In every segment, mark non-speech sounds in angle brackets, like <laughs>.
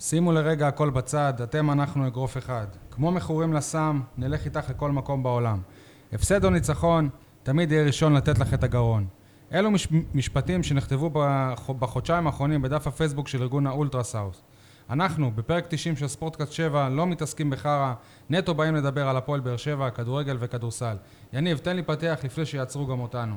שימו לרגע הכל בצד, אתם אנחנו אגרוף אחד. כמו מכורים לסם, נלך איתך לכל מקום בעולם. הפסד או ניצחון, תמיד יהיה ראשון לתת לך את הגרון. אלו מש... משפטים שנכתבו בח... בחודשיים האחרונים בדף הפייסבוק של ארגון האולטרה סאוס. אנחנו, בפרק 90 של ספורטקאסט 7, לא מתעסקים בחרא, נטו באים לדבר על הפועל באר שבע, כדורגל וכדורסל. יניב, תן לי פתח לפני שיעצרו גם אותנו.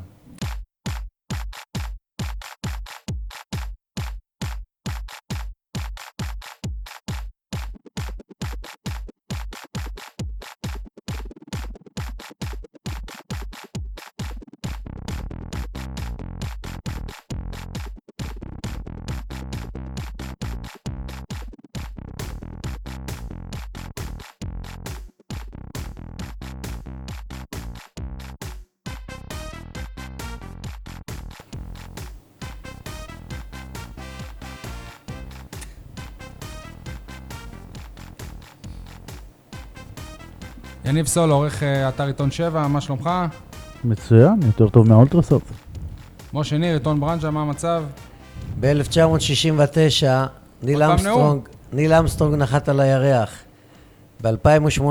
יניב סול, עורך אה, אתר עיתון 7, מה שלומך? מצוין, יותר טוב מהאולטרסופט. משה ניר, עיתון ברנז'ה, מה המצב? ב-1969 ניל פעם אמסטרונג, ניל אמסטרונג נחת על הירח. ב-2018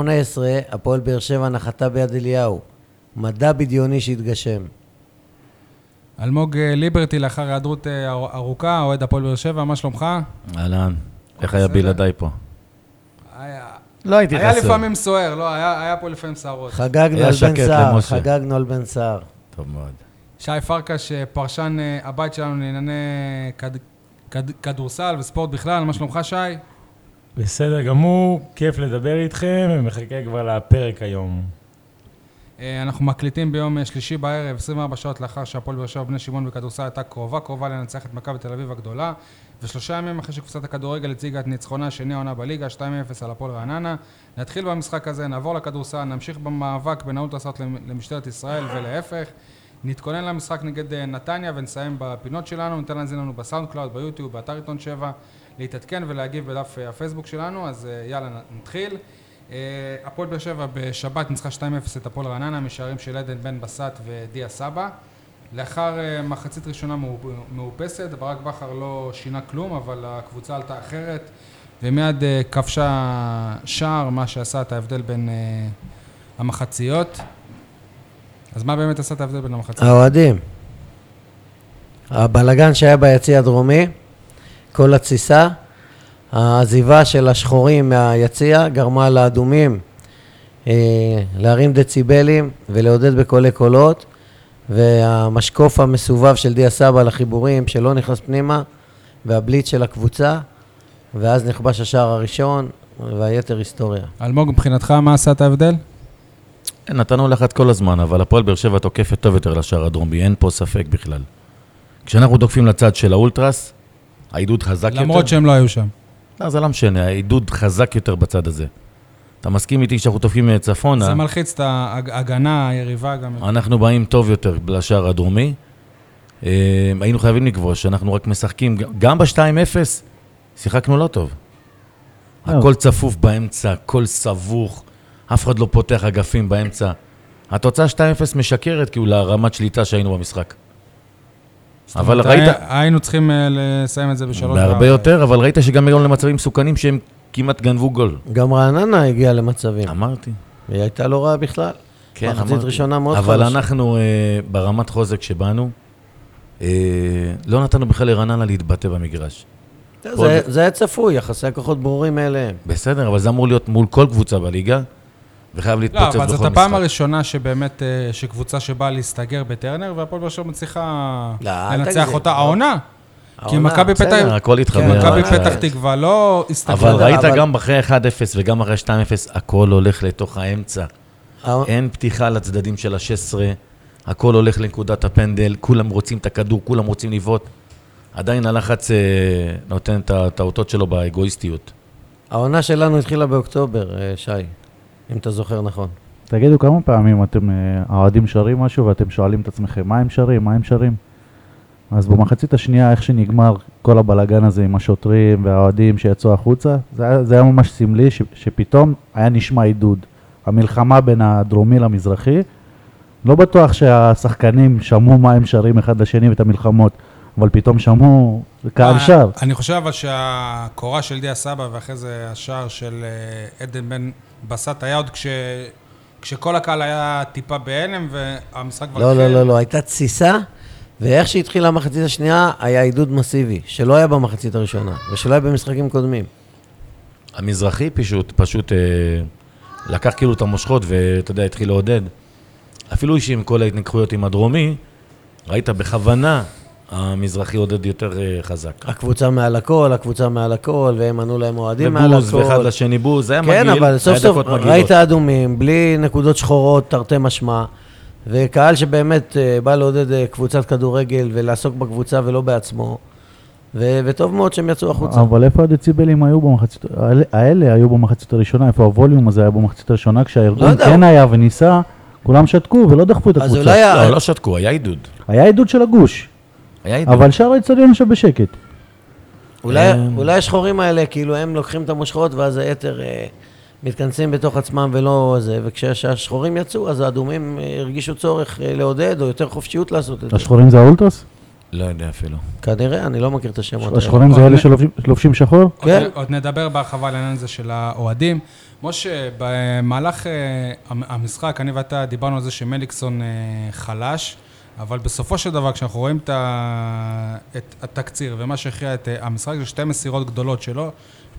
הפועל באר שבע נחתה ביד אליהו. מדע בדיוני שהתגשם. אלמוג אה, ליברטי, לאחר היעדרות אה, אר- ארוכה, אוהד הפועל באר שבע, מה שלומך? אהלן, איך היה בסדר. בלעדיי פה? היה לא הייתי היה לפעמים סוער, לא, היה היה פה לפעמים סערות. חגגנו היה על בן שקט סער, למשה. חגגנו על בן סער. טוב מאוד. שי פרקש, אה, פרשן אה, הבית שלנו לענייני כד- כד- כדורסל וספורט בכלל, מה שלומך, שי? בסדר גמור, כיף לדבר איתכם, ומחכה כבר לפרק היום. אה, אנחנו מקליטים ביום אה, שלישי בערב, 24 שעות לאחר שהפועל באר שבע בני שמעון בכדורסל הייתה קרובה קרובה לנצח את מכבי תל אביב הגדולה, ושלושה ימים אחרי שקבוצת הכדורגל הציגה את ניצחונה השני העונה בליגה, 2-0 על הפועל רעננה. נתחיל במשחק הזה, נעבור לכדורסל, נמשיך במאבק בין האולטרסאט למ- למשטרת ישראל ולהפך. נתכונן למשחק נגד אה, נתניה ונסיים בפינות שלנו, ניתן להזין לנו בסאונד קלאוד, ביוטיוב, באתר עיתון 7, להתעדכן ולהגיב בדף אה, הפייסבוק שלנו, אז אה, יאללה, נ- נתחיל. אה, הפועל באר שבע בשבת ניצחה 2-0 את הפועל רעננה משערים של עדן בן בסט ודיה סבא. לאחר אה, מחצית ראשונה מאופ- מאופסת, ברק בכר לא שינה כלום, אבל הקבוצה עלתה אחרת, ומיד אה, כבשה שער, מה שעשה את ההבדל בין אה, המחציות. אז מה באמת עשה את ההבדל בין המחציות? האוהדים. הבלגן שהיה ביציע הדרומי, כל התסיסה, העזיבה של השחורים מהיציע גרמה לאדומים אה, להרים דציבלים ולעודד בקולי קולות, והמשקוף המסובב של דיה סבא לחיבורים שלא נכנס פנימה, והבליץ של הקבוצה, ואז נכבש השער הראשון, והיתר היסטוריה. אלמוג, מבחינתך, מה עשה את ההבדל? אה, נתנו לחץ כל הזמן, אבל הפועל באר שבע תוקפת טוב יותר לשער הדרומי, אין פה ספק בכלל. כשאנחנו תוקפים לצד של האולטרס, העידוד חזק יותר. למרות שהם לא היו שם. לא, זה לא משנה, העידוד חזק יותר בצד הזה. אתה מסכים איתי כשאנחנו תוקפים צפונה, זה מלחיץ את ההגנה, היריבה גם. אנחנו באים טוב יותר לשער הדרומי. אה, היינו חייבים לכבוש, אנחנו רק משחקים, גם ב-2-0 שיחקנו לא טוב. אה. לא. הכל צפוף באמצע, הכל סבוך, אף אחד לא פותח אגפים באמצע. התוצאה 2-0 משקרת כאילו לרמת שליטה שהיינו במשחק. אבל זאת אומרת, ראית, הי- היינו צריכים אה, לסיים את זה בשלוש... בהרבה וארבע. יותר, אבל ראית שגם הגענו למצבים מסוכנים שהם כמעט גנבו גול. גם רעננה הגיעה כן. למצבים, אמרתי. היא הייתה לא רעה בכלל. מחצית ראשונה מאוד כן, אבל חלשה. אנחנו, אה, ברמת חוזק שבאנו, אה, לא נתנו בכלל לרעננה להתבטא במגרש. זה, זה היה צפוי, יחסי הכוחות ברורים מאליהם. בסדר, אבל זה אמור להיות מול כל קבוצה בליגה, וחייב לא, להתפוצץ בכל אבל משחק. זאת הפעם הראשונה שבאמת, אה, שקבוצה שבאה להסתגר בטרנר, והפועל באר שבע מצליחה לא, אל לנצח תגזים, אותה לא. העונה. כי העונה, מכבי בסדר, פתח- בסדר, הכל כי התחבר. מכבי כן, אבל- פתח תקווה לא הסתגרה. אבל בסדר, ראית אבל- גם אחרי 1-0 וגם אחרי 2-0, הכל הולך לתוך האמצע. הא- אין פתיחה לצדדים של ה-16, הכל הולך לנקודת הפנדל, כולם רוצים את הכדור, כולם רוצים לבעוט. עדיין הלחץ אה, נותן את ה- את האותות שלו באגואיסטיות. העונה שלנו התחילה באוקטובר, אה, שי, אם אתה זוכר נכון. תגידו כמה פעמים אתם, אה, האוהדים שרים משהו ואתם שואלים את עצמכם מה הם שרים, מה הם שרים? אז במחצית השנייה, איך שנגמר כל הבלגן הזה עם השוטרים והאוהדים שיצאו החוצה, זה היה, זה היה ממש סמלי ש, שפתאום היה נשמע עידוד. המלחמה בין הדרומי למזרחי, לא בטוח שהשחקנים שמעו מה הם שרים אחד לשני ואת המלחמות, אבל פתאום שמעו, אה, קהל שר. אני חושב אבל שהקורה של דיה סבא ואחרי זה השער של אה, עדן בן בסט היה עוד כש... כשכל הקהל היה טיפה בהלם והמשחק כבר... לא, לא, התחיל. לא, לא, הייתה תסיסה, ואיך שהתחילה המחצית השנייה, היה עידוד מסיבי, שלא היה במחצית הראשונה, ושלא היה במשחקים קודמים. המזרחי פשוט, פשוט אה, לקח כאילו את המושכות ואתה יודע, התחיל לעודד. אפילו שעם כל ההתנגחויות עם הדרומי, ראית בכוונה המזרחי עודד יותר אה, חזק. הקבוצה מעל הכל, הקבוצה מעל הכל, והם ענו להם אוהדים מעל הכל. ובוז ואחד לשני בוז, זה היה כן, מגעיל, אבל סוף היה סוף דקות מגעילות. ראית אדומים, בלי נקודות שחורות, תרתי משמע, וקהל שבאמת אה, בא לעודד אה, קבוצת כדורגל ולעסוק בקבוצה ולא בעצמו, ו- וטוב מאוד שהם יצאו החוצה. אבל איפה הדציבלים היו במחצית, האלה- האלה היו במחצית הראשונה, איפה הווליום הזה היה במחצית הראשונה, לא כשהארגון יודע. כן היה וניסה, כולם שתקו ולא דחפו את אז הקבוצה. אולי ה- לא, לא שתקו, היה עידוד. היה עידוד של הגוש, היה עידוד. אבל שאר האצטדיון יושב בשקט. אה, אולי- אמ. אולי השחורים האלה, כאילו, הם לוקחים את המושכות ואז היתר אה, מתכנסים בתוך עצמם ולא זה, וכשהשחורים יצאו, אז האדומים אה, הרגישו צורך אה, לעודד, או יותר חופשיות לעשות את זה. השחורים זה האולטרס? לא יודע אפילו. כנראה, אני לא מכיר את השמות האלה. השחורים זה אוקיי. אלה שלובשים- שלובשים שחור? עוד, כן. עוד נדבר בהרחבה על העניין הזה של האוהדים. משה, במהלך אה, המ- המשחק, אני ואתה דיברנו על זה שמליקסון אה, חלש, אבל בסופו של דבר, כשאנחנו רואים את, ה... את התקציר ומה שהכריע את אה, המשחק, זה שתי מסירות גדולות שלו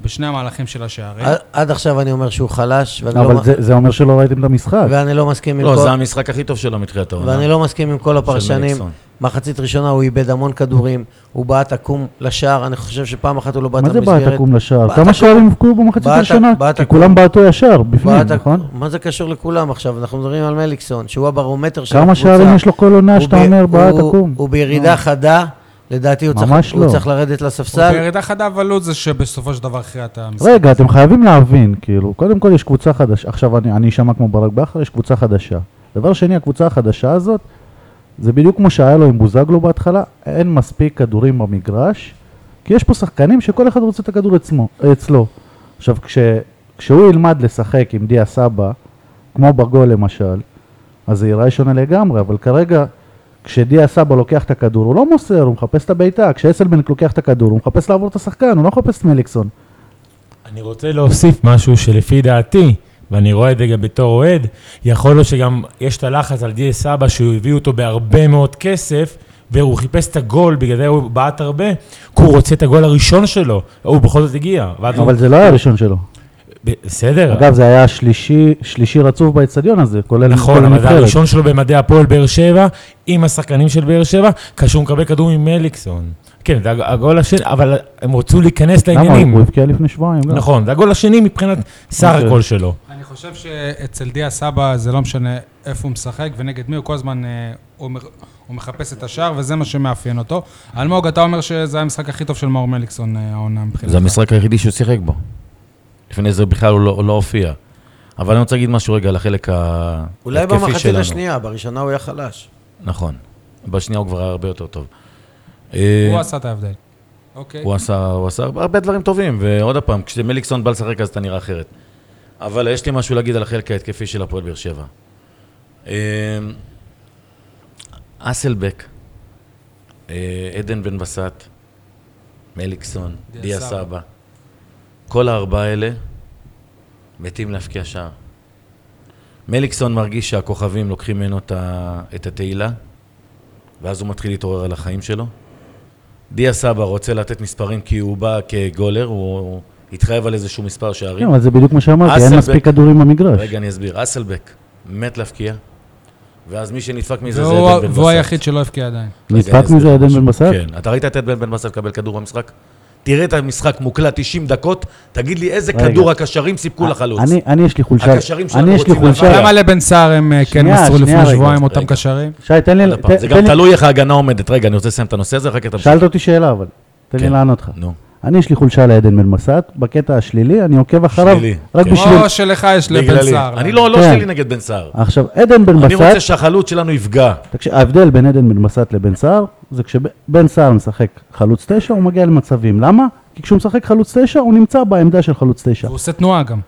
בשני המהלכים של השערים. עד- עד עכשיו אני אומר שהוא חלש, ואני לא אבל מח- זה- זה אומר שלא ראיתם את המשחק. ואני לא מסכים עם לא, כל- זה המשחק הכי טוב שלו מתחילת העונה. ואני לא מסכים עם כל הפרשנים. מליקסון. מחצית ראשונה הוא איבד המון כדורים, הוא בעט עקום לשער, אני חושב שפעם אחת הוא לא בעט מה זה למסגרת. בעט עקום לשער? בעט כמה עקום. שערים הובקעו במחצית בעט- הראשונה? בעט כי עקום. כולם בעטו ישר, בפנים, בעט עק- נכון? מה זה קשור לכולם עכשיו? אנחנו מדברים על מליקסון, שהוא הברומטר של כמה הקבוצה. שערים יש לו כל עונה הוא שאתה ב- אומר בעט הוא- עקום? הוא בירידה חדה, לדעתי הוא צריך- ממש הוא לא. צריך לרדת הוא לספסל. בירידה חדה, אבל הוא זה שבסופו של דבר הכריע את המשחק. רגע, אתם חייבים להבין, כאילו, קודם כל יש קבוצה חדשה, עכשיו אני אני אשמע כמו ברק בכר, יש קבוצה חדשה. דבר שני, הקבוצה החדשה הזאת, זה בדיוק כמו שהיה לו עם בוזגלו בהתחלה, אין מספיק כדורים במגרש, כי יש פה שחקנים שכל אחד רוצה את הכדור עצמו, אצלו. עכשיו, כש, כשהוא ילמד לשחק עם דיה סבא, כמו בגול למשל, אז זה ייראה שונה לגמרי, אבל כרגע, כשדיה סבא לוקח את הכדור, הוא לא מוסר, הוא מחפש את הבעיטה, כשאסלבנק לוקח את הכדור, הוא מחפש לעבור את השחקן, הוא לא מחפש את מליקסון. אני רוצה להוסיף משהו שלפי דעתי, ואני רואה את זה גם בתור אוהד, יכול להיות שגם יש את הלחץ על דיה סבא שהוא הביא אותו בהרבה מאוד כסף, והוא חיפש את הגול, בגלל זה הוא בעט הרבה, כי הוא רוצה את הגול הראשון שלו, הוא בכל זאת הגיע. ואז הוא- אבל זה לא היה הראשון שלו. בסדר, אגב, זה היה שלישי, שלישי רצוף באצטדיון הזה, כולל נכון, כל אבל זה הנבחרת. הראשון שלו במדעי הפועל באר שבע, עם השחקנים של באר שבע, כאשר הוא מקבל כדור ממליקסון. כן, זה הג- הגול השני, אבל הם רצו להיכנס למה? לעניינים. הוא הבקיע לפני שבועיים. לא. גם. נכון, זה הגול השני מבחינת סך אוקיי. הכל שלו. אני חושב שאצל דיה סבא זה לא משנה איפה הוא משחק ונגד מי, הוא כל הזמן אה, הוא, מח- הוא מחפש את השער וזה מה שמאפיין אותו. אלמוג, אתה אומר שזה היה המשחק הכי טוב של מאור מליקסון אה, העונה לא- מבחינתך. זה המשחק היחידי שהוא שיחק בו. לפני זה בכלל הוא לא, הוא לא הופיע. אבל אני רוצה להגיד משהו רגע על החלק ה- אולי ההתקפי במחצית שלנו. השנייה, בראשונה הוא היה חלש. נכון. בשנייה הוא כבר היה הרבה יותר טוב. הוא אה, עשה את ההבדל. אוקיי. הוא עשה, הוא עשה הרבה הרבה דברים טובים, ועוד פעם, כשמליקסון בא לשחק אז אתה נראה אחרת. אבל יש לי משהו להגיד על החלק ההתקפי של הפועל באר שבע. אה, אסלבק, אה, עדן בן בסט, מליקסון, דיה דיה סבא. סבא, כל הארבעה האלה מתים להפקיע שער. מליקסון מרגיש שהכוכבים לוקחים ממנו את ה- את התהילה, ואז הוא מתחיל להתעורר על החיים שלו. דיה סבא רוצה לתת מספרים כי הוא בא כגולר, הוא התחייב על איזשהו מספר כן, שערים. אבל זה בדיוק מה שאמרתי, אין אסלבנק. מספיק כדורים במגרש. רגע, אני אסביר. אסלבק מת להפקיע, ואז מי שנדפק מזה זה והוא, עדן בן בסט. והוא היחיד שלא הבקיע עדיין. רגע, נדפק אני אסביר מזה עדן משהו. בן בסט? כן. אתה ראית את עדן בן בסט מקבל כדור במשחק? תראה את המשחק מוקלט 90 דקות, תגיד לי איזה רגע. אה, כדור הקשרים סיפקו לחלוץ. אני- אני יש לי חולשה, הקשרים שלנו אני יש לי רוצים חולשה. לבוא. למה לבן סער הם אה, כן שנייה, מסרו שנייה, לפני רגע, שבועיים אותם לא. רגע. קשרים? שי, תן לי, עוד תן- פעם, זה אה, תן גם לי- תלוי איך ההגנה עומדת. רגע, אני רוצה לסיים את הנושא הזה, אחר כך תמשיך. שאלת אותי שאלה, אבל תן לי כן. לענות לך. נו. אני יש לי חולשה לעדן בן בסט, בקטע השלילי, אני עוקב אחריו, שלילי, רק כן. בשביל... או שלך יש לבן בגללי. סער. אני לא לא כן. שלי נגד בן סער. עכשיו, עדן בן אני רוצה בסט, שהחלוץ שלנו יפגע. תקשיב, ההבדל בין עדן בן בסט לבן סער, זה כשבן סער משחק חלוץ תשע, הוא מגיע למצבים. למה? כי כשהוא משחק חלוץ תשע, הוא נמצא בעמדה של חלוץ תשע. הוא עושה תנועה גם.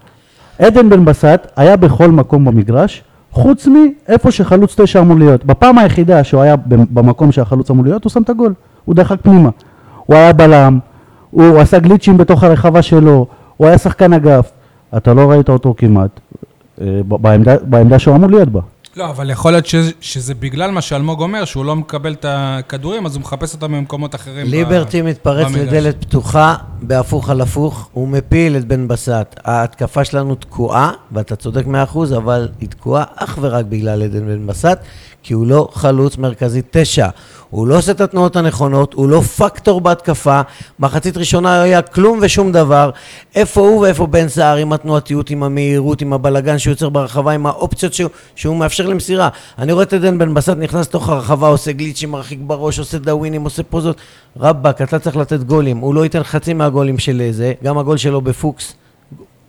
עדן בן בסט היה בכל מקום במגרש, חוץ מאיפה שחלוץ תשע אמור להיות. בפעם היחידה שהוא היה במ- במקום שהחלוץ אמור להיות, הוא שם את הגול. הוא דחק פנימה. הוא היה בלם, הוא עשה גליצ'ים בתוך הרחבה שלו, הוא היה שחקן אגף. אתה לא ראית אותו כמעט אה, ב- בעמדה, בעמדה שהוא אמור להיות בה. לא, אבל יכול להיות ש- שזה בגלל מה שאלמוג אומר, שהוא לא מקבל את הכדורים, אז הוא מחפש אותם במקומות אחרים. ב- ליברטי מתפרץ במגרש. לדלת פתוחה בהפוך על הפוך, הוא מפיל את בן בסט. ההתקפה שלנו תקועה, ואתה צודק מאה אחוז, אבל היא תקועה אך ורק בגלל עדן בן בסט, כי הוא לא חלוץ מרכזי תשע. הוא לא עושה את התנועות הנכונות, הוא לא פקטור בהתקפה, מחצית ראשונה לא היה כלום ושום דבר. איפה הוא ואיפה בן סער עם התנועתיות, עם המהירות, עם הבלגן שהוא יוצר ברחבה, עם האופציות שהוא, שהוא מאפשר למסירה. אני רואה את עדן בן בסט נכנס לתוך הרחבה, עושה גליצ'ים, מרחיק בראש, עושה דאווינים, עושה פוזות. רבאק, אתה צריך לתת גולים. הוא לא ייתן חצי מהגולים של זה, גם הגול שלו בפוקס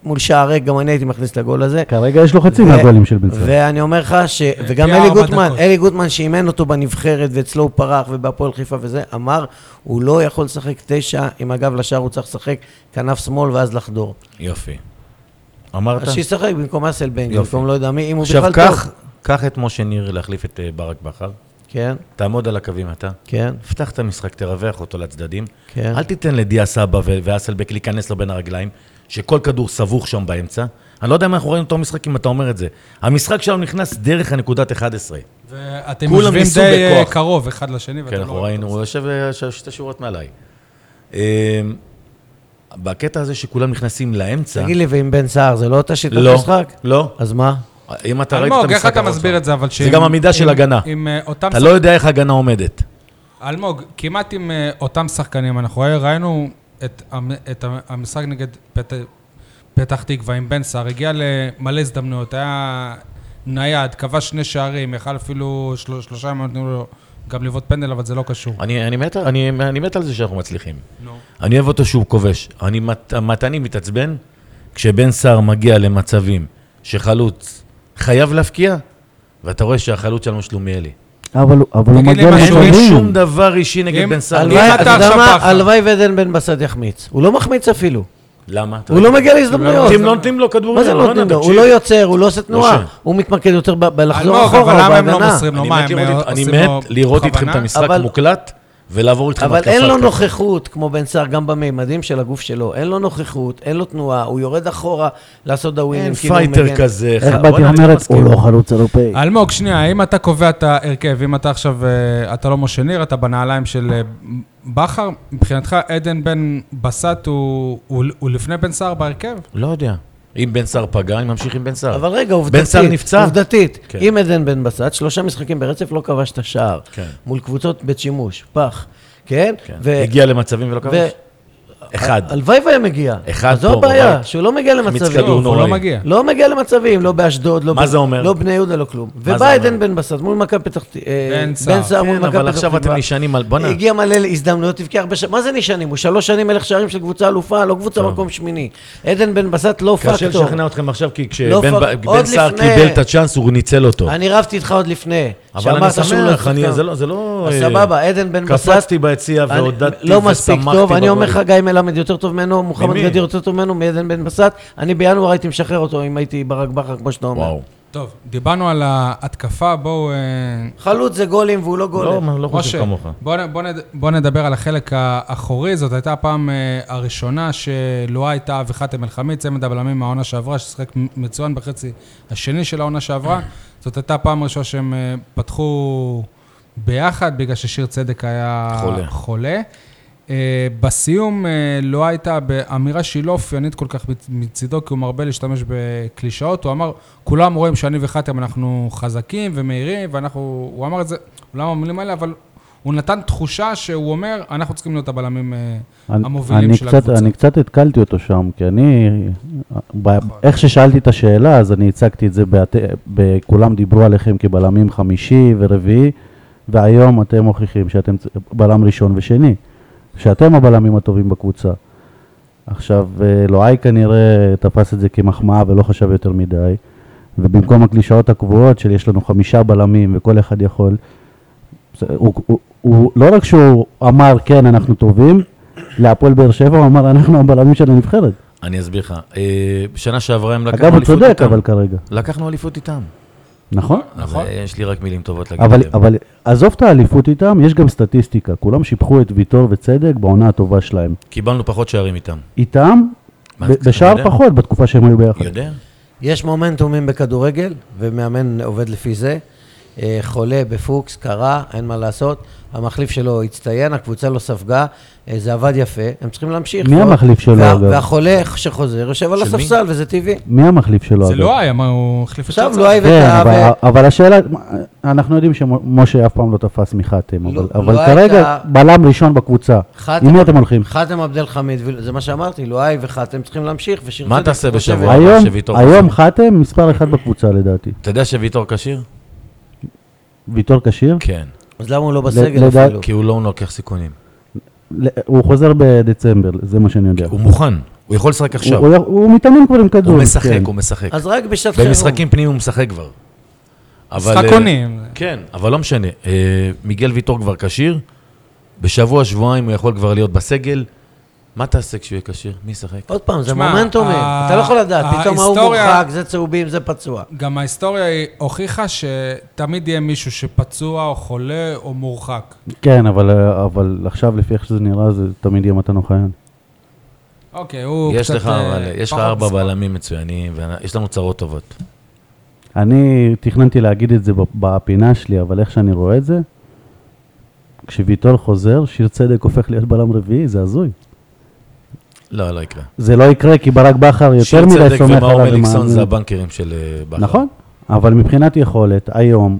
מול שער ריק, גם אני הייתי מכניס את הגול הזה. כרגע יש לו חצי ו- מהגולים של בן סער. ואני אומר לך ש... וגם פי אלי אה, ארבע גוטמן, דקות. אלי גוטמן שאימן אותו בנבחרת ואצלו הוא פרח ובהפועל חיפה וזה, אמר, הוא לא יכול לשחק תשע, עם הגב לשער הוא צריך לשחק כנף שמאל ואז לחדור. יופי. אמרת? אז שישחק במקום אסל בנגל, יופי. במקום לא יודע מי, אם הוא עכשיו, בכלל טוב. קח, קח את משה ניר להחליף את אה, ברק בכר, כן, תעמוד על הקווים אתה, כן, אה. פתח את המשחק, תרווח אותו לצדדים, כן. אל תיתן לדיה סבא ו- ואסלבק להיכנס לו בין הרגליים, שכל כדור סבוך שם באמצע. אני לא יודע אם אנחנו ראינו אותו משחק אם אתה אומר את זה. המשחק שלנו נכנס דרך הנקודת 11. ואתם כולם יושבים ניסו די אה, בכוח. קרוב אחד לשני. ואתם כן, לא אנחנו רואים ראינו, אותו. הוא יושב אה, ש- שתי שורות מעליי. אה, בקטע הזה שכולם נכנסים לאמצע... תגיד לי, ועם בן סער זה לא אותה שיטת לא, משחק? לא. אז מה? אם אתה ראית את המשחק... אלמוג, איך אתה אבל מסביר לא. את זה, אבל זה גם עמידה של עם- הגנה. עם אה, אותם אתה לא יודע איך ההגנה עומדת. אלמוג, כמעט עם אה, אותם שחקנים, אנחנו ראי- ראינו את המ- את המ- המשחק נגד פת- פתח תקווה עם בן סער, הגיע למלא הזדמנויות, היה נייד, כבש שני שערים, יכל אפילו של- שלושה ימים נתנו לו גם לבעוט פנדל, אבל זה לא קשור. אני, אני, מת, אני, אני מת על זה שאנחנו מצליחים. נו. אני אוהב אותו שהוא כובש. אני מת, מתני מתעצבן כשבן סער מגיע למצבים שחלוץ חייב להפקיע, ואתה רואה שהחלוץ שלנו שלומיאלי. אבל, הוא- אבל הוא תגיד לי מגיע משהו, אין לי למצבים. שום דבר אישי נגד אם- בן סער. הלוואי- הלוואי, אתה אתה יודע עכשיו מה? בכר. הלוואי ועדן בן בסט יחמיץ. הוא לא מחמיץ אפילו. למה? אתה הוא יודע, לא מגיע להזדמנויות. אם לא נותנים לו כדורים, מה זה לא נותנים לו? הוא לא יוצר, הוא לא עושה תנועה. משה. הוא מתמקד יותר ב- בלחזור אלמוג, אחורה, אבל למה הם לא בהגנה. מוסרים לו? אני מה, מת הם לראות אה, אית- אני עושים לו מת לראות איתכם את בכוונה? המשחק אבל- מוקלט ולעבור איתכם אבל אין על לו כף. נוכחות, כמו בן סער, גם במימדים של הגוף שלו. אין לו נוכחות, אין לו תנועה, הוא יורד אחורה לעשות אין דאווינים. כאילו הוא פייטר מגן. אה, כזה. איך ח- באתי וואלה, אני אומרת, מסכים. הוא לא חלוץ אירופאי. אלמוג, שנייה, אם אתה קובע את ההרכב, אם אתה עכשיו, אה, אתה לא משה ניר, אתה בנעליים של אה, בכר, מבחינתך עדן בן בסט הוא- הוא הוא לפני בן סער בהרכב? לא יודע. אם בן סער פגע, אני ממשיך עם בן סער. אבל רגע, עובדתית, בן סער נפצע? עובדתית, כן. אם עדן בן בסט, שלושה משחקים ברצף לא כבש את השער. כן. מול קבוצות בית שימוש, פח. כן? כן. ו- הגיע למצבים ולא ו- כבש. אחד. הלוואי והיה מגיע. אחד אז זו פה, הבעיה, בבית. שהוא לא מגיע החמיץ למצבים. כדור הוא לא נוראי. מגיע. לא מגיע למצבים, לא באשדוד, לא, מה ב- זה אומר? לא בני יהודה, לא כלום. זה ובא עדן אומר? בן בסט מול מכבי פתח אה, תקווה. בן סער. כן, אבל עכשיו אתם נשענים על... בואנה. הגיע מלא להזדמנויות, הבקיע הרבה שערים. מה זה נשענים? הוא שלוש שנים מלך שערים של קבוצה אלופה, לא קבוצה מקום שמיני. עדן בן בסט לא קשה פקטור. לשכנע אתכם עכשיו, כי לא כשבן פק- ב- בן עוד סער לפני. קיבל את הצ'אנס, הוא ניצל אותו. אני רבתי איתך עוד לפני. אבל אני שאמרת שהוא לא שמח, אני- שחקן. זה לא- זה לא... אז אה, סבבה, עדן בן בסט... קפצתי ביציע אני- והודדתי לא מספיק ושמחתי טוב, אני אומר לך, בגולים. גיא מלמד יותר טוב ממנו, מוחמד ממי? גדיר יותר טוב ממנו, מעדן בן בסט. אני בינואר הייתי משחרר אותו אם הייתי ברק בכר, כמו שאתה אומר. וואו. טוב, דיברנו על ההתקפה, בואו... אה, חלוץ זה גולים והוא לא גולם. לא, אני לא משה, חושב כמוך. בוא, נ- בוא, נד- בוא נדבר על החלק האחורי, זאת הייתה הפעם אה, הראשונה שלואה הייתה וחאתם אל-חמיד, צמד הבלמים מהעונה שעברה, ששיחק מ- מצוין בחצי השני של העונה שעברה. זאת הייתה הפעם הראשונה שהם אה, פתחו ביחד, בגלל ששיר צדק היה חולה. חולה. אה, בסיום אה, לואה הייתה באמירה שהיא לא אופיינית כל כך מצ- מצידו, כי הוא מרבה להשתמש בקלישאות. הוא אמר, כולם רואים שאני וחתם אנחנו חזקים ומהירים, ואנחנו... הוא אמר את זה, אולי המילים האלה, אבל הוא נתן תחושה שהוא אומר, אנחנו צריכים להיות הבלמים אה, אני- המובילים אני של קצת, הקבוצה. אני קצת התקלתי אותו שם, כי אני, ב, נכון. איך ששאלתי את השאלה, אז אני הצגתי את זה, בעת, ב, כולם דיברו עליכם כבלמים חמישי ורביעי, והיום אתם מוכיחים שאתם צ- בלם ראשון ושני, שאתם הבלמים הטובים בקבוצה. עכשיו, אה, לואי כנראה תפס את זה כמחמאה ולא חשב יותר מדי, ובמקום הקלישאות הקבועות של יש לנו חמישה בלמים וכל אחד יכול, זה- הוא, הוא, הוא, לא רק שהוא אמר כן אנחנו טובים, להפועל באר שבע, הוא אמר אנחנו הבלמים של הנבחרת. אני אסביר לך. אה, בשנה שעברה הם לקחנו אגב, הוא אליפות איתם. צודק אבל כרגע. לקחנו אליפות איתם. נכון? נכון. נכון. יש לי רק מילים טובות להגיד אבל, עליהם. אבל עזוב את האליפות איתם, יש גם סטטיסטיקה. כולם שיבחו את ויטור וצדק בעונה הטובה שלהם. קיבלנו פחות שערים איתם. איתם, מה, ב- אתה בשער יודע? פחות בתקופה שהם היו ביחד. יודע? יש מומנטומים בכדורגל, ומאמן עובד לפי זה. אה, חולה בפוקס, קרה, אין מה לעשות. המחליף שלו הצטיין, הקבוצה לא ספגה, אה, זה עבד יפה, הם צריכים להמשיך. מי וה- המחליף שלו, וה- אגב? והחולה שחוזר יושב על של מי? הספסל, וזה טבעי. מי המחליף שלו? זה אגב? לא היה, מה, הוא החליף את עכשיו שרצר? לא היה כן, ואת אבל, ה- אבל השאלה, אנחנו יודעים שמשה אף פעם לא תפס מחתם, אבל, לא- אבל לא כרגע הייתה- בלם ראשון בקבוצה. חתם- עם מי אתם הולכים? חאתם עבד חמיד, זה מה שאמרתי, לואי וחאתם צריכים להמשיך, ושיר מה צדק תעשה חושב- בשבוע? הוא היום, אמר שוויטור כן. היום חסר. חתם מספר אחד בקבוצה לדעתי. אתה יודע שוויטור כשיר? ויטור כשיר? כן. אז למה הוא לא בסגל לדע- אפילו? כי הוא לא לוקח סיכונים. ל- הוא חוזר בדצמבר, זה מה שאני יודע. הוא מוכן. הוא יכול לשחק עכשיו. כן. הוא- הוא- הוא מתאמן כבר עם כדור. הוא משחק, כן. הוא משחק. אז רק בשעת חירום. במשחקים פנים הוא משחק כבר. אבל, אה, משחקונים. כן, אבל לא משנה. אה, מיגל ויטור כבר כשיר, בשבוע, שבועיים הוא יכול כבר להיות בסגל. מה תעשה כשהוא יהיה כשיר? מי ישחק? עוד פעם, זה שמע, מומנטומים, ה- אתה לא יכול לדעת, פתאום ההוא ההיסטוריה- מורחק, זה צהובים, זה פצוע. גם ההיסטוריה היא הוכיחה שתמיד יהיה מישהו שפצוע או חולה או מורחק. כן, אבל, אה, אבל עכשיו, לפי איך שזה נראה, זה תמיד יהיה מתן אוחיון. אוקיי, הוא יש קצת... לך, אה, אבל, יש לך פחות ארבע מספר. בלמים מצוינים, ויש לנו צרות טובות. אני תכננתי להגיד את זה ב- בפינה שלי, אבל איך שאני רואה את זה, כשוויטור חוזר, שיר צדק הופך להיות בלם רביעי, זה הזוי. לא, לא יקרה. זה לא יקרה, כי ברק בכר שיר יותר מדי צדק סומך ומאור עליו. מליקסון ומאמין. זה הבנקרים של אה, בכר. נכון, אבל מבחינת יכולת, היום,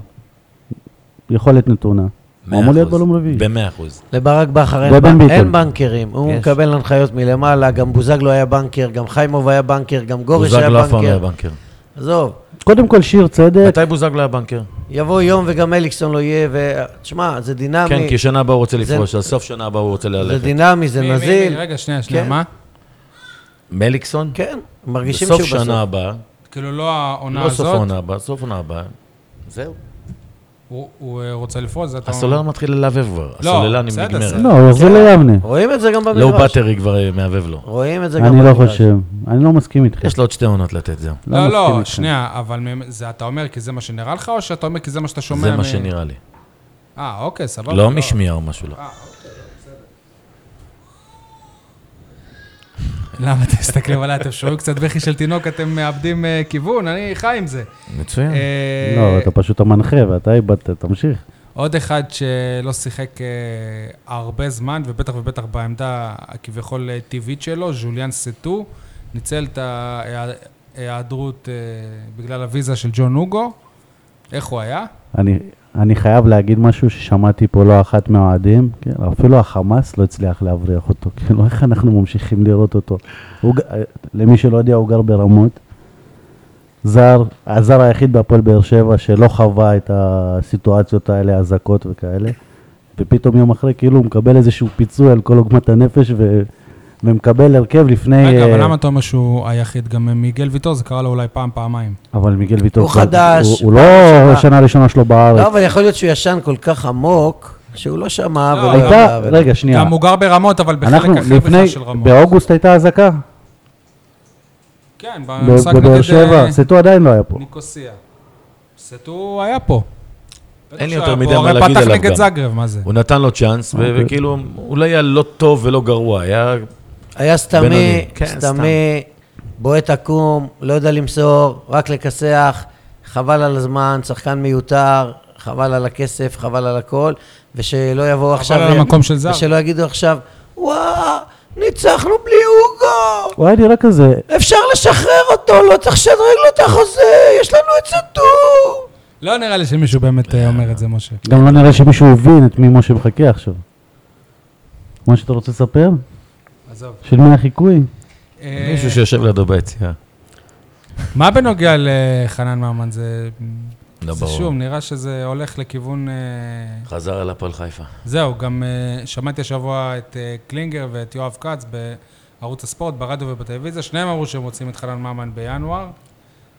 יכולת נתונה, הוא אמור להיות בלם רביעי. במאה אחוז. לברק בכר אין, ובן בנ... ביטון. אין בנקרים, הוא יש. מקבל הנחיות מלמעלה, גם בוזגלו היה בנקר, גם חיימוב היה בנקר, גם גורש היה בוזגלו אף פעם לא היה בנקר. בנקר. עזוב, קודם כל, שיר צדק, מתי בוזגלו היה בנקר? יבוא יום וגם אליקסון לא יהיה, ו... תשמע, זה דינמי, כן, כי שנה הבאה הוא רוצה זה- לפרוש, אז סוף שנה הבאה הוא רוצה זה ללכת. דינמי, זה מי- מי- מי- נזיל. רגע, שנייה, שנייה, כן. מה? מליקסון? כן, מרגישים שהוא בסוף בסוף. שנה הבאה, כאילו לא העונה לא סוף הזאת, העונה הבאה, סוף העונה הבאה. זהו. הוא- הוא אה, רוצה לפרוש, זה אתה הסוללה מתחיל ללבב כבר, הסוללה לא, בסדר, נגמרת. בסדר. לא, הוא יחזור ליבנה. אה, רואים את זה גם לואו במגרש. בטרי כבר אה, מעבב לו. רואים את זה גם אני לא במגרש. חושב, אני לא מסכים איתך. יש לו עוד שתי עונות לתת, זהו. לא, מסכים לא, איתך. שנייה, אבל מ- זה אתה אומר כי זה מה שנראה לך, או שאתה אומר כי זה מה שאתה שומע? זה מ- מה שנראה לי. אה, אוקיי, סבבה. לא משמיע או משהו לא. אה, אוקיי, בסדר. למה אתם מסתכלים עליי? אתם שומעים קצת בכי של תינוק, אתם מאבדים אה, כיוון, אני חי עם זה. מצוין. אה, לא, אתה פשוט המנחה ואתה איבדת, תמשיך. עוד אחד שלא שיחק אה, הרבה זמן, ובטח ובטח בעמדה הכביכול אה, טבעית שלו, ז'וליאן סטו, ניצל את אה, ההיעדרות אה, בגלל הוויזה של ג'ון הוגו. איך הוא היה? אני- אני חייב להגיד משהו ששמעתי פה לא אחת מהאוהדים, כן, אפילו החמאס לא הצליח להבריח אותו, כאילו איך אנחנו ממשיכים לראות אותו. הוא ג- למי שלא יודע, הוא גר ברמות. זר, הזר היחיד בהפועל באר שבע שלא חווה את הסיטואציות האלה, אזעקות וכאלה, ופתאום יום אחרי כאילו הוא מקבל איזשהו פיצוי על כל עוגמת הנפש ו... ומקבל הרכב לפני... רגע, אבל אה, למה אתה אומר שהוא היחיד? גם אה, מיגל ויטור, זה קרה לו אולי פעם, פעמיים. אבל מיגל ויטור... הוא כבר- חדש, הוא, הוא לא פעם ראשונה. שנה ראשונה שלו לא, בארץ. אבל יכול להיות שהוא ישן כל כך עמוק, שהוא לא שמע לא, ולא אבל- הייתה, ידע. ולא- רגע, שנייה. גם הוא גר ברמות, אבל בחלק אנחנו אחר בכלל לפני, של רמות. אה, באוגוסט הייתה אזעקה? כן, ב- במשחק בבאר נגד שבע, אה, סטו עדיין לא היה פה. ניקוסיה. סטו היה פה. אין בטח לי יותר שהיה מדי פה, מה הרי להגיד פתח עליו נגד גם. זאגרב, מה זה? הוא נתן לו צ'אנס, ו- אוקיי. וכאילו, אולי היה לא טוב ולא גרוע, היה... אה. היה סתמי, בינוני. כן, סתמי, בועט עקום, לא יודע למסור, רק לכסח, חבל על הזמן, שחקן מיותר, חבל על הכסף, חבל על הכל, ושלא יבואו עכשיו... על המקום של זר. ושלא יגידו עכשיו, וואו, ניצחנו בלי אוגו, הוא היה נראה כזה, אפשר לשחרר אותו, לא צריך לשדרג לו את החוזה, יש לנו את סטור. לא נראה לי שמישהו באמת אה, אומר את זה, משה. גם לא נראה שמישהו הבין את מי משה מחכה עכשיו. מה שאתה רוצה לספר? עזוב. של מי החיקוי? אה, מישהו שיושב לידו ביציאה. מה בנוגע לחנן ממן? זה... לא זה שוב, ברור. נראה שזה הולך לכיוון... אה, חזר על הפועל חיפה. זהו, גם אה, שמעתי השבוע את אה, קלינגר ואת יואב כץ בערוץ הספורט, ברדיו ובטלוויזיה, שניהם אמרו שהם רוצים את חנן ממן בינואר.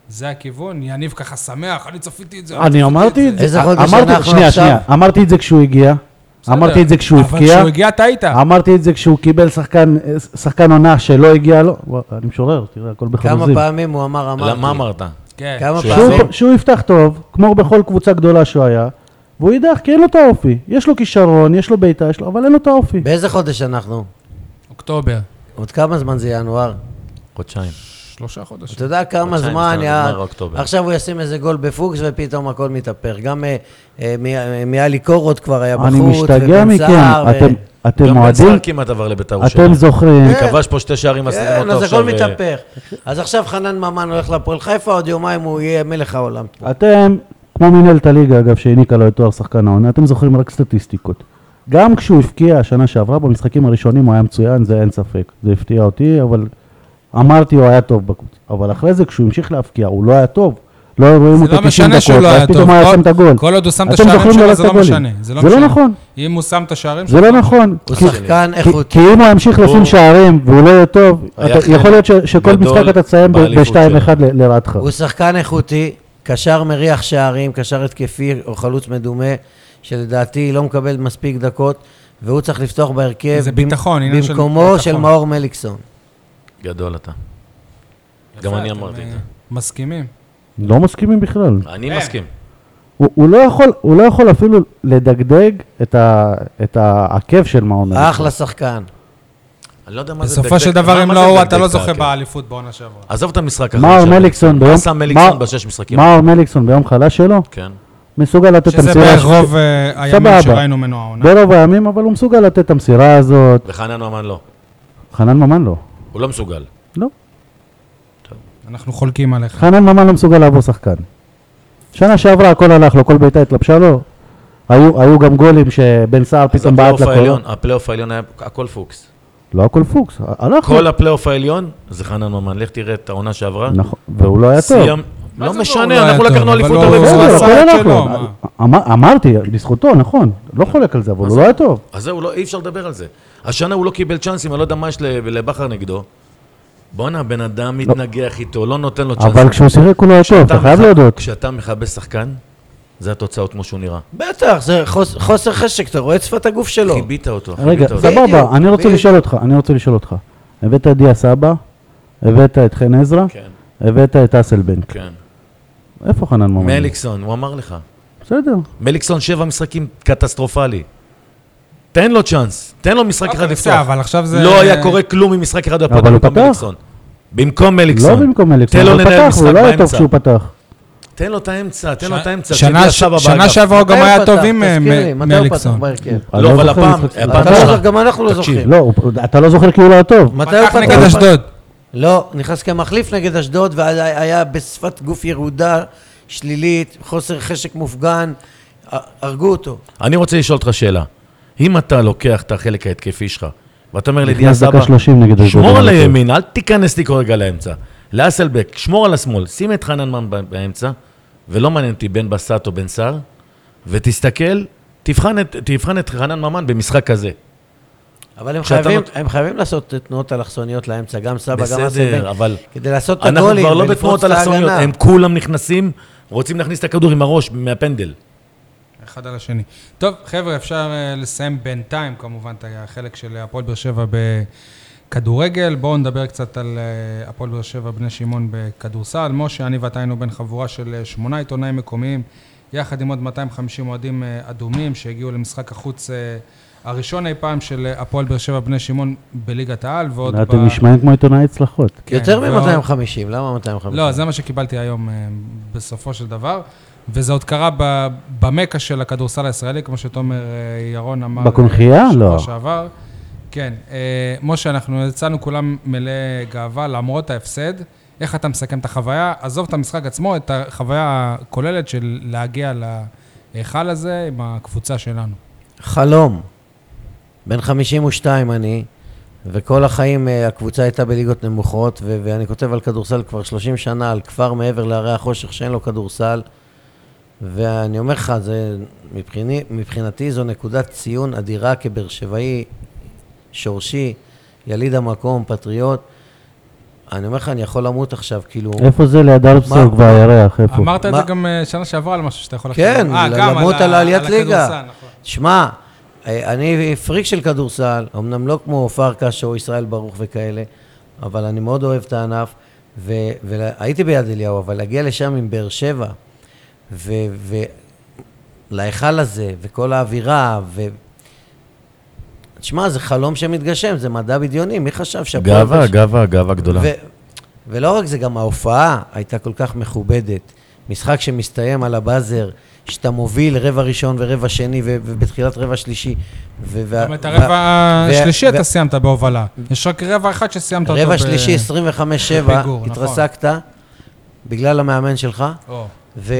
זה הכיוון, יניב ככה שמח, אני צפיתי את זה. אני צפיתי אמרתי את זה. איזה חודש אמרתי- אנחנו שנייה, עכשיו? שנייה. אמרתי את זה כשהוא הגיע. בסדר, אמרתי את זה כשהוא אבל הבקיע. כשהוא הגיע, אתה היית. אמ- אמרתי את זה כשהוא קיבל שחקן- שחקן עונה שלא הגיע לו. וואו, אני משורר, תראה, הכל כמה בחרוזים. פעמים הוא אמר, אמרתי. מה אמרת? כן. כמה שהוא שהוא, פעמים? פ- שהוא יפתח טוב, כמו בכל קבוצה גדולה שהוא היה, והוא יידח, כי אין לו את האופי. יש לו כישרון, יש לו בעיטה, יש לו, אבל אין לו את האופי. באיזה חודש אנחנו? אוקטובר. עוד כמה זמן זה ינואר? חודשיים. שלושה חודשים. אתה יודע כמה חודשיים, זמן, זאת אומרת, יא... נגמר אוקטובר. עכשיו הוא ישים איזה גול בפוקס ופתאום הכל מתהפך. גם אה, אה, מ- אה, מיאלי קורות כבר היה בחוץ, אני משתגע ובן מכם, סער, ו- אתם- אתם גם בן כאילו אוהדים, סער כמעט עבר לביתר אתם ירושלים. זוכרים, הוא כבש פה שתי שערים, עשיתם כן, אותו אז עכשיו. הכל אה, מתהפך. אז עכשיו חנן ממן הולך להפועל חיפה, עוד יומיים הוא יהיה מלך העולם. אתם, כמו מנהלת הליגה, אגב, שהעניקה לו את תואר שחקן העונה, אתם זוכרים רק סטטיסטיקות. גם כשהוא הבקיע השנה שעברה, במשחקים הראשונים הוא היה מצוין, זה אין ספק. זה הפתיע אותי, אבל אמרתי, הוא היה טוב בקבוצה. אבל אחרי זה, כשהוא המשיך להבקיע, הוא לא היה טוב. לא רואים זה אותו לא 90 משנה שהוא דקות, לא היה ואז טוב. פתאום היה כל- שם את הגול. כל עוד הוא שם את אתם השערים זוכרים שלו, לא זה את לא הגולים. משנה. זה לא משנה. נכון. אם הוא שם את השערים זה לא נכון. הוא כי- שחקן כי- איכותי. כי אם הוא ימשיך לשים שערים והוא לא יהיה טוב, היה אתה- חלק יכול להיות ש- שכל גדול משחק אתה תסיים ב- באליפות ב-2-1 ל- לרעתך. הוא שחקן איכותי, קשר מריח שערים, קשר התקפי או חלוץ מדומה, שלדעתי לא מקבל מספיק דקות, והוא צריך לפתוח בהרכב זה ביטחון, עניין של במקומו של ביטחון. מאור מליקסון. אה, גדול אתה. יפה, גם אני אתם, אמרתי את אה, זה. מסכימים. לא מסכימים בכלל. אני אין. מסכים. הוא, הוא, לא יכול, הוא לא יכול אפילו לדגדג את, ה, את העקב של מעון. הזה. אחלה שחקן. אני לא יודע מה זה בסופו של דקדק. מה- דבר, אם מה לא זה כן. הוא, דקדק אתה לא את זוכה העקב? באליפות בעונה שעברה. עזוב את המשחק מאור שלו. מליקסון ביום... מה שם מליקסון מה- בשש משחקים? מאור מליקסון ביום חלש שלו, כן. מסוגל לתת את שזה המסירה. בערך ש- רוב אה, הימים סבבה. שראינו ממנו העונה. ברוב הימים, אבל הוא מסוגל לתת את המסירה הזאת. וחנן ממן לא. חנן ממן לא. הוא לא מסוגל. לא. אנחנו חולקים עליך. חנן ממן לא מסוגל לעבור שחקן. שנה שעברה הכל הלך לו, כל בעיטה התלבשה לו. היו, היו גם גולים שבן סער אז פתאום בעט לא? הפלייאוף לכל. העליון, הפלייאוף העליון היה הכל פוקס. לא הכל פוקס, ה- הלך לו. כל הפלייאוף העליון זה חנן ממן. לך תראה את העונה שעברה. נכון, והוא לא היה טוב. סיים- מה זה לא, לא הוא לא משנה, היה אנחנו טוב, לקחנו אבל אליפות לא- הרבה הוא זמן. לא- בסדר, עשה הכל את הלך שלו, לו. מה? אמר- אמרתי, לזכותו, נכון. לא חולק על זה, אבל הוא לא היה טוב. אז זהו, לא, אי אפשר לדבר על זה. השנה הוא לא קיבל צ'אנסים, אני לא יודע מה יש ל- לבכר נגדו. בואנה, בן אדם מתנגח איתו, לא נותן לו צ'אנסים. אבל כשהוא שיחק הוא לא היה טוב, אתה חייב מכב- להודות. כשאתה מכבה שחקן, זה התוצאות כמו שהוא נראה. בטח, זה חוס- חוסר חשק, אתה רואה את שפת הגוף שלו. חיבית אותו, לא. רגע, חיבית אותו. בדיוק, סבבה, אני רוצה בדיוק. לשאול אותך, אני רוצה לשאול אותך. הבאת את דיה סבא, הבאת את חן עזרא, כן, הבאת את אסלבנק. כן. איפה חנן ממן? מליקסון, הוא אמר לך. בסדר. לא מליקסון שבע משחקים קטסטרופלי. תן לו צ'אנס, תן לו משחק אוקיי, אחד בסדר, לפתוח. אבל עכשיו זה... לא היה קורה כלום עם משחק אחד הפועל אבל הוא במקום פתח. מליקסון. במקום לא מליקסון. במקום אליקסון, תן לו הוא לנהל פתח, הוא משחק לא היה טוב באמצע. לא, כשהוא פתח. תן לו את האמצע, תן לו את האמצע. שנה שידיע ש- סבא שנה באגף. שעברה הוא גם מתי הוא היה פתח? טוב עם אה, תזכיר לי, מ- מתי הוא פתח מליקסון. בהרכב? אני לא, אבל זוכר הפעם, משחק- הפעם אתה לא שלך. זוכר, גם אנחנו לא תקשיב, זוכרים. לא, הוא- אתה לא זוכר כי הוא לא היה טוב. מתי הוא פתח פתח? נגד אשדוד. לא, נכנס כמחליף נגד אשדוד, והיה בשפת גוף ירודה, שלילית, חוסר חשק מופגן, ה- הרגו אותו. אני רוצה לשאול אותך שאלה. אם אתה לוקח את החלק ההתקפי שלך, ואתה אומר לדיה נכנס סבא, דקה 30 נגד אשדוד. שמור הוא על היה טוב. הימין, אל תיכנס לי כרגע לאמצע. לאסלבק, שמור על השמאל, שים את חננמן ב- באמצע, ולא מעניין אותי בן בסט או בן סער, ותסתכל, תבחן את, תבחן את חנן ממן במשחק כזה. אבל הם כשאתה חייבים, נות- הם חייבים לעשות תנועות אלכסוניות לאמצע, גם סבא, גם אסלבן, בסדר, אבל כדי לעשות את אנחנו הגולים כבר לא ולפרוץ בתנועות את אלכסוניות, ההגנה. הם כולם נכנסים, רוצים להכניס את הכדור עם הראש מהפנדל. אחד על השני. טוב, חבר'ה, אפשר אה, לסיים בינתיים כמובן את החלק של הפועל באר שבע בכדורגל. בואו נדבר קצת על אה, הפועל באר שבע בני שמעון בכדורסל. משה, אני ואתה היינו בן חבורה של אה, שמונה עיתונאים מקומיים, יחד עם עוד 250 אוהדים אה, אדומים שהגיעו למשחק החוץ אה, הראשון אי פעם של אה, הפועל באר שבע בני שמעון בליגת העל, ועוד ב... אתם נשמעים כמו עיתונאי צלחות. כן, יותר ועוד- מ-250, למה 250? לא, זה מה שקיבלתי היום אה, בסופו של דבר, וזה עוד קרה ב- במקה של הכדורסל הישראלי, כמו שתומר אה, ירון אמר. בקונכייה? אה, שבוע לא. שעבר. כן. אה, משה, אנחנו יצאנו כולם מלא גאווה למרות ההפסד. איך אתה מסכם את החוויה? עזוב את המשחק עצמו, את החוויה הכוללת של להגיע להיכל הזה עם הקבוצה שלנו. חלום. בן 52 אני, וכל החיים אה, הקבוצה הייתה בליגות נמוכות, ו- ואני כותב על כדורסל כבר 30 שנה, על כפר מעבר להרי החושך שאין לו כדורסל, ואני אומר לך, זה, מבחיני, מבחינתי זו נקודת ציון אדירה כבאר שבעי, שורשי, יליד המקום, פטריוט. אני אומר לך, אני יכול למות עכשיו, כאילו... איפה זה ליד אלפסורג מה- והירח? איפה? אמרת את מה- זה גם אה, שנה שעברה על משהו שאתה יכול כן, אה, גם למות ה- על עליית על ליגה. הכדורסל, נכון. שמע, אה, אני פריק של כדורסל, אמנם לא כמו פרקש או ישראל ברוך וכאלה, אבל אני מאוד אוהב את הענף, ו- והייתי ביד אליהו, אבל להגיע לשם עם באר שבע, ולהיכל הזה, וכל האווירה, ו... תשמע, זה חלום שמתגשם, זה מדע בדיוני, מי חשב שהפועל... גאווה, באר שבע- גאווה, גאווה לא. גדולה. ו- ולא רק זה, גם ההופעה הייתה כל כך מכובדת. משחק שמסתיים על הבאזר, שאתה מוביל רבע ראשון ורבע שני, ו- ובתחילת רבע שלישי. ו- וה- גם את וה- הרבע השלישי וה- אתה סיימת בהובלה. יש רק רבע אחד שסיימת אותו. רבע ב- שלישי, 25-7, בפיגור, נכון. התרסקת, בגלל המאמן שלך, או. ו,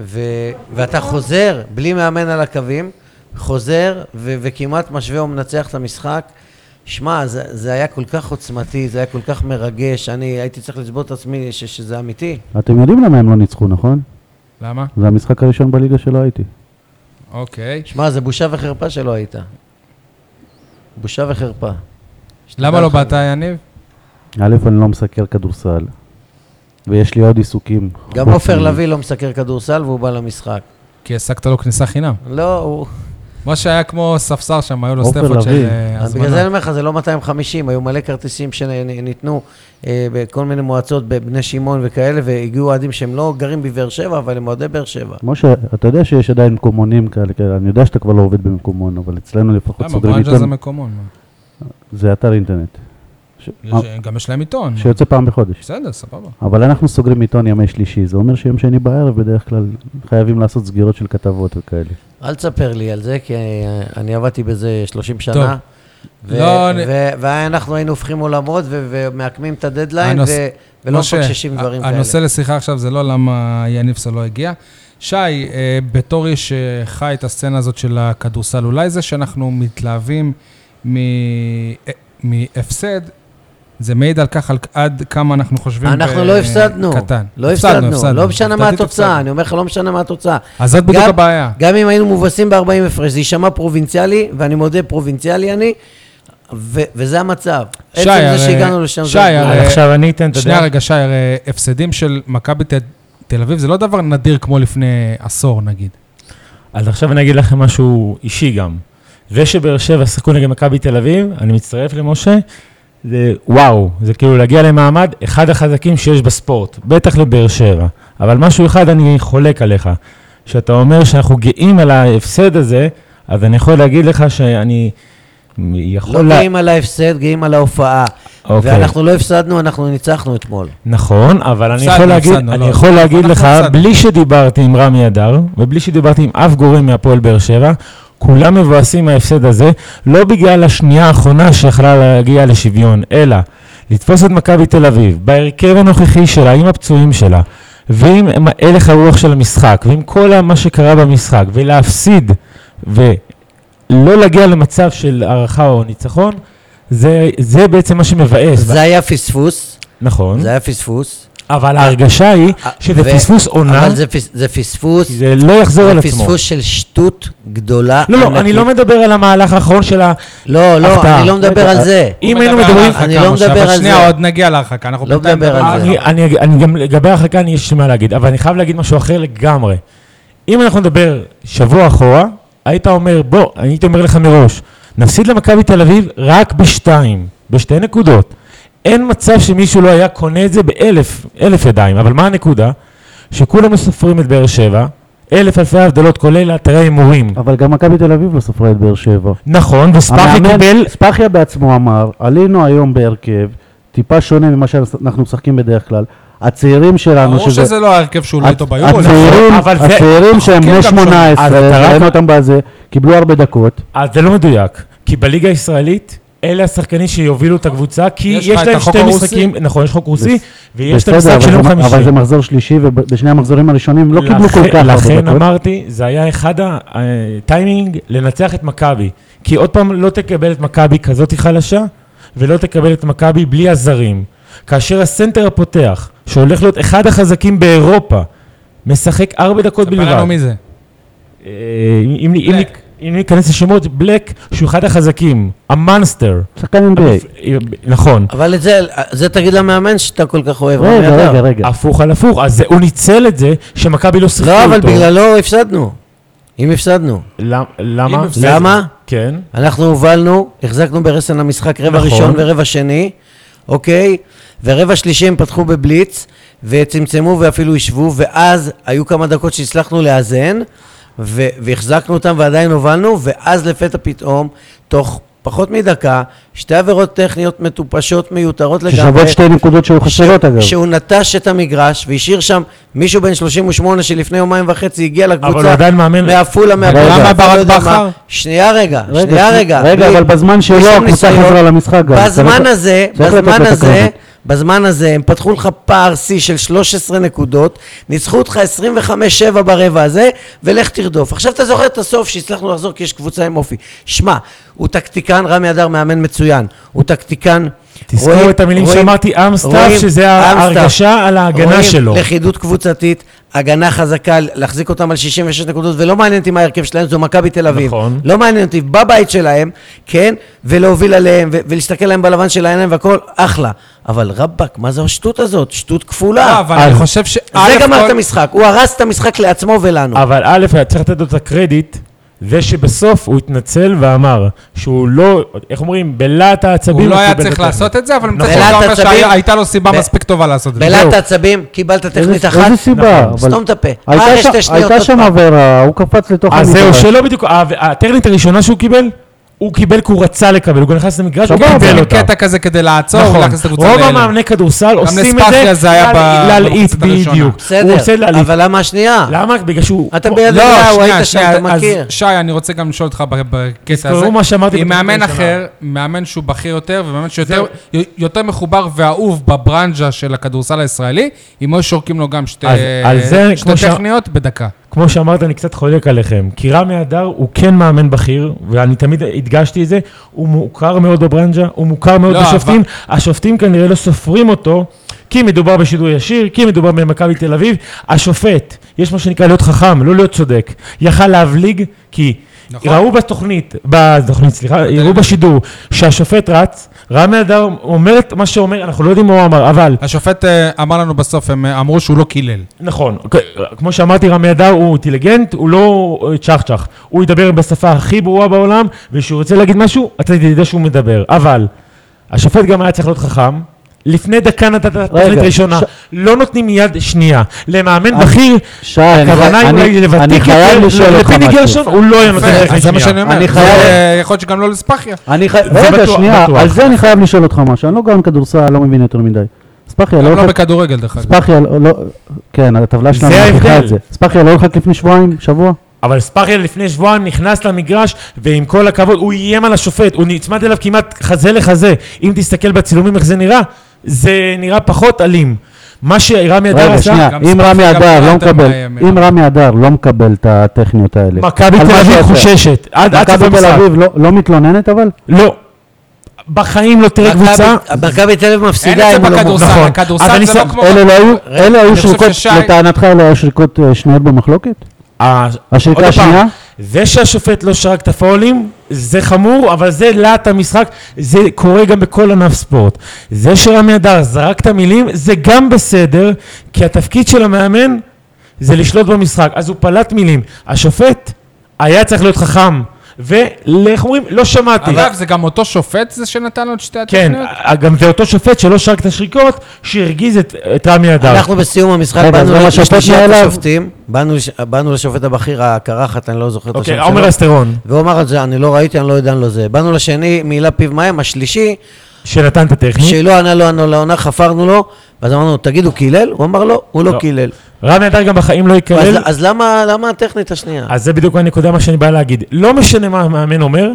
ו, ואתה חוזר, בלי מאמן על הקווים, חוזר ו, וכמעט משווה ומנצח את המשחק. שמע, זה, זה היה כל כך עוצמתי, זה היה כל כך מרגש, אני הייתי צריך לצבות את עצמי ש, שזה אמיתי. אתם יודעים למה הם לא ניצחו, נכון? למה? זה המשחק הראשון בליגה שלא הייתי. אוקיי. שמע, זה בושה וחרפה שלא היית. בושה וחרפה. למה לא באת, יניב? א', אני לא מסקר כדורסל, ויש לי עוד עיסוקים. גם חוץ עופר מ- לביא לא מסקר כדורסל והוא בא למשחק. כי העסקת לו כניסה חינם. לא, הוא... מה שהיה כמו ספסר שם, היו לו עופר סטפות של לביא. אה, אז בגלל זה הזמנה. אני אומר לך, זה לא 250, היו מלא כרטיסים שניתנו אה, בכל מיני מועצות, בבני שמעון וכאלה, והגיעו אוהדים שהם לא גרים בבאר שבע, אבל הם אוהדי באר שבע. משה, אתה יודע שיש עדיין מקומונים כאלה, כאלה, אני יודע שאתה כבר לא עובד במקומון, אבל אצלנו לפחות למה? סוגרים ברנג'ה זה עיתון, אה. מקומון. מה? זה אתר אינטרנט. ש- יש- אה, גם יש להם עיתון. שיוצא פעם בחודש. בסדר, סבבה. אבל אנחנו סוגרים עיתון ימי שלישי, זה אומר שיום שני בערב בדרך כלל חייבים לעשות סגירות של כתבות וכאלה. אל תספר לי על זה, כי אה, אני עבדתי בזה 30 טוב. שנה. ו- לא, אני- ו- ואנחנו היינו הופכים עולמות ו- ומעקמים את הדדליין, הנוס- ו- ולא משה, מפקששים דברים ה- כאלה. הנושא לשיחה עכשיו זה לא למה יניב סול לא הגיע. שי, אה, בתור איש שחי את הסצנה הזאת של הכדורסל, אולי זה שאנחנו מתלהבים מ- אה, מהפסד, זה מעיד על כך, על עד כמה אנחנו חושבים אנחנו ב- לא הפסדנו, קטן. לא הפסדנו, לא משנה מה עובדתית התוצאה, הפסדנו. אני אומר לך, לא משנה מה התוצאה. אז זאת בדיוק גם- הבעיה. גם אם היינו מובסים ב-40 הפרש, זה יישמע פרובינציאלי, ואני מודה, פרובינציאלי אני, ו- וזה המצב. שי, עצם הרי- זה שהגענו לשם, שי, זה... הרי- אבל אה, עכשיו אני אתן, אתה שנייה יודע, רגע, שי, הרי הפסדים של מכבי ת- תל אביב זה לא דבר נדיר כמו לפני עשור, נגיד. אז עכשיו אני אגיד לכם משהו אישי גם. זה שבאר שבע שיחקו נגד מכבי תל אביב, אני מצטרף למשה, זה וואו, זה כאילו להגיע למעמד אחד החזקים שיש בספורט, בטח לבאר שבע. אבל משהו אחד אני חולק עליך, שאתה אומר שאנחנו גאים על ההפסד הזה, אז אני יכול להגיד לך שאני לא יכול... לא לה- גאים על ההפסד, גאים על ההופעה. אוקיי. ואנחנו לא הפסדנו, אנחנו ניצחנו אתמול. נכון, אבל אני הפסדנו, יכול להגיד, הפסדנו, אני לא. יכול להגיד אנחנו לך, הפסדנו. בלי שדיברתי עם רמי אדר, ובלי שדיברתי עם אף גורם מהפועל באר שבע, כולם מבואסים מההפסד הזה, לא בגלל השנייה האחרונה שיכלה להגיע לשוויון, אלא לתפוס את מכבי תל אביב, בהרכב הנוכחי שלה, עם הפצועים שלה, ועם עם הלך הרוח של המשחק, ועם כל ה- מה שקרה במשחק, ולהפסיד, ולא להגיע למצב של הערכה או ניצחון, זה, זה בעצם מה שמבאס. זה היה פספוס, נכון. זה היה פספוס. אבל ההרגשה היא שזה ו- פספוס עונה, אבל זה פס- זה פספוס, כי זה לא יחזור על זה עצמו. פספוס של שטות גדולה. לא, לא, ענקית. אני לא מדבר על המהלך האחרון של ה... לא, לא, הפתעה. אני לא מדבר על זה. אה, אם הוא היינו מדבר על מדברים... ההרחקה, אני לא משה, מדבר אבל על שנייה, זה. עוד נגיע להרחקה, אנחנו לא בינתיים מדבר על נדבר זה. אני- אני אני גם לגבי ההרחקה, אני- יש לי מה להגיד, אבל אני חייב להגיד משהו אחר לגמרי. אם אנחנו נדבר שבוע אחורה, היית אומר, בוא, אני הייתי אומר לך מראש, נפסיד למכבי תל אביב רק בשתיים, בשתי נקודות. אין מצב שמישהו לא היה קונה את זה באלף, אלף ידיים, אבל מה הנקודה? שכולנו סופרים את באר שבע, אלף אלפי הבדלות, כולל אתרי הימורים. אבל גם מכבי תל אביב לא ספרה את באר שבע. נכון, וספאחי המאמן- קיבל... ספחיה בעצמו אמר, עלינו היום בהרכב, טיפה שונה ממה שאנחנו משחקים בדרך כלל. הצעירים שלנו, ברור שזה לא ההרכב שהוא לא הצ- איתו ביורו. הצעירים, אבל זה- הצעירים שהם כן, גם בני שונה. 18, אז אתה רק- ראינו אותם בזה, קיבלו הרבה דקות. אז זה לא מדויק, כי בליגה הישראלית, אלה השחקנים שיובילו את הקבוצה, כי יש יש לך את להם החוק שתי הרוסי. משחקים, נכון, יש חוק רוסי, בס- ויש את בסדר, המשחק אבל של יום זה- חמישי. אבל זה מחזור שלישי, ובשני המחזורים הראשונים לא קיבלו כל לכן- כך הרבה לכן דקות. אמרתי, זה היה אחד הטיימינג לנצח את מכבי, כי עוד פעם לא תקבל את מכבי כזאת חלשה, ולא תקבל את מכבי בלי הזרים. כאשר הסנטר הפותח, שהולך להיות אחד החזקים באירופה, משחק ארבע דקות ספר בלבד. לנו מי לא זה. אה, אם, אם, אם, בלק. אם ניכנס לשמות, בלק שהוא אחד החזקים, המאנסטר. שחקן NBA. נכון. אבל את זה, זה תגיד למאמן שאתה כל כך אוהב. לא, רמי רגע, אדר. רגע, רגע. הפוך על הפוך, אז זה- הוא ניצל את זה שמכבי לא שיחקו לא, אותו. אבל בגללו הפסדנו. אם הפסדנו. למ- למה? אם הפסד- למה? כן. אנחנו הובלנו, החזקנו ברסן המשחק רבע נכון. ראשון ורבע שני, אוקיי? ורבע שלישי הם פתחו בבליץ, וצמצמו ואפילו השוו, ואז היו כמה דקות שהצלחנו לאזן, ו- והחזקנו אותם ועדיין הובלנו, ואז לפתע פתאום, תוך פחות מדקה, שתי עבירות טכניות מטופשות, מיותרות לגמרי. ששוות שתי נקודות שהיו חסרות אגב. שהוא נטש את המגרש והשאיר שם מישהו בן 38 שלפני יומיים וחצי הגיע לקבוצה. אבל הוא עדיין מאמן. מעפולה, מהפועל. למה חיפה, ברק לא יודע בכר? מה. שנייה רגע, שנייה שני- רגע. רגע, בלי- אבל בזמן שלו בלי שום הקבוצה ניסיון. חזרה למשחק גם. בזמן צריך- הזה, צריך לתת בזמן לו את הזה, הקרדיט. בזמן הזה הם פתחו לך פער שיא של 13 נקודות, ניצחו אותך 25-7 ברבע הזה, ולך תרדוף. עכשיו אתה זוכר את הסוף שהצלחנו לחזור כי יש קבוצה עם אופי. שמע, הוא טקטיקן, רמי אדר מאמן מצוין. הוא טקטיקן... תזכור רואים- את המילים רואים- שאמרתי, אמסטאף, רואים- שזה אמסטאף. ההרגשה על ההגנה רואים שלו. לכידות קבוצתית, הגנה חזקה, להחזיק אותם על 66 נקודות, ולא מעניין אותי מה ההרכב שלהם, זו מכבי תל אביב. נכון. לא מעניין אותי, בבית שלהם, כן, ולהוביל עליהם, ו- ולהסתכל להם בלבן של העיניים והכל, אחלה. אבל רבאק, מה זו השטות הזאת? שטות לא, אה, כפולה. אבל אני אז- חושב ש... זה א', גמר כל- את המשחק, הוא הרס את המשחק לעצמו ולנו. אבל א', צריך לתת לו את הקרדיט, זה שבסוף הוא התנצל ואמר שהוא לא, איך אומרים, בלהט העצבים. הוא לא היה קיבל את צריך הטכני. לעשות את זה, אבל מצד נכון. שני זה אומר בלהט עצבים- שהייתה לו סיבה ב- מספיק טובה לעשות את זה. בלעת זהו. עצבים, קיבלת טכנית איזה- אחת, נכון, איזה סיבה? נכון, אבל- סתום את הפה. הייתה אה, שם- שתי שניות הייתה עוד שם פעם. עבירה, הוא קפץ לתוך אז זהו, המגרש. שלא בדיוק, ה- הטכנית הראשונה שהוא קיבל, הוא קיבל כי הוא רצה לקבל, הוא גם נכנס למגרש, הוא הוא גם קיבל עושה לא אותה. כן, קטע כזה כדי לעצור נכון, ולהכניס את הקבוצה רוב להלם. המאמני כדורסל עושים את לספאסיה זה, זה היה ב- להלעיט במחצית הראשונה. בדיוק. הוא עושה בסדר, להלעיט. אבל למה השנייה? למה? בגלל שהוא... אתה הוא- ביד לא, עליונה, הוא שנייה, היית שם, אתה שנייה, אז מכיר. שי, אני רוצה גם לשאול אותך ב- בקטע הזה. תזכרו מה שאמרתי עם בתוכנית מאמן הראשונה. אחר, מאמן שהוא בכיר יותר, ומאמן שיותר זהו. יותר מחובר ואהוב בברנז'ה של הכדורסל הישראלי, אם היו שורקים לו גם שתי אז- על זה, שתי כמו ש- טכניות בדקה. כמו שאמרת, אני קצת חולק עליכם. כי רמי אדר הוא כן מאמן בכיר, ואני תמיד הדגשתי את זה, הוא מוכר מאוד בברנז'ה, הוא מוכר מאוד לא, בשופטים. השופטים כנראה לא סופרים אותו, כי מדובר בשידור ישיר, כי מדובר במכבי תל אביב. השופט, יש מה שנקרא להיות חכם, לא להיות צודק. יכל להבליג, כי... נכון. נכון. ראו בתוכנית, בתוכנית, סליחה, יראו בשידור, שהשופט רץ, רמי אדר אומר את מה שאומר, אנחנו לא יודעים מה הוא אמר, אבל השופט אה, אמר לנו בסוף, הם אה, אמרו שהוא לא קילל. נכון, כ- כמו שאמרתי, רמי אדר הוא אינטליגנט, הוא לא אה, צ'חצ'ח. הוא ידבר בשפה הכי ברורה בעולם, וכשהוא רוצה להגיד משהו, אתה תדע שהוא מדבר. אבל, השופט גם היה צריך להיות חכם. לפני דקה נתת תוכנית ראשונה, ש- לא נותנים יד שנייה. למאמן אני- בכיר, שי, אני הכוונה היא חי- אולי אני- אני לוותיק חייב יותר, לשאול אותך לפיני משהו. גרשון הוא לא היה נותן יפה, תוכנית אז זה מה שאני שנייה. אומר. אני חייב- זה- אה, יכול להיות שגם לא לספחיה. אוקיי. אני חי... זה רגע, בטוח, שנייה, בטוח. על זה אני חייב לשאול אותך משהו, אני לא גאון כדורסל, לא מבין יותר מדי. ספחיה, לא גם לא הולך... בכדורגל דרך אגב. ספחיה, לא... לא- כן, הטבלה שלנו זה מוכיחה ההבדל. את זה. ספחיה לא הולך רק לפני שבועיים, שבוע? אבל ספאחיה לפני שבועיים נכנס למגרש, ועם כל הכבוד, הוא איים על השופט, הוא נצמד אליו כמעט חזה לחזה. אם תסתכל בצילומים איך זה נראה, זה נראה פחות אלים. מה שרמי אדר רגע, עשה, שנייה, גם אם ספחיה רמי גם אדר לא יותר מקבל, מהימין. אם רמי אדר לא מקבל את הטכניות האלה. מכבי על תל מה אביב שהוא עושה. חוששת. עד עד סוף מכבי תל המשחק. אביב לא- לא מתלוננת אבל? לא. בחיים לא תראה קבוצה. מכבי- מכבי תל אביב אין את מפסידה זה אם הוא לא מוכן. בכדורסל, נכון. אבל הכדורסל אני זה לא שם- כמו... אלה לא היו, אלה היו אני חושב שריקות, ששי- לטענתך אלה היו שריקות אה, שנויות במחלוקת? ה- השריקה עוד פעם, השנייה? זה שהשופט לא שרק את הפאולים, זה חמור, אבל זה להט המשחק, זה קורה גם בכל ענף ספורט. זה שרמי אדר זרק את המילים, זה גם בסדר, כי התפקיד של המאמן זה לשלוט במשחק. אז הוא פלט מילים. השופט היה צריך להיות חכם, ואיך אומרים? לא שמעתי. אגב, זה גם אותו שופט זה שנתן לו את שתי כן, לא הטכניות? גם זה אותו שופט שלא שרק את השריקות, שהרגיז את, את רמי אדר. אנחנו בסיום המשחק רגע, אז באנו למה השופט לשלישיית נעלב? השופטים, באנו לש- באנו לשופט הבכיר הקרחת, אני לא זוכר את אוקיי, השם עומר שלו, אסטרון, והוא אמר את זה, אני לא ראיתי, אני לא יודע לו זה. באנו לשני, מילא פיו מים, השלישי, שנתן את הטכנית. שלא ענה לו, ענה לו, ענה, חפרנו לו, ואז אמרנו, תגיד, הוא קילל? הוא אמר, לא, הוא לא לא. קילל. רמי אדר גם בחיים לא יקלל. אז- אז למה למה הטכנית השנייה? אז זה בדיוק הנקודה מה שאני בא להגיד. לא משנה מה המאמן אומר,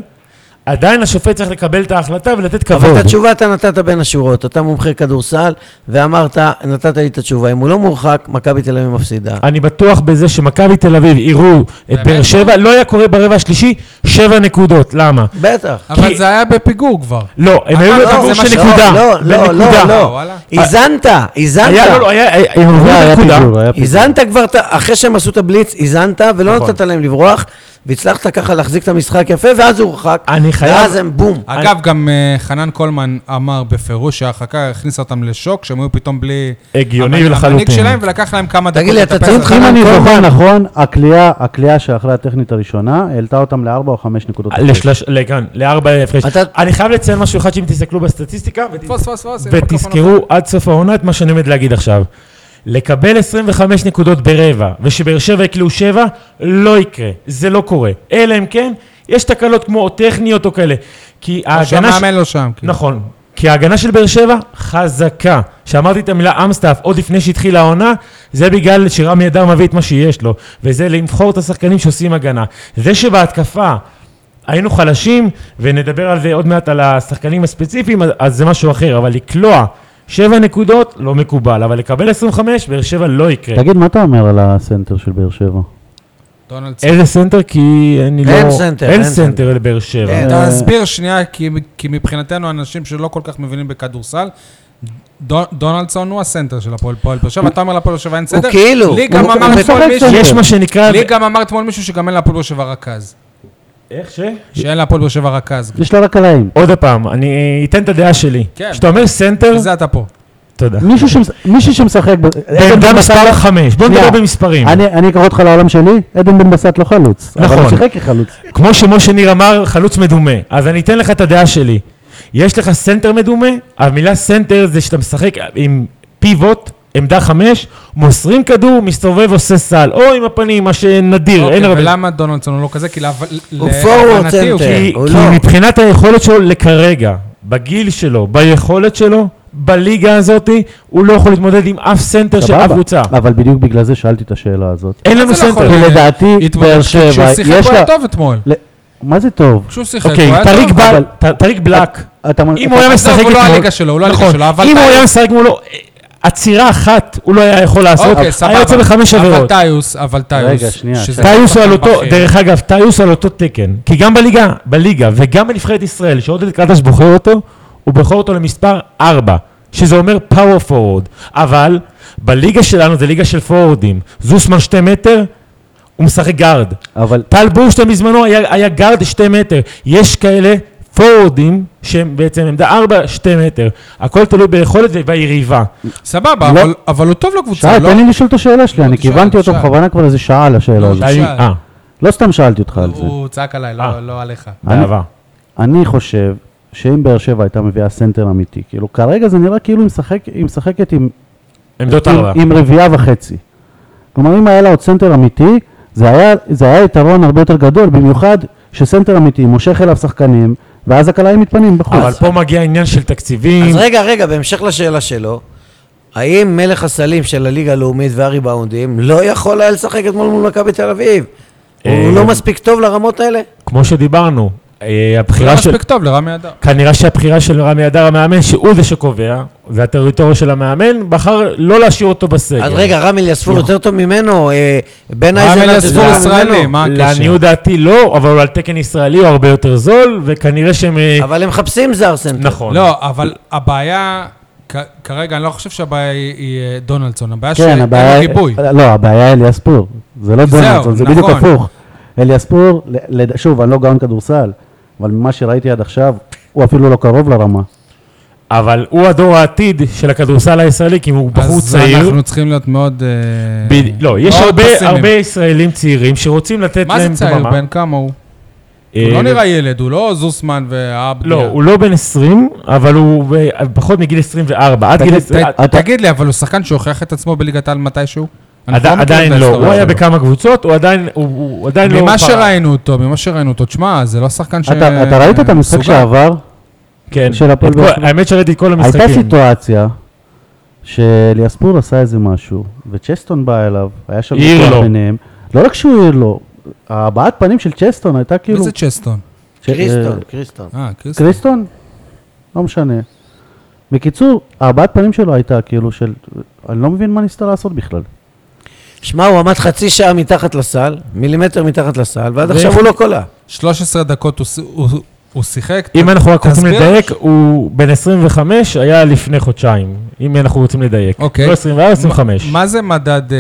עדיין השופט צריך לקבל את ההחלטה ולתת כבוד. אבל את התשובה אתה נתת בין השורות, אתה מומחה כדורסל, ואמרת, נתת לי את התשובה, אם הוא לא מורחק, מכבי תל אביב מפסידה. אני בטוח בזה שמכבי תל אביב יראו את באמת? באר שבע, לא היה קורה ברבע השלישי שבע נקודות, למה? בטח. אבל כי- זה היה בפיגור כבר. לא, הם היו לא, בדיבור זה מה של ש- נקודה. לא, לא, לא, בנקודה. אה, לא. וואלה. איזנת, איזנת. היה, לא, לא, היה, היה, הם עברו היה בנקודה. פיגור, היה פיגור. איזנת כבר, את ה- אחרי שהם עשו את הבליץ, איזנת ולא נכון. נתת להם לברוח, והצלחת ככה להחזיק את המשחק יפה, ואז הוא הורחק. אני חייב- ואז הם בום. אגב, גם אה, חנן קולמן אמר בפירוש שההרחקה הכניסה אותם לשוק, שהם היו פתאום בלי... הגיוני המנהיג- לחלוטין. המנהיג שלהם, ולקח להם כמה דקות תגיד לי, אתה לטפס צריך על אם זה. חנן אני קולמן. זוכר נכון, הקליעה, הקליעה שאחרי הטכנית הראשונה, העלתה אותם לארבע או חמש נקודות. לשלוש, לכאן, לארבע הפרש. אתה- אני חייב לציין משהו אחד שאם תסתכלו בסטטיסטיקה, ות- פוס, פוס, פוס. אה, פקופון. ותזכרו עד סוף העונה את מה שאני עומד להגיד עכשיו. לקבל 25 נקודות ברבע, ושבאר שבע יקלעו 7, לא יקרה. זה לא קורה. אלא אם כן, יש תקלות כמו טכניות או כאלה. כי ההגנה... ש- שהמאמן לא שם. כאילו. נכון. כי ההגנה של באר שבע חזקה. כשאמרתי את המילה אמסטאף עוד לפני שהתחילה העונה, זה בגלל שרמי אדר מביא את מה שיש לו. וזה לבחור את השחקנים שעושים הגנה. זה שבהתקפה היינו חלשים, ונדבר על זה עוד מעט על השחקנים הספציפיים, אז- אז זה משהו אחר. אבל לקלוע שבע נקודות, לא מקובל. אבל לקבל 25, באר שבע לא יקרה. תגיד, מה אתה אומר על הסנטר של באר שבע? דונלד סי. איזה סנטר? כי אני לא... אין סנטר, אין אין סנטר לבאר שבע. אין. תסביר שנייה, כי- כי מבחינתנו אנשים שלא כל כך מבינים בכדורסל, דו- דונלדסון הוא הסנטר של הפועל פועל באר שבע, אתה אומר להפועל באר שבע אין סנטר? הוא כאילו- לי גם הוא- הוא אמר אתמול משחק מישהו, יש מה שנקרא... לי גם אמר אתמול מישהו שגם אין להפועל באר שבע רכז. איך ש? שאין להפועל באר שבע רכז. יש לה רק קלעים. עוד פעם, אני אתן את הדעה שלי. כן. כשאתה אומר סנטר, וזה אתה פה. תודה. מישהו שמש- מישהו שמשחק... ב- בן עדן אדם בן מספר בסט- חמש, בוא נדבר שנייה. לא במספרים. אני אני אקח אותך לעולם שלי, עדן בן בסט לא חלוץ. אבל הוא נכון. שיחק כחלוץ. כמו שמשה ניר אמר, חלוץ מדומה. אז אני אתן לך את הדעה שלי. יש לך סנטר מדומה, המילה סנטר זה שאתה משחק עם פיבוט, עמדה חמש, מוסרים כדור, מסתובב, עושה סל, או עם הפנים, מה שנדיר, כאילו, אין אוקיי, הרבה. ולמה דונלדסון הוא לא כזה? כי להב- הוא להבנתי forward הוא- כן. center. כן, כי, הוא כי לא. מבחינת היכולת שלו לכרגע, בגיל שלו, ביכולת שלו, בליגה הזאת, הוא לא יכול להתמודד עם אף סנטר של אף סבבה. קבוצה. אבל בדיוק בגלל זה שאלתי את השאלה הזאת. אין זה לנו לא סנטר. יכול להיות? ולדעתי, התמודד- באר שבע, כשהוא שיחק יש הוא היה לה... טוב אתמול. ל- מה זה טוב? כשהוא שיחק הוא אוקיי, היה טריק טוב. בל- אבל- ט- טריק בלק, אתה- אם אתה- הוא היה משחק עזוב, אתמול, הוא לא הליגה שלו, הוא לא הליגה נכון. שלו, אבל אם הוא אתה- היה משחק מולו, אה, עצירה אחת הוא לא היה יכול לעשות, אוקיי, סבבה. היה יוצא בחמש אבל עבירות. טיוס, אבל טיוס. רגע, שנייה, שזה טיוס הוא על אותו, בכיר. דרך אגב, טיוס על אותו תקן, כי גם בליגה, בליגה וגם בנבחרת ישראל, שעודד קדש בוחר אותו, הוא בוחר אותו למספר 4, שזה אומר פאוור פורוורד, אבל בליגה שלנו זה ליגה של פורורדים, זוסמן 2 מטר, הוא משחק גארד, אבל טל בורשטיין בזמנו היה, היה גארד שתי מטר. יש כאלה פורורדים שהם בעצם עמדה ארבע, שתי מטר. הכל תלוי ביכולת וביריבה. סבבה, לא. אבל- אבל הוא טוב לקבוצה, שעה, לא? תן לי לשאול את השאלה שלי, לא, אני תשאל, כיוונתי אותו תשאל. בכוונה כבר איזה שעה על לא, השאלה הזאת. שאל. אה, לא סתם שאלתי אותך על זה. הוא צעק עליי, לא- אה. לא עליך. אני- באהבה. אני חושב שאם באר שבע הייתה מביאה סנטר אמיתי, כאילו כרגע זה נראה כאילו היא משחק- היא משחקת עם עמדות עם- ארבע. עם רביעייה וחצי. כלומר, אם היה לה עוד סנטר אמיתי, זה היה, זה היה יתרון הרבה יותר גדול, במיוחד שסנטר אמיתי מושך אליו שחקנים, ואז הקלעים מתפנים בחוץ. אבל פה מגיע העניין של אז תקציבים. רגע, רגע, בהמשך לשאלה שלו, האם מלך הסלים של הליגה הלאומית והריבאונדים לא יכול היה לשחק אתמול מול מכבי תל אביב? אה, הוא לא מספיק טוב לרמות האלה? כמו שדיברנו, אה, הוא לא הבחירה של... מספיק טוב לרמי אדר. כנראה שהבחירה של רמי אדר המאמן, שהוא זה שקובע, זה הטריטוריה של המאמן, בחר לא להשאיר אותו בסגל. אז רגע, רמי אליספור יותר טוב ממנו, אה, בן אייזן רמי יותר אליספור טוב ישראלי, ממנו. מה הקשר? לא לעניות דעתי לא, אבל הוא על תקן ישראלי הוא הרבה יותר זול, וכנראה שהם... אה, אבל הם מחפשים זר סנטר. נכון. לא, אבל הבעיה, כ- כרגע אני לא חושב שהבעיה היא- היא אה, דונלדסון, הבעיה כן, שאין הבעיה... ריבוי. לא, הבעיה אליאספור. זה לא זהו, דונלדסון, זה בדיוק נכון. הפוך. אליאספור, ל- לד- שוב, אני לא גאון כדורסל, אבל ממה שראיתי עד עכשיו, הוא אפילו לא קרוב לרמה. אבל הוא הדור העתיד של הכדורסל הישראלי, כי הוא בחור אז צעיר. אנחנו צריכים להיות מאוד... אה, ב- לא, יש מאוד הרבה- פסימיים. הרבה ישראלים צעירים שרוצים לתת מה להם זה צעיר? דממה. בן כמה הוא? אה, הוא לא נראה ילד, הוא לא זוסמן ועבדיה. לא, הוא לא בן 20, אבל הוא אה, פחות מגיל 24. עד גיל... ת- לא עד- אתה- תגיד לי, אבל הוא שחקן שהוכיח את עצמו בליגת העל מתישהו? אנחנו עדיין- מכירים עדיין את לא, הוא ההיסטוריה היה שלו. בכמה קבוצות, הוא עדיין הוא- הוא עדיין לא... ממה פרח. שראינו אותו, ממה שראינו אותו, תשמע, זה לא שחקן ש... אתה אתה ראית את המשחק מסוגל. שעבר? כן. של הפועל את כל- באר שבע. האמת שראיתי את כל הייתה המשחקים. סיטואציה שאליאספור עשה איזה משהו, וצ'סטון בא אליו, היה שם העיר ויכוח לו. ביניהם. לא רק שהוא העיר לו, הבעת פנים של צ'סטון הייתה כאילו... מי זה צ'סטון? צ'- קריסטון, אה, קריסטון. אה, קריסטון. קריסטון? לא משנה. בקיצור, הבעת פנים שלו הייתה כאילו של... אני לא מבין מה ניסית לעשות בכלל. שמע, הוא עמד חצי שעה מתחת לסל, מילימטר מתחת לסל, ועד עכשיו הוא לא קולע. 13 דקות הוא ס- הוא- הוא שיחק, אם אנחנו רק רוצים תסביר לדייק, הוא בן 25, היה לפני חודשיים. אם אנחנו רוצים לדייק. אוקיי. לא 24, 25. מה זה מדד אה,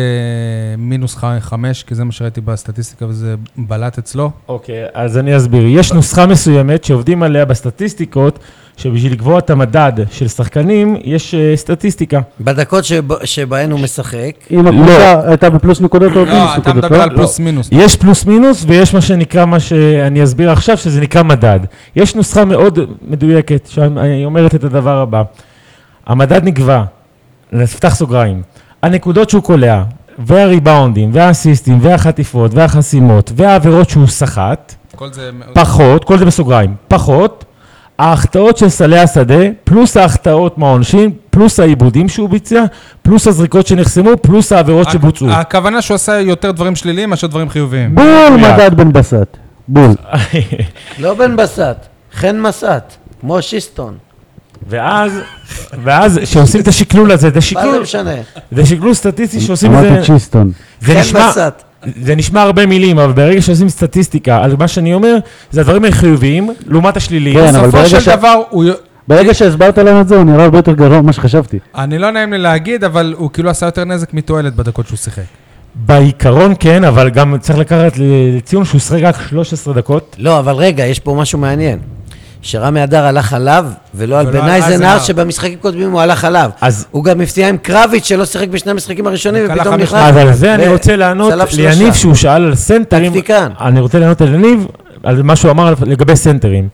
מינוס ח- חמש? כי זה מה שראיתי בסטטיסטיקה וזה בלט אצלו. לא, אוקיי, אז אני אסביר. יש נוסחה מסוימת שעובדים עליה בסטטיסטיקות, שבשביל לקבוע את המדד של שחקנים, יש אה, סטטיסטיקה. בדקות שב- שבהן הוא משחק, אם לא. הקבוצה הייתה בפלוס נקודות או לא, במינוס אתה נקודות, מדבר לא? על פלוס מינוס. יש פלוס מינוס ויש מה שנקרא, מה שאני אסביר עכשיו, שזה נקרא מדד. יש נוסחה מאוד מדויקת, שהיא אומרת את הדבר הבא. המדד נקבע, נפתח סוגריים, הנקודות שהוא קולע, והריבאונדים, והאסיסטים, והחטיפות, והחסימות, והעבירות שהוא סחט, כל זה... מאוד- פחות, כל זה בסוגריים, פחות, ההחטאות של סלי השדה, פלוס ההחטאות מהעונשין, פלוס העיבודים שהוא ביצע, פלוס הזריקות שנחסמו, פלוס אה, העבירות שבוצעו. הכוונה שהוא עשה יותר דברים שליליים מאשר דברים חיוביים. בול מדויק. מדד בן בסט, בול. לא בן בסט, חן מסת, כמו שיסטון, <laughs> ואז, ואז כשעושים את השקלול הזה, זה מה זה שקלול, משנה? זה שקלול סטטיסטי שעושים את אמרתי זה, צ'יסטון. זה חן נשמע, מסת. זה נשמע הרבה מילים, אבל ברגע שעושים סטטיסטיקה על מה שאני אומר, זה הדברים החיוביים לעומת השליליים. כן, אבל בסופו ברגע ש- של דבר, הוא... ברגע שהסברת לנו את זה, הוא נראה הרבה יותר גרוע ממה שחשבתי. אני לא נעים לי להגיד, אבל הוא כאילו עשה יותר נזק מתועלת בדקות שהוא שיחק. בעיקרון כן, אבל גם צריך לקחת לציון שהוא שחק רק 13 דקות. לא, אבל רגע, יש פה משהו מעניין. שרמי אדר הלך עליו, ולא על ולא בן על אייזנהאר, אייזנהאר. שבמשחקים קודמים הוא הלך עליו. אז- הוא גם הפתיע עם קרביץ' שלא שיחק בשני המשחקים הראשונים, כלה ופתאום חמש- נכנס. אז על זה אני ו- רוצה לענות צלף שלושה. ליניב שהוא שאל על סנטרים. טקטיקן. אני רוצה לענות על יניב, על מה שהוא אמר על- לגבי סנטרים.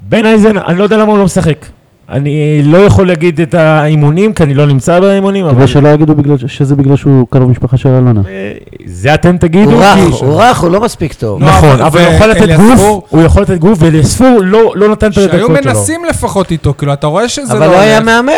בן אייזן, אני לא יודע למה הוא לא משחק. אני לא יכול להגיד את האימונים, כי אני לא נמצא באימונים, אבל כדי שלא יגידו בגלל ש- שזה בגלל שהוא קרוב משפחה של אלונה. אה, זה אתם תגידו. הוא רך, כי- הוא רך, הוא לא מספיק טוב. נו, נכון, אבל- אבל הוא יכול לתת ואליספור- גוף, הוא יכול לתת גוף, ואליספור לא לא נתן את הדקות שהיו שלו. מנסים לפחות איתו, כאילו, אתה רואה שזה לא... אבל לא היה הולך. מאמן.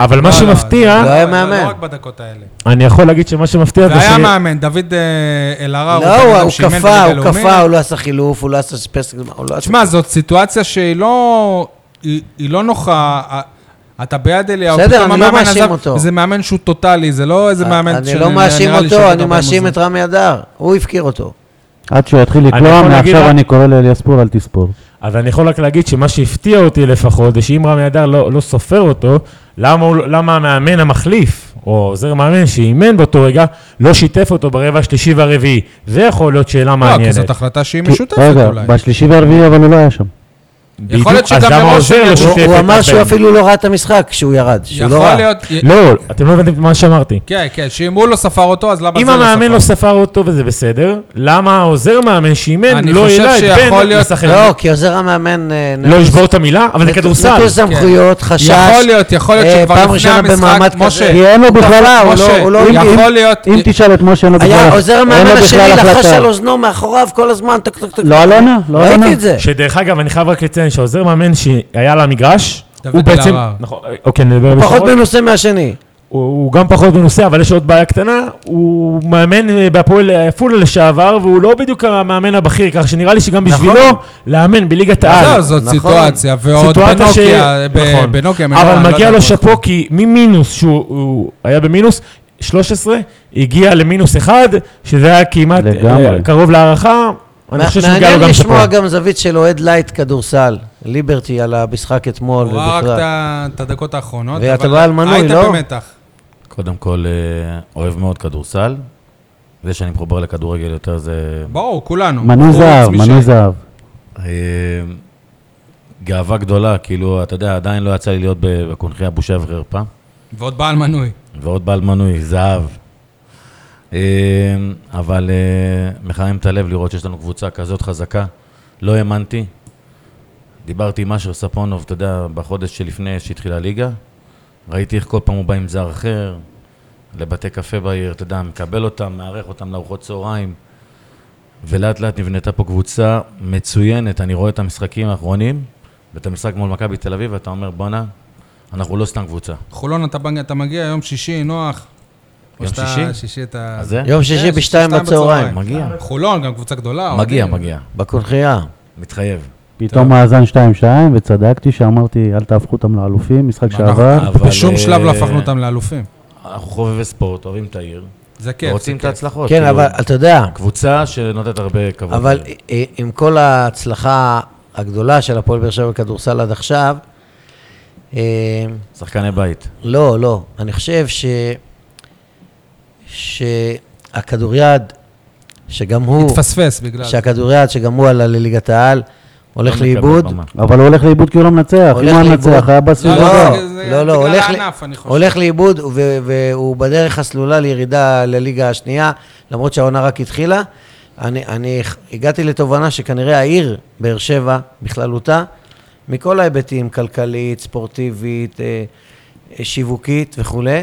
אבל מה לא, לא, שמפתיע, לא היה אבל מאמן. לא רק בדקות האלה. אני יכול להגיד שמה שמפתיע זה והיה ש... מאמן, דוד אה, אלהרר, לא, בן הוא- אדם הוא שאימן קפא, בליגה הוא לאומית. קפא, הוא לא עשה חילוף, הוא לא עשה פסק, הוא לא עשה... תשמע, זאת סיטואציה שהיא לא... היא היא לא נוחה. ה- אתה ביד אליהו, בסדר, פתאום אני לא המאמן מאשים עזב, אותו. זה מאמן שהוא טוטאלי, זה לא איזה מאמן אני שנראה לא לי מאשים שעוד אותו, הרבה אני מאשים מוזמן. את רמי אדר. הוא הפקיר אותו. עד שהוא יתחיל אני לקלוע, יכול להגיד מעכשיו רק- אני קורא לאליאספור, אל תספור. אז אני יכול רק להגיד שמה שהפתיע אותי לפחות, זה שאם רמי אדר לא, לא סופר אותו, למה, הוא, לא- למה המאמן המחליף, או עוזר מאמן שאימן באותו רגע, לא שיתף אותו ברבע השלישי והרביעי. זה יכול להיות שאלה לא, כי מעניינת. זאת החלטה שהיא כי- משותפת רגע, אולי. בשלישי והרביעי אבל הוא לא היה שם. אה, בדיוק, יכול להיות אז שגם גם מראש העוזר הוא- לא הוא- שיתף הוא את אמר שהוא הבן. אפילו לא ראה את המשחק כשהוא ירד, שהוא לא יכול ראה. להיות... לא, אתם לא הבנתם את מה שאמרתי. כן, כן, שאם הוא לא ספר אותו, אז למה אם זה לא ספר? המאמן לא ספר אותו וזה בסדר, למה העוזר מאמן שאימן אני לא חושב העלה את שיכול בן להיות- לשחק? לא, כי עוזר המאמן... אה, לא ישבור את המילה? אבל זה נטו- כדורסל. כן. נטו סמכויות, חשש. יכול להיות, יכול להיות אה, שכבר פעם לפני ראשונה המשחק, במעמד משה, כזה. כי אין לו הוא בכלל... קפא, הוא לא- משה, הוא לא... אם- הוא- יכול אם- להיות- אם תשאל את משה, אין לו בכלל... היה עוזר אין לו המאמן בכלל השני לחש החלטה. על אוזנו מאחוריו כל הזמן, טק טק טק. טק. לא אלונה, לא אלונה. ראיתי את זה. שדרך אגב, אני חייב רק לציין שהעוזר מאמן שהיה על המגרש, דוד הוא בעצם... אלהרר. נכון, אוקיי, נדבר פחות בקרוב. מנוסה מהשני. הוא, הוא גם פחות מנוסה, אבל יש עוד בעיה קטנה, הוא מאמן אה, בהפועל עפולה לשעבר, והוא לא בדיוק המאמן הבכיר, כך שנראה לי שגם בשבילו, נכון. לאמן בליגת לא, העל. זאת נכון. סיטואציה, ועוד אה, סיטואציה בנוקיה, אה, ב- נכון. בנוקיה, אבל מנורה, מגיע לא לו יודע מה. שאפו, כי ממינוס שהוא הוא היה במינוס, 13, הגיע למינוס 1, שזה היה כמעט אה, לגמרי. קרוב להערכה, אני חושב שמגיע לו מעניין גם שאפו. לשמוע גם זווית של אוהד לייט כדורסל, ליברטי על המשחק אתמול הוא ראה רק את ובכלל. ה- את הדקות האחרונות, ואתה אבל בא על מנוי, היית לא? במתח. קודם כל, אה, אוהב מאוד כדורסל. זה שאני מחובר לכדורגל יותר זה ברור, כולנו. מנוי חוץ זהב, משי. מנוי זהב. אה, גאווה גדולה, כאילו, אתה יודע, עדיין לא יצא לי להיות בקונחייה בושה וחרפה. ועוד בעל מנוי. ועוד בעל מנוי, זהב. אה, אבל אה, מחמם את הלב לראות שיש לנו קבוצה כזאת חזקה. לא האמנתי. דיברתי עם אשר ספונוב, אתה יודע, בחודש שלפני שהתחילה הליגה. ראיתי איך כל פעם הוא בא עם זר אחר, לבתי קפה בעיר, אתה יודע, מקבל אותם, מארח אותם לארוחות צהריים. ולאט לאט נבנתה פה קבוצה מצוינת. אני רואה את המשחקים האחרונים, ואת המשחק מול מכבי תל אביב, ואתה אומר, בואנה, אנחנו לא סתם קבוצה. חולון, אתה בנ- אתה מגיע יום שישי, נוח. או יום שאתה- שישי? שישי אתה... אז זה? יום שישי כן, בשתיים שתיים בצהריים, מגיע. חולון, גם קבוצה גדולה. מגיע, אוהדים. מגיע. בקונחייה. מתחייב. פתאום מאזן 2-2, וצדקתי שאמרתי, אל תהפכו אותם לאלופים, משחק לא, ואנחנו- שעבר. אבל, בשום אה, שלב לא הפכנו אותם לאלופים. אנחנו חובבי ספורט, אוהבים את העיר, זה כיף. רוצים זה את כיף. ההצלחות. כן, כאילו, אבל אתה יודע, קבוצה שנותנת הרבה כבוד. אבל אה, עם כל ההצלחה הגדולה של הפועל באר שבע בכדורסל עד עכשיו, אה, שחקני בית. לא, לא. אני חושב ש... שהכדוריד, שגם הוא... התפספס בגלל... שהכדוריד, שגם הוא עלה לליגת העל, הולך לא מקבל לאיבוד. במה. אבל הוא הולך לאיבוד כי הוא לא מנצח. אם הולך הוא היה לאיבוד. מנצח, היה בסיבוב לא, הבא. זה- זה לא, לא, בגלל הולך ל- הענף, אני חושב. הולך לאיבוד, ו- והוא בדרך הסלולה לירידה לליגה השנייה, למרות שהעונה רק התחילה. אני, אני ח- הגעתי לתובנה שכנראה העיר, באר שבע, בכללותה, מכל ההיבטים, כלכלית, ספורטיבית, אה, אה, שיווקית וכולי,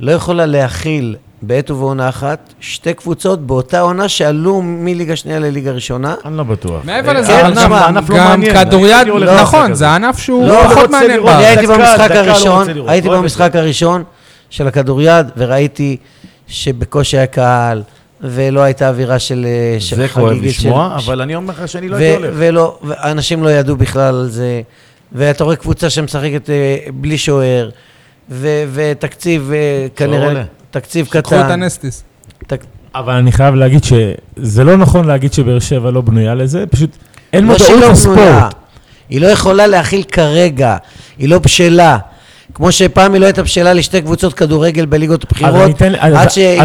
לא יכולה להכיל בעת ובעונה אחת שתי קבוצות באותה עונה שעלו מליגה שנייה לליגה ראשונה. אני לא בטוח. מעבר אה, לזה, כן, הענף- תשמע, הענף לא גם מעניין. כדוריד, הייתי הולך למשחק נכון, הזה. זה ענף שהוא לא פחות רוצה מעניין לראות. בארץ. אני הייתי דקה, במשחק דקה לא הראשון, רוצה לראות, הייתי אוהב את במשחק הראשון של הכדוריד, וראיתי שבקושי היה קהל, ולא הייתה אווירה של אה, של זה כואב חגיגית לשמוע, של- אבל אני אומר לך שאני לא ו- הייתי הולך. ולא, אנשים לא ידעו בכלל על זה, ואתה רואה קבוצה שמשחקת אה, בלי שוער, ו- ותקציב אה, לא עולה. כנראה, תקציב קטן. קחו את הנסטיס. תק- אבל אני חייב להגיד שזה לא נכון להגיד שבאר שבע לא בנויה לזה, פשוט אין לא שהיא מודעות לא בנויה, לספורט. היא לא יכולה להכיל כרגע, היא לא בשלה. כמו שפעם היא לא הייתה בשלה לשתי קבוצות כדורגל בליגות אז בחירות, אני אתן- עד אז- אז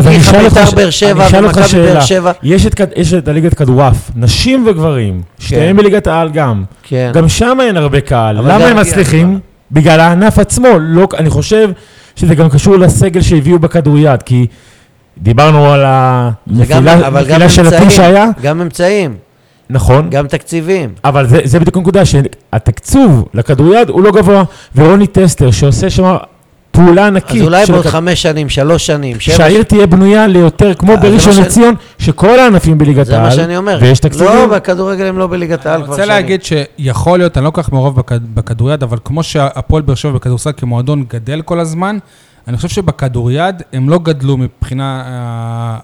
אני שהגיחה אשאל אותך בית"ר ש- באר שבע אני אשאל אותך ומכבי באר שאלה. שבע. יש את, כד- יש את הליגת כדורעף, נשים וגברים, שתיהם בליגת העל גם. כן. גם שם אין הרבה קהל. אבל למה זה הם הרגיע מצליחים? בגלל הענף עצמו. לא, אני חושב שזה גם קשור לסגל שהביאו בכדוריד, כי דיברנו על זה גם- הנפילה אבל גם הנפילה של אמצעים, הפיש היה, גם אמצעים, נכון, גם תקציבים. אבל זה, זה בדיוק הנקודה, שהתקצוב לכדוריד הוא לא גבוה, ורוני טסלר שעושה שם פעולה אז ענקית. אולי של בעוד הכ- חמש שנים, שלוש שנים, שבע שהעיר תהיה בנויה ליותר, כמו אז זה מה בראשון שאני- לציון, שכל הענפים בליגת זה העל, מה שאני אומר. ויש תקציבים. לא, בכדורגל הם לא בליגת העל אני כבר שנים. רוצה להגיד שיכול להיות, אני לא כל כך מעורב בכד- בכדוריד, אבל כמו שהפועל באר שבע בכדורסל כמועדון גדל כל הזמן, אני חושב שבכדוריד הם לא גדלו מבחינה אה,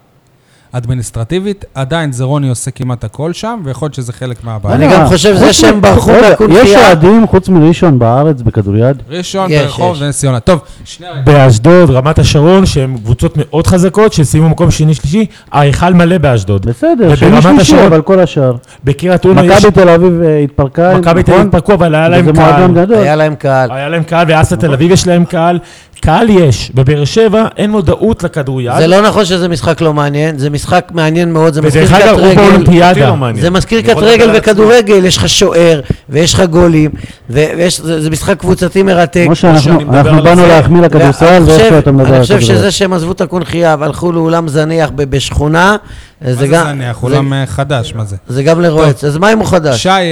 אדמיניסטרטיבית, עדיין זה רוני עושה כמעט הכל שם, ויכול להיות שזה חלק מהבעיה. אני אה, גם חושב חוץ זה מ- שהם ברחו לא, רגע, יש מהקונפייה. אוהדים חוץ מראשון בארץ בכדוריד? ראשון, יש, ברחוב, יש. נס ציונה. טוב, שנייה רגע. באשדוד, רמת השרון, שהן קבוצות מאוד חזקות, שסיימו מקום שני-שלישי, ההיכל מלא באשדוד. בסדר, שני וברמת שלישי, השרון. אבל כל השאר. בקריית אונו יש... מכבי תל אביב אה, התפרקה, מכבי תל אביב נכון? התפרקו, אבל היה להם זה קהל. מועדון גדול. היה להם קהל. היה להם קהל, ואסת נכון. תל אביב יש להם קהל. קהל יש. בבאר שבע אין מודעות לכדוריד. זה לא נכון שזה משחק לא מעניין, זה משחק מעניין מאוד, זה משחק אה, ודרך אגב, קט הוא רגל. אותי לא באולימפיאדה. מעניין. זה מזכיר אני קט יכול לדבר רגל על עצמי. וכדורגל, יש לך שוער, ויש לך גולים, ו- ויש, זה, זה משחק קבוצתי מרתק. כמו שאני שאנחנו מדבר אנחנו על באנו זה. להחמיא לכדורסל, ואני ואיך חושב- אתה מדבר אני על חושב כדוריד. שזה שהם עזבו את הקונכייה והלכו לאולם זניח ב- בשכונה, מה זה זה גם... זניח? זה- אולם אה, חדש, מה זה? זה גם לרועץ, אז מה אם הוא חדש? שי, אה,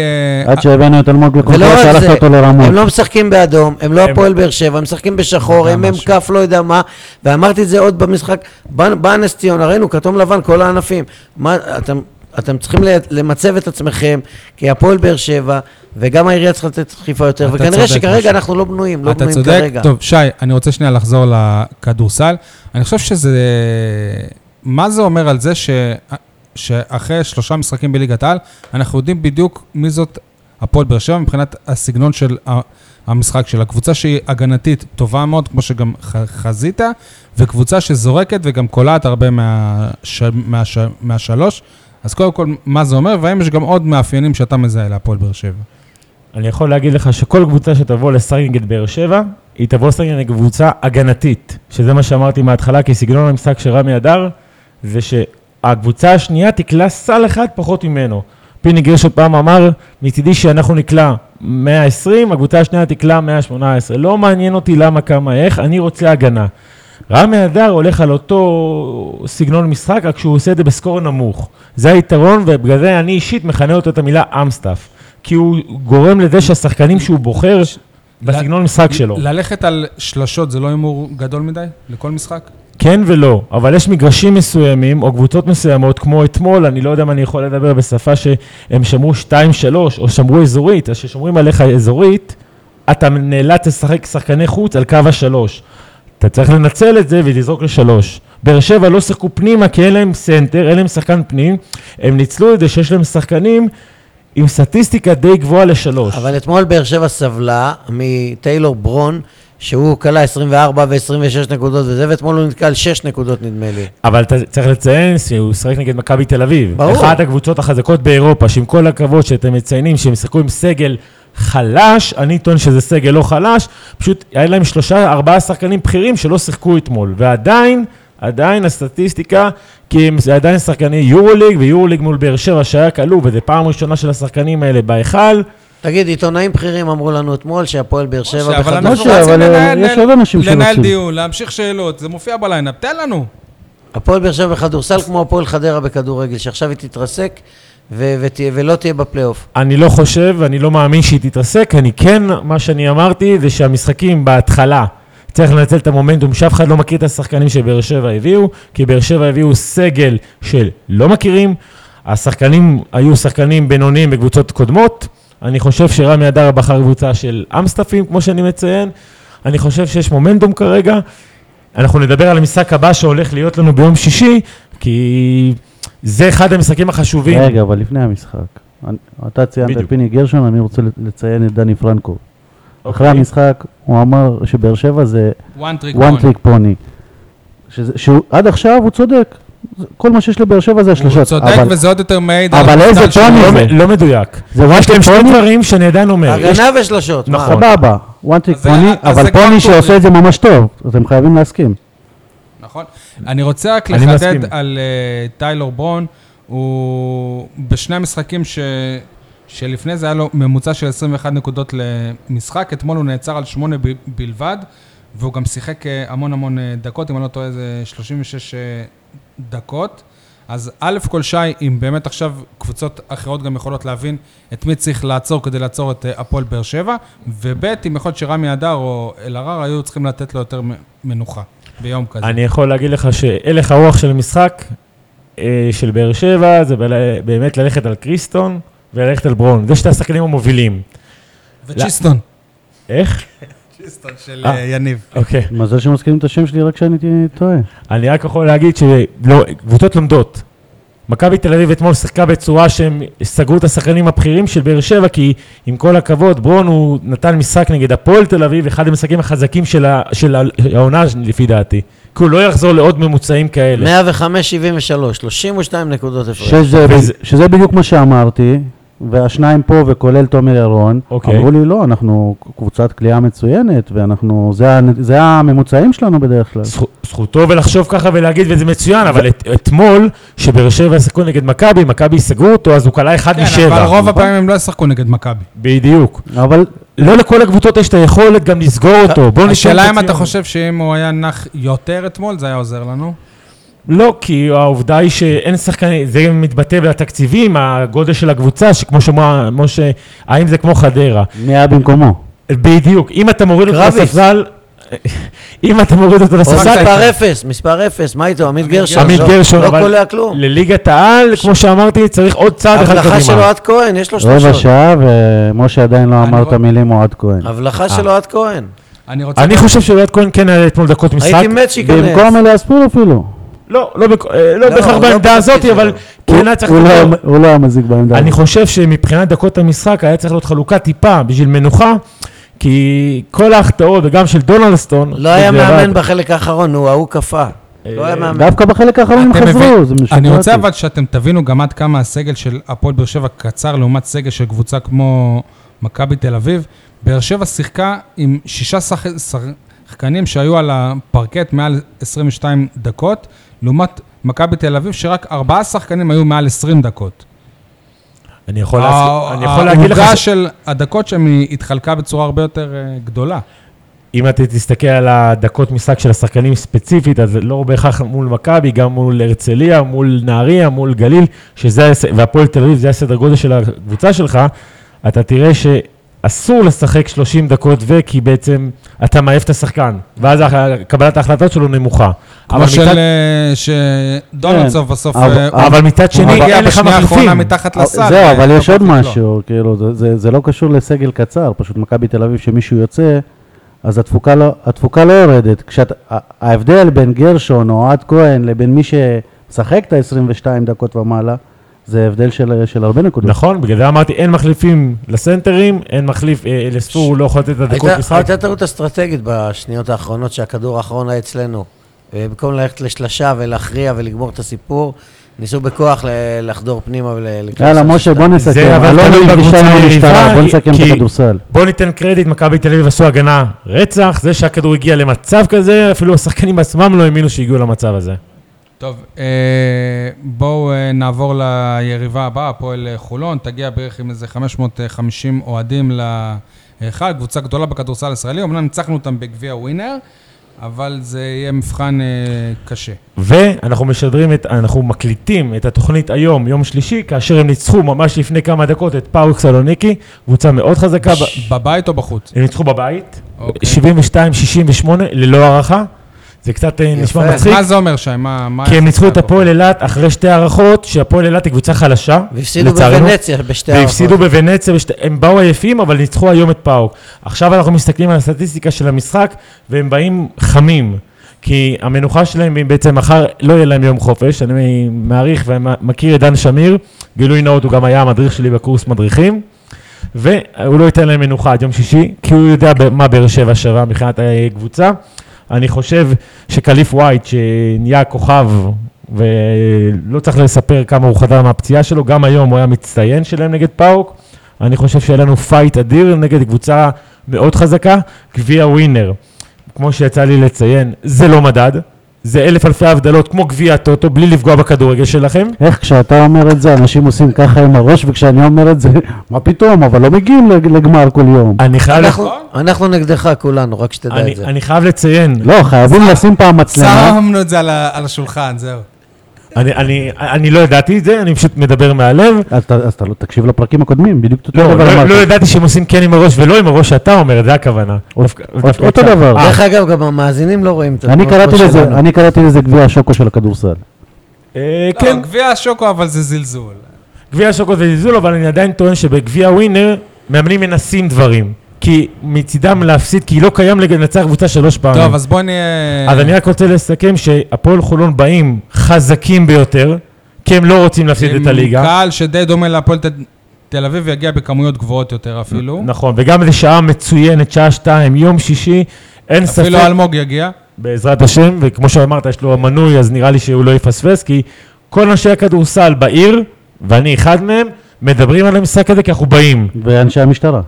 עד שהבאנו את אלמוג ולא לקונפרט, רק שלחת זה, אותו לרמות. הם לא משחקים באדום, הם לא הם- הפועל באר שבע, הם משחקים בשחור, הם מ"כ לא יודע מה, ואמרתי את זה עוד במשחק, בא בא נס ציונה, ראינו כתום לבן, כל הענפים. מה, אתם... אתם צריכים ל- למצב את עצמכם, כי הפועל באר שבע, וגם העירייה צריכה לתת דחיפה יותר, אתה וכנראה צודק, שכרגע משה. אנחנו לא בנויים, לא בנויים אתה כרגע. צודק. טוב, שי, אני רוצה שנייה לחזור לכדורסל. אני חושב שזה... מה זה אומר על זה ש... שאחרי שלושה משחקים בליגת העל, אנחנו יודעים בדיוק מי זאת הפועל באר שבע מבחינת הסגנון של ה- המשחק שלה. קבוצה שהיא הגנתית טובה מאוד, כמו שגם ח- חזית, וקבוצה שזורקת וגם קולעת הרבה מהש... מהש... מהשלוש. אז קודם כל, מה זה אומר, והאם יש גם עוד מאפיינים שאתה מזהה להפועל באר שבע? אני יכול להגיד לך שכל קבוצה שתבוא לשחק נגד באר שבע, היא תבוא לשחק נגד קבוצה הגנתית, שזה מה שאמרתי מההתחלה, כי סגנון המשחק של רמי אדר, זה שהקבוצה השנייה תקלע סל אחד פחות ממנו. פיני גרשון פעם אמר, מצידי שאנחנו נקלע 120, הקבוצה השנייה תקלע 118. לא מעניין אותי למה, כמה, איך, אני רוצה הגנה. רמי אדר הולך על אותו סגנון משחק, רק שהוא עושה את זה בסקור נמוך. זה היתרון, ובגלל זה אני אישית מכנה אותו את המילה אמסטאף. כי הוא גורם לזה שהשחקנים שהוא בוחר בסגנון משחק שלו. ללכת על שלשות זה לא הימור גדול מדי לכל משחק? כן ולא, אבל יש מגרשים מסוימים או קבוצות מסוימות, כמו אתמול, אני לא יודע אם אני יכול לדבר בשפה שהם שמרו 2-3 או שמרו אזורית, אז כששומרים עליך אזורית, אתה נאלץ לשחק שחקני חוץ על קו השלוש. אתה צריך לנצל את זה ולזרוק לשלוש. באר שבע לא שיחקו פנימה כי אין להם סנטר, אין להם שחקן פנים, הם ניצלו את זה שיש להם שחקנים עם סטטיסטיקה די גבוהה לשלוש. אבל אתמול באר שבע סבלה מטיילור ברון, שהוא כלה 24 ו-26 נקודות וזה, ואתמול הוא נתקע על 6 נקודות נדמה לי. אבל אתה צריך לציין שהוא שיחק נגד מכבי תל אביב. ברור. אחת הקבוצות החזקות באירופה, שעם כל הכבוד שאתם מציינים שהם שיחקו עם סגל חלש, אני טוען שזה סגל לא חלש, פשוט היה להם שלושה, ארבעה שחקנים בכירים שלא שיחקו אתמול. ועדיין, עדיין הסטטיסטיקה, כי הם זה עדיין שחקני יורוליג, ויורוליג מול באר שבע שהיה כלוא, וזו פעם ראשונה של השחקנים האלה בהיכל. תגיד, עיתונאים בכירים אמרו לנו אתמול שהפועל באר שבע אוקיי, אבל בחדר... אנחנו משה, רוצים אבל, אה, לנהל- יש עוד אנשים לנהל שרוצים. דיון, להמשיך שאלות, זה מופיע בליינאפ, תן לנו. הפועל באר שבע בכדורסל כמו הפועל חדרה בכדורגל, שעכשיו היא תתרסק ו- ות- ולא תהיה בפלייאוף. אני לא חושב, אני לא מאמין שהיא תתרסק, אני כן, מה שאני אמרתי זה שהמשחקים בהתחלה, צריך לנצל את המומנטום, שאף אחד לא מכיר את השחקנים שבאר שבע הביאו, כי באר שבע הביאו סגל של לא מכירים, השחקנים היו שחקנים בינוניים בקבוצות קודמות, אני חושב שרמי אדר בחר קבוצה של אמסטפים, כמו שאני מציין, אני חושב שיש מומנטום כרגע, אנחנו נדבר על המשחק הבא שהולך להיות לנו ביום שישי, כי זה אחד המשחקים החשובים. רגע, אבל לפני המשחק. אני- אתה ציינת את בדיוק. פיני גרשון, אני רוצה לציין את דני פרנקו. אחרי אוקיי. המשחק, הוא אמר שבאר שבע זה וואן טריק one trick pony. שזה- שהוא עד עכשיו הוא צודק. זה- כל מה שיש לבאר שבע זה הוא השלושות. צודק אבל- וזה עוד יותר מעיד אבל על איזה הסל שלו. פוני לא זה. מ- לא מדויק. זה one יש להם trick שני pony, דברים שאני עדיין אומר. כן, יש- הגנה ושלשות, אה, מה? נכון. סבבה. one trick אז זה- pony, אז זה אבל כבר פוני טוב. שעושה את זה ממש טוב. אתם חייבים להסכים. נכון. אני רוצה רק אני לחדד מסכים. על אה, טיילור ברון, הוא בשני המשחקים ש... שלפני זה היה לו ממוצע של 21 נקודות למשחק, אתמול הוא נעצר על 8 ב... בלבד, והוא גם שיחק אה, המון המון אה, דקות, אם אני לא טועה זה 36 אה, דקות. אז א' כל שי, אם באמת עכשיו קבוצות אחרות גם יכולות להבין את מי צריך לעצור כדי לעצור את אה, הפועל באר שבע, וב' אם יכול להיות שרמי אדר או אלהרר היו צריכים לתת לו יותר מ- מנוחה ביום כזה. אני יכול להגיד לך שהלך הרוח של המשחק אה, של באר שבע זה בל- באמת ללכת על קריסטון וללכת על ברון. זה שתי השחקנים המובילים. וצ'יסטון. איך? צ'יסטון של אה. אה, יניב. אוקיי. מזל שמזכירים את השם שלי רק כשאני ת- טועה. אני רק יכול להגיד שקבוצות לומדות. מכבי תל אביב אתמול שיחקה בצורה שהם סגרו את השחקנים הבכירים של באר שבע, כי עם כל הכבוד, ברון הוא נתן משחק נגד הפועל תל אביב, אחד המשחקים החזקים של, ה, של ה- העונה לפי דעתי. כי הוא לא יחזור לעוד ממוצעים כאלה. 105-73, 32 נקודות הפרש. שזה, וזה- שזה בדיוק מה שאמרתי, והשניים פה וכולל תומר ירון, אוקיי. אמרו לי לא, אנחנו קבוצת כליאה מצוינת, ואנחנו, זה, ה- זה הממוצעים שלנו בדרך כלל. זכו- זכותו ולחשוב ככה ולהגיד, וזה מצוין, אבל את, אתמול, שבאר שבע שיחקו נגד מכבי, מכבי סגרו אותו, אז הוא כלה אחד כן, משבע. אבל רוב נכון? הפעמים הם לא ישחקו נגד מכבי. בדיוק. אבל לא לכל הקבוצות יש את היכולת גם לסגור אותו. בוא נשאל את השאלה אם אתה עצמנו. חושב שאם הוא היה נח יותר אתמול, זה היה עוזר לנו. לא, כי העובדה היא שאין שחקנים, זה מתבטא בתקציבים, הגודל של הקבוצה, שכמו שאמרה משה, האם זה כמו חדרה. מי היה במקומו? בדיוק, אם אתה מוריד אותו קרביץ. לספסל, <laughs> אם אתה מוריד אותו או לספסל, מספר אפס, מספר אפס, מה איתו? עמית גרשון. עמית לא- גרשון, לא אבל- קולע כלום. לליגת העל, כמו שאמרתי, צריך עוד צעד אחד הבלחה שלו קדימה. עד כהן, יש לו רבע שלושות. שעה, ומשה עדיין לא אני אמר את רואה- המילים אוהד כהן. אה. הבלחה שלו עד כהן. אני רוצה... אני חושב שאוהד כהן כן היה אתמול דקות משחק. הייתי מת שייכנס. במקום אליאס פול אפילו. לא, לא בכ- אה, לא לא, בהכרח הוא לא בעמדה הזאת, בתפקיד אבל שלו. הוא- כן היה צריך... הוא לא לקבל- היה- הוא לא היה מזיק בעמדה. אני חושב שמבחינת דקות המשחק היה צריך להיות חלוקה טיפה בשביל מנוחה, כי כל ההחטאות, וגם של דונלדסטון, לא היה בדיעבד, אה, מאמן בחלק האחרון, נו, ההוא קפא. לא היה מאמן. דווקא בחלק האחרון הם אתם מבין- חזרו, זה משפט. אני רוצה אבל שאתם תבינו גם עד כמה הסגל של הפועל באר שבע קצר לעומת סגל של קבוצה כמו מכבי תל אביב. באר שבע שיחקה עם שישה שח- שחקנים שהיו על הפרקט מעל 22 דקות, לעומת מכבי תל אביב שרק ארבעה שחקנים היו מעל 20 דקות. אני יכול ה- להס- אני יכול להגיד לך, העוגה ש- של הדקות שם היא התחלקה בצורה הרבה יותר אה, גדולה. אם אתה תסתכל על הדקות משחק של השחקנים ספציפית, אז לא בהכרח מול מכבי, גם מול הרצליה, מול נהריה, מול גליל, שזה, הס- והפועל תל אביב, זה הסדר גודל של הקבוצה שלך, אתה תראה שאסור לשחק 30 דקות ו, כי בעצם אתה מעייף את השחקן, ואז הח- קבלת ההחלטות שלו נמוכה. אבל כמו של... מצד- אה, שדונלדסון בסוף... אבל- אה, אבל מצד הוא שני, הגיע אין לך בשנייה האחרונה מחליפים. מתחת אבל- לסל. זהו, אה, אבל יש עוד לא. משהו, כאילו, זה- זה- זה לא קשור לסגל קצר, פשוט מכבי תל אביב, שמישהו יוצא, אז התפוקה לא- התפוקה לא יורדת. כשאת- ה- ההבדל בין גרשון או אוהד כהן לבין מי שמשחק את ה-22 דקות ומעלה, זה הבדל של, של הרבה נקודות. נכון, בגלל זה אמרתי, אין מחליפים לסנטרים, אין מחליף, אה, לסטור הוא לא יכול לתת את הדקות הייתה- משחק. הייתה טעות אסטרטגית בשניות האחרונות שהכדור האחרון היה אצלנו. אה, במקום ללכת לשלשה ולהכריע ולגמור את הסיפור, ניסו בכוח ל- לחדור פנימה ולקרוא... יאללה, משה, בוא נסכם. זה אבל אלון תלוי נפגשה בקבוצה עם המשטרה, היריבה, בוא נסכם את כי- הכדורסל. בוא ניתן קרדיט, מכבי תל אביב עשו הגנה רצח, זה שהכדור הגיע למצב כזה, אפילו השחקנים בעצמם לא האמינו שהגיעו למצב הזה. טוב, אה, בואו אה, נעבור ליריבה הבאה, הפועל אה, חולון. תגיע בערך עם איזה 550 אוהדים להיכל, קבוצה גדולה בכדורסל הישראלי. אמנם ניצחנו אותם בגביע ווינר, אבל זה יהיה מבחן אה, קשה. ואנחנו משדרים את, אנחנו מקליטים את התוכנית היום, יום שלישי, כאשר הם ניצחו ממש לפני כמה דקות את פאוק סלוניקי, קבוצה מאוד חזקה, ב- בבית או בחוץ? הם ניצחו בבית, אוקיי. 72-68, ללא הערכה, זה קצת אה, נשמע יפה. מצחיק, מה זה אומר שי? מה... מה כי הם ניצחו את יחסי הפועל אילת אחרי שתי הערכות, שהפועל אילת היא קבוצה חלשה, והפסידו לצערנו. בוונציה בשתי והפסידו בוונציה, בשת... הם באו עייפים, אבל ניצחו היום את פאוק. עכשיו אנחנו מסתכלים על הסטטיסטיקה של המשחק, והם באים חמים. כי המנוחה שלהם היא בעצם מחר, לא יהיה להם יום חופש. אני מעריך ומכיר את דן שמיר, גילוי נאות, הוא גם היה המדריך שלי בקורס מדריכים. והוא לא ייתן להם מנוחה עד יום שישי, כי הוא יודע ב- מה באר שבע שווה מבחינת הקבוצה. אני חושב שקליף ווייט, שנהיה כוכב, ולא צריך לספר כמה הוא חזר מהפציעה שלו, גם היום הוא היה מצטיין שלהם נגד פאוק. אני חושב שהיה לנו פייט אדיר נגד קבוצה מאוד חזקה, גביע ווינר. כמו שיצא לי לציין, זה לא מדד, זה אלף אלפי הבדלות, כמו גביע הטוטו, בלי לפגוע בכדורגל שלכם. איך כשאתה אומר את זה, אנשים עושים ככה עם הראש, וכשאני אומר את זה, <laughs> מה פתאום, אבל לא מגיעים לג- לגמר כל יום. אני חייב, אנחנו- אנחנו נגדך כולנו, רק שתדע אני, את זה. אני חייב לציין, לא, חייבים אה, לשים פעם מצלמה. שמנו את זה על ה- על השולחן, זהו. אני, אני, אני לא ידעתי את זה, אני פשוט מדבר מהלב. אז אתה- אז אתה לא תקשיב לפרקים הקודמים, בדיוק אותו לא, דבר לא, אמרת. לא ידעתי שהם עושים כן עם הראש ולא עם הראש שאתה אומר, זה הכוונה. דווקא- דווקא אותו יצא. דבר. אה, דרך אגב, גם המאזינים לא רואים את אני התמונות קראתי כמו לזה- שלנו. אני קראתי לזה גביע השוקו של הכדורסל. אה, כן, אוקיי. כן. גביע השוקו, אבל זה זלזול. גביע שוקות וזלזול, אבל אני עדיין טוען שבגביע ווינר, מאמנים מנסים דברים. כי מצידם להפסיד, כי לא קיים לג- לנצח קבוצה שלוש פעמים. טוב, אז אה, בוא נהיה... אז אני רק רוצה לסכם שהפועל חולון באים חזקים ביותר, כי הם לא רוצים להפסיד את עם הליגה. קהל שדי דומה להפועל ת- תל אביב יגיע בכמויות גבוהות יותר אפילו. נכון, וגם זו שעה מצוינת, שעה שתיים, יום שישי, אין ספק. אפילו אלמוג יגיע. בעזרת השם, וכמו שאמרת, יש לו מנוי, אז נראה לי שהוא לא יפספס, כי כל אנשי הכדורסל בעיר, ואני אחד מהם, מדברים על המשחק הזה כי אנחנו באים. ואנשי המשטרה.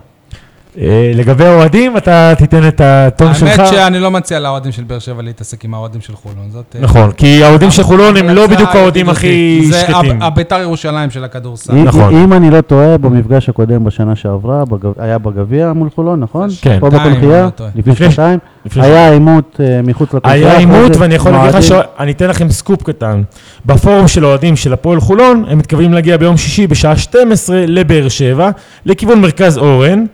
אה, לגבי האוהדים, אתה תיתן את הטון שלך. האמת שאני לא מציע לאוהדים של באר שבע להתעסק עם האוהדים של חולון. זאת... אה, נכון, כי האוהדים של חולון הם לא המלצה בדיוק האוהדים הכי ידידותית. שקטים. זה הב- הביתר ירושלים של הכדורסל. אם- נכון. אם אני לא טועה, במפגש הקודם בשנה שעברה, בגב- היה בגביע מול חולון, נכון? כן. פה שנתיים, אם בתנחייה, אני לא טועה. לפני לפני- שנתיים. לפני היה עימות אה, מחוץ לקבוצה. היה אחרי עימות, זה ואני יכול להגיד לך ש... מועדים. אני אתן לכם סקופ קטן. בפורום של האוהדים של הפועל חולון, הם מתכוונים להגיע ביום שישי בשעה 12 לבאר שבע, לכיוון מרכז אורן,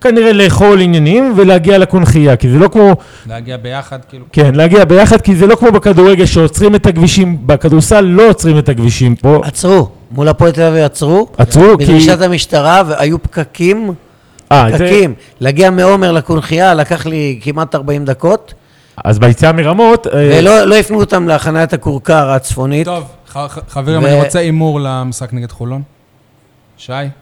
כנראה לאכול עניינים ולהגיע לקונכייה, כי זה לא כמו... להגיע ביחד, כאילו. כן, להגיע ביחד, כי זה לא כמו בכדורגל שעוצרים את הכבישים, בכדורסל לא עוצרים את הכבישים פה. עצרו, מול הפועל תל אביב עצרו, עצרו, כי... בדרישת המשטרה, והיו פקקים, אה, זה- פקקים. להגיע מעומר לקונכייה לקח לי כמעט 40 דקות, אז ביציאה מרמות... אה, ולא לא הפנו אותם לחניית הכורכר הצפונית. טוב, ח- ח- חברים, ו- אני רוצה הימור למשחק נגד חולון. שי? ת-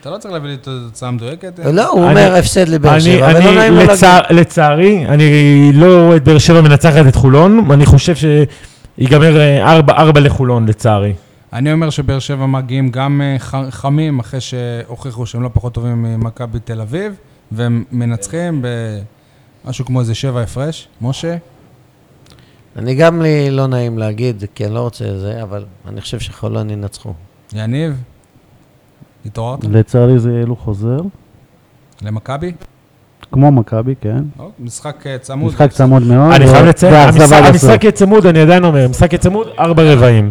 אתה לא צריך להביא לי את התוצאה המדויקת. אה? לא, הוא אני- אומר הפסד לבאר אני, שבע, ולא נעים אני לו להגיד. לצע, לצערי, אני לא רואה את באר שבע מנצחת את חולון, אני חושב שיגמר אה, 4-4 לחולון, לצערי. אני אומר שבאר שבע מגיעים גם אה, ח- חמים, אחרי שהוכיחו שהם לא פחות טובים ממכבי תל אביב, והם מנצחים במשהו כמו איזה שבע הפרש. משה? אני גם לי לא נעים להגיד, כי אני לא רוצה זה, אבל אני חושב שחולון ינצחו. יניב? התעוררת? לצערי זה הילוך חוזר, למכבי? כמו מכבי, כן. אוקיי, משחק אה, צמוד. משחק צמוד מאוד. אני ו- חייב לציין, ואכזבה המשחק- בסוף. המשחק יהיה צמוד, אני עדיין אומר, המשחק יהיה צמוד, ארבע רבעים.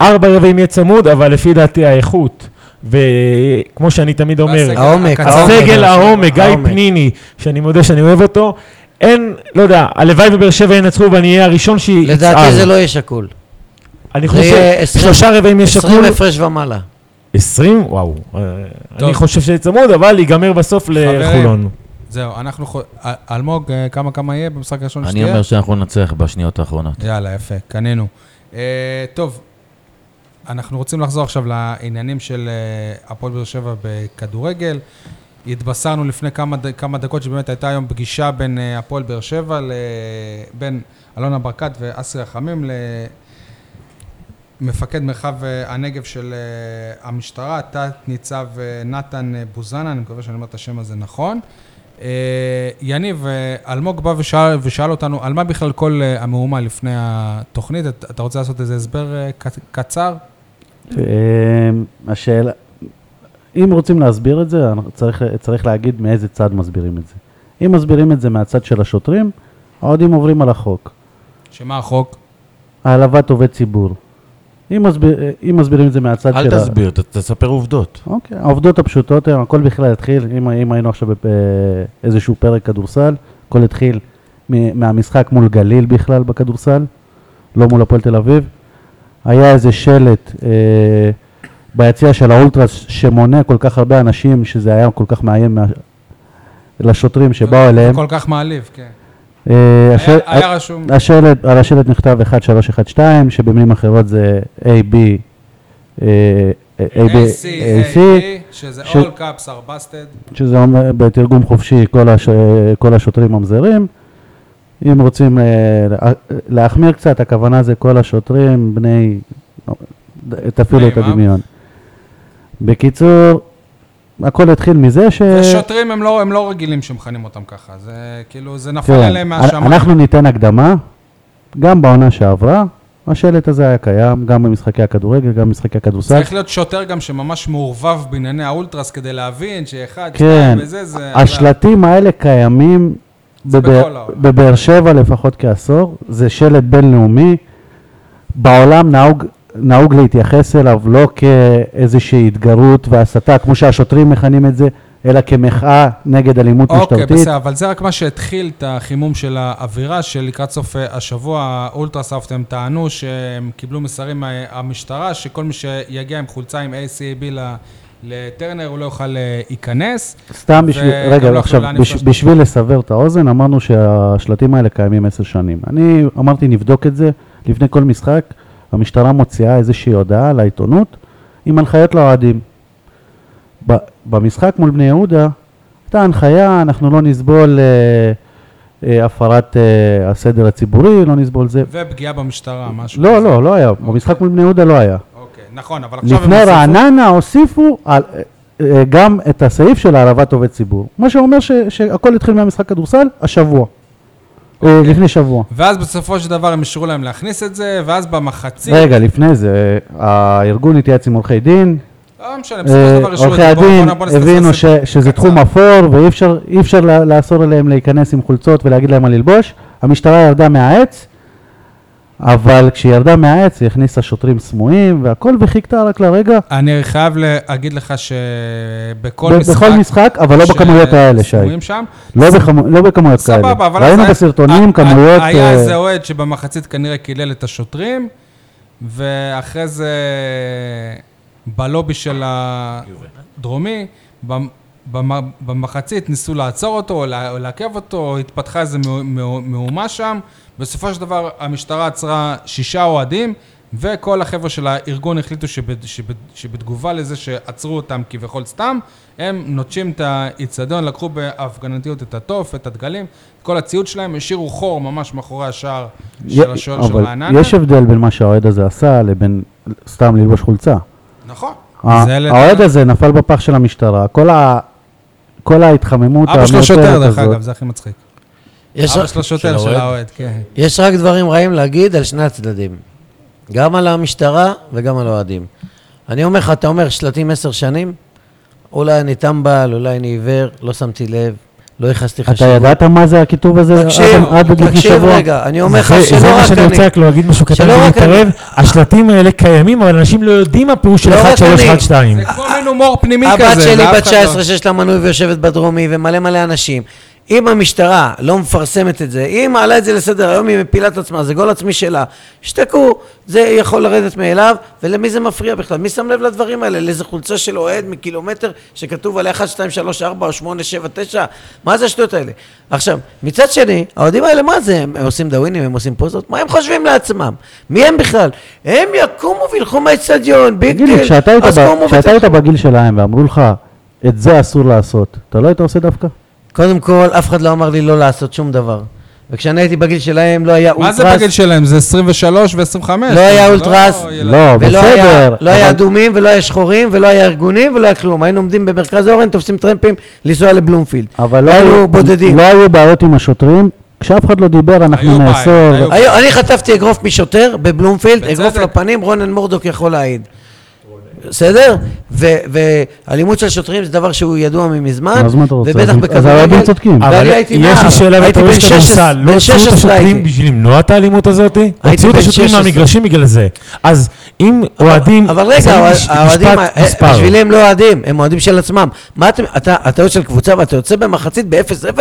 ארבע רבעים יהיה צמוד, אבל לפי דעתי האיכות, וכמו שאני תמיד אומר, והסגל העומק, הקצר. העומק. הסגל העומק, גיא העומק. פניני, שאני מודה שאני אוהב אותו, אין, לא יודע, הלוואי ובאר שבע ינצחו ואני אהיה הראשון שיצער. לדעתי זה לא יהיה שקול. אני זה יהיה חושב, עשרים- שלושה רבעים יש 20 שקול. הפרש ומעלה. 20? וואו. אה, טוב. אני חושב שזה צמוד, אבל ייגמר בסוף לחולון. זהו, אנחנו... חו- אל- אלמוג, אה, כמה כמה יהיה במשחק הראשון אני שתהיה? אומר שאנחנו ננצח בשניות האחרונות. יאללה, יפה, קנינו. אה, טוב, אנחנו רוצים לחזור עכשיו לעניינים של אה, הפועל באר שבע בכדורגל. התבשרנו לפני כמה, ד- כמה דקות שבאמת הייתה היום פגישה בין אה, הפועל באר שבע, ל- בין אלונה ברקת ואסי רחמים למפקד מרחב אה, הנגב של אה, המשטרה, תת-ניצב אה, נתן אה, בוזנה, אני מקווה שאני אומר את השם הזה נכון. אה, יניב, אה, אלמוג בא ושאל, ושאל אותנו, על מה בכלל כל אה, המהומה לפני התוכנית? אתה- אתה רוצה לעשות איזה הסבר אה, ק- קצר? אמ, השאלה, אם רוצים להסביר את זה, אנחנו- צריך, צריך להגיד מאיזה צד מסבירים את זה. אם מסבירים את זה מהצד של השוטרים, האוהדים עוברים על החוק. שמה החוק? העלבת עובד ציבור. אם, מסביר, אם מסבירים את זה מהצד אל של... ה- תסביר, ת- תספר עובדות. אוקיי, העובדות הפשוטות הן, הכל בכלל התחיל, אם, אם היינו עכשיו באיזשהו פרק כדורסל, הכל התחיל מ- מהמשחק מול גליל בכלל בכדורסל, לא מול הפועל תל אביב. היה איזה שלט אה, ביציע של האולטרס שמונה כל כך הרבה אנשים, שזה היה כל כך מאיים מה... לשוטרים שבאו אליהם. כל כך מעליב, כן. אה, הש- היה- היה רשום, אה, השלט, על השלט נכתב 1312, שבמילים אחרות זה AB, אה, אה, AB, AC, AC, E, שזה ש- All Cups are Busted. שזה אומר בתרגום חופשי כל, הש, כל השוטרים ממזרים. אם רוצים אה, לה- להחמיר קצת, הכוונה זה כל השוטרים בני, תפעילו בני את מה? הדמיון. בקיצור, הכל התחיל מזה ש... שוטרים הם לא- הם לא רגילים שמכנים אותם ככה, זה כאילו, זה נפל כן, עליהם מהשמיים. אנחנו ניתן הקדמה, גם בעונה שעברה, השלט הזה היה קיים, גם במשחקי הכדורגל, גם במשחקי הכדורסל. צריך להיות שוטר גם שממש מעורבב בענייני האולטרס כדי להבין שאחד, כן, שתיים וזה, זה... השלטים האלה קיימים זה בבאר- בכל העולם. בבאר שבע לפחות כעשור, זה שלט בינלאומי. בעולם נהוג, נהוג להתייחס אליו לא כאיזושהי התגרות והסתה, כמו שהשוטרים מכנים את זה, אלא כמחאה נגד אלימות אוקיי, משטרתית. בסדר, אבל זה רק מה שהתחיל את החימום של האווירה, שלקראת סוף אה, השבוע, האולטרסאפט הם טענו שהם קיבלו מסרים מהמשטרה, שכל מי שיגיע עם חולצה עם ACAB ל- לטרנר, הוא לא יוכל אה, להיכנס. סתם בשביל, וגם לא רגע, יכלו עכשיו, להניף בש, לשלטים. בשביל לסבר את האוזן, אמרנו שהשלטים האלה קיימים עשר שנים. אני אמרתי, נבדוק את זה לפני כל משחק, המשטרה מוציאה איזושהי הודעה לעיתונות עם הנחיות לאוהדים. ב- במשחק מול בני יהודה, הייתה הנחיה, אנחנו לא נסבול אה, אה, הפרת אה, הסדר הציבורי, לא נסבול זה. ופגיעה במשטרה, משהו לא, כזה. לא, לא היה, במשחק מול בני יהודה לא היה. אוקיי, נכון, אבל עכשיו הם לפני הוסיפו- רעננה הוסיפו על, אה, אה, גם את הסעיף של העלבת עובד ציבור, מה שאומר ש, שהכל התחיל מהמשחק כדורסל השבוע, אה, אוקיי. לפני שבוע. ואז בסופו של דבר הם אישרו להם להכניס את זה, ואז במחצית... רגע, לפני זה, אה, הארגון התייעץ עם עורכי דין, לא משנה, בסופו של אה, דבר אישרו את עורכי זה. בוא- הדין בוא- בוא נסתכל הבינו על ש, זה שזה קצר. תחום אפור ואי אפשר, אי אפשר לה- לאסור עליהם להיכנס עם חולצות ולהגיד להם מה ללבוש, המשטרה ירדה מהעץ, אבל כשהיא ירדה מהעץ היא הכניסה שוטרים סמויים והכל וחיכתה רק לרגע, אני חייב להגיד לך שבכל ב- משחק... בכל משחק, אבל לא ש- בכמויות האלה, שי. סמויים שם. לא, בכמו, לא בכמויות כאלה. סבבה, אבל... ראינו אז היה- בסרטונים ה- כמויות... ה- היה אה, איזה אוהד שבמחצית כנראה קילל את השוטרים, ואחרי זה בלובי של הדרומי, במ- במ- במחצית ניסו לעצור אותו, או לה- או לעכב אותו, התפתחה איזו מאו- מאו- מהומה שם. בסופו של דבר המשטרה עצרה שישה אוהדים, וכל החבר'ה של הארגון החליטו שבד, שבד, שבתגובה לזה שעצרו אותם כביכול סתם, הם נוטשים את האיצטדיון, לקחו בהפגנתיות את התוף, את הדגלים, את כל הציוד שלהם, השאירו חור ממש מאחורי השער של י- השוער של אבל רעננה. יש הבדל בין מה שהאוהד הזה עשה לבין סתם ללבוש חולצה. נכון. זה ה- לת- אה, האוהד הזה נפל בפח של המשטרה, כל ה... כל ההתחממות אבא שלו שוטר, המיותרת דרך הזאת. אגב, זה הכי מצחיק. יש, אבא שלו שוטר של האוהד? האוהד, כן. יש רק דברים רעים להגיד על שני הצדדים. גם על המשטרה וגם על אוהדים. אני אומר לך, אתה אומר שלטים עשר שנים? אולי אני טמבל, אולי אני עיוור, לא שמתי לב, לא ייחסתי אתה חשוב. ידעת מה זה הכיתוב הזה עד- תקשיב, עד לפני תקשיב שבוע? רגע, אני אומר לך זה- זה שלא מה רק שאני אני. רוצה רק להגיד משהו קטן שלא רק ולהתערב. השלטים האלה קיימים, אבל אנשים לא יודעים מה פירוש של לא רק 1, 3, אני. 1, 2. זה כמו מין הומור פנימי כזה. הבת שלי לאף בת אחד לא- 19 שיש לה מנוי ויושבת בדרומי ומלא מלא אנשים. אם המשטרה לא מפרסמת את זה, היא מעלה את זה לסדר היום, היא מפילה את עצמה, זה גול עצמי שלה. שתקו, זה יכול לרדת מאליו, ולמי זה מפריע בכלל? מי שם לב לדברים האלה? לאיזה חולצה של אוהד מקילומטר שכתוב עליה 1, 2, 3, 4 או 8, 7, 9? מה זה השטויות האלה? עכשיו, מצד שני, האוהדים האלה, מה זה? הם הם עושים דאווינים, הם עושים פוזות? מה הם חושבים לעצמם? מי הם בכלל? הם יקומו וילכו מהאצטדיון, ביג תגיד לי, דיל. כשאתה היית כן, אז ב- קומו כשאתה ותלכו. היית בגיל שלהם ואמרו לך, את זה אסור לעשות, אתה לא היית עושה דווקא? קודם כל, אף אחד לא אמר לי לא לעשות שום דבר. וכשאני הייתי בגיל שלהם, לא היה מה אולטרס, זה בגיל שלהם? זה 23 ו-25. לא היה אולטרס, לא, ולא היה, בסדר. לא היה אבל- אדומים, ולא היה שחורים, ולא היה ארגונים, ולא היה כלום. היינו עומדים במרכז אורן, תופסים טרמפים, לנסוע לבלומפילד. אבל לא היינו היו- בודדים. לא היו בעיות עם השוטרים, כשאף אחד לא דיבר, היו אנחנו בעיות, נאסור. היו- היו, אני חטפתי אגרוף משוטר בבלומפילד, בצדק. אגרוף לפנים, רונן מורדוק יכול להעיד. בסדר? ו- ואלימות של שוטרים זה דבר שהוא ידוע ממזמן, אז מה אתה רוצה? ובטח אז- אז בכדורגל. האוהדים צודקים. ואני אבל הייתי נער, יש לי שאלה הייתי בן בתור יש 16, כדורסל, לא בן הוציאו את 16 השוטרים הייתי. בשביל למנוע את האלימות הזאת? הוציאו את בן השוטרים 16. מהמגרשים בגלל זה. אז אם אוהדים... אבל רגע, שמים האוה- מש- האוהדים, משפט אה, מספר. בשבילי הם לא אוהדים, הם אוהדים של עצמם. מה אתם, אתה אתה אוהד של קבוצה ואתה יוצא במחצית ב-0-0,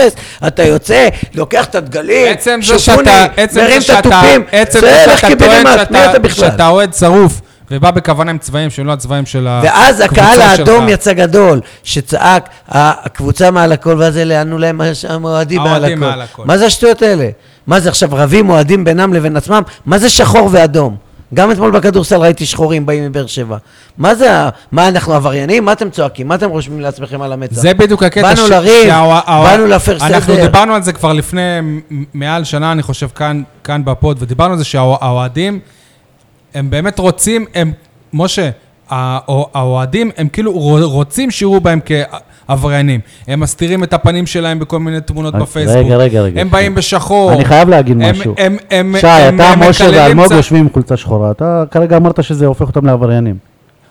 אתה יוצא, לוקח את הדגלים, עצם זה שופוני, שאתה, עצם מרים זה את שאתה, התופים, עצם זה צא, לך שאתה קיבינימט, טוען מי אתה שאתה, בכלל? שאתה אוהד שרוף ובא בכוונה עם צבעים שהם לא הצבעים של הקבוצה ואז הקהל האדום שלך. יצא גדול, שצעק, "ה- הקבוצה מעל הכל, ואז אלה ענו להם "הש- המועדים מעל האוהדים מעל הכל. הכל. מה זה השטויות האלה? מה זה עכשיו רבים אוהדים בינם לבין עצמם? מה זה שחור ואדום? גם אתמול בכדורסל ראיתי שחורים באים מבאר שבע. מה זה, ה- מה אנחנו עבריינים? מה אתם צועקים? מה אתם רושמים לעצמכם על המצח? זה בדיוק הקטע. באנו ש- לריב, שהאוה- האוה- באנו להפר אנחנו סדר. דיברנו על זה כבר לפני מ- מעל שנה, אני חושב, כאן, כאן בפוד, ודיברנו על זה שהאוהדים, הם באמת רוצים, הם, משה, האו- האוהדים, הם כאילו רו- רוצים שיראו בהם כעבריינים. הם מסתירים את הפנים שלהם בכל מיני תמונות אז בפייסבוק. אה, רגע, רגע, רגע, הם שנייה. באים בשחור. אני חייב להגיד הם- משהו. הם- הם- שי, הם- אתה, הם משה מקללים ואלמוג צע- יושבים עם חולצה שחורה, אתה כרגע אמרת שזה הופך אותם לעבריינים.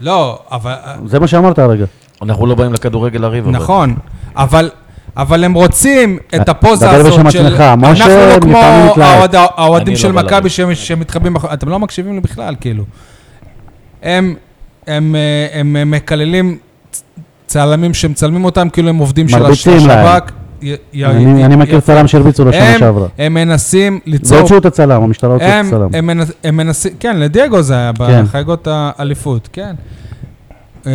לא, אבל... זה מה שאמרת הרגע. אנחנו לא באים לכדורגל לריב, אבל. נכון, אבל... אבל הם רוצים את הפוזה דבר בשם הזאת של... עצמך, משה, אנחנו לא כמו לפעמים מתלהב. האוהד- האוהדים אני של לא בא מכבי לריב. שהם- שמתחבאים... בח- אתם לא מקשיבים לי בכלל, כאילו. הם, הם, אה, הם, הם מקללים צ- צלמים שמצלמים אותם, כאילו הם עובדים של הש- מרביצים להם. השב"כ. י- י- אני י- אני מכיר יפה. צלם שהרביצו לו שנה הם- שעברה. לא הם מנסים ליצור... והוציאו את הצלם, המשטרה הוציאה את הם, הצלם. הם, מנס, הם מנסים, כן, לדייגו זה היה אוקיי, כן. בחגיגות האליפות, כן. אה,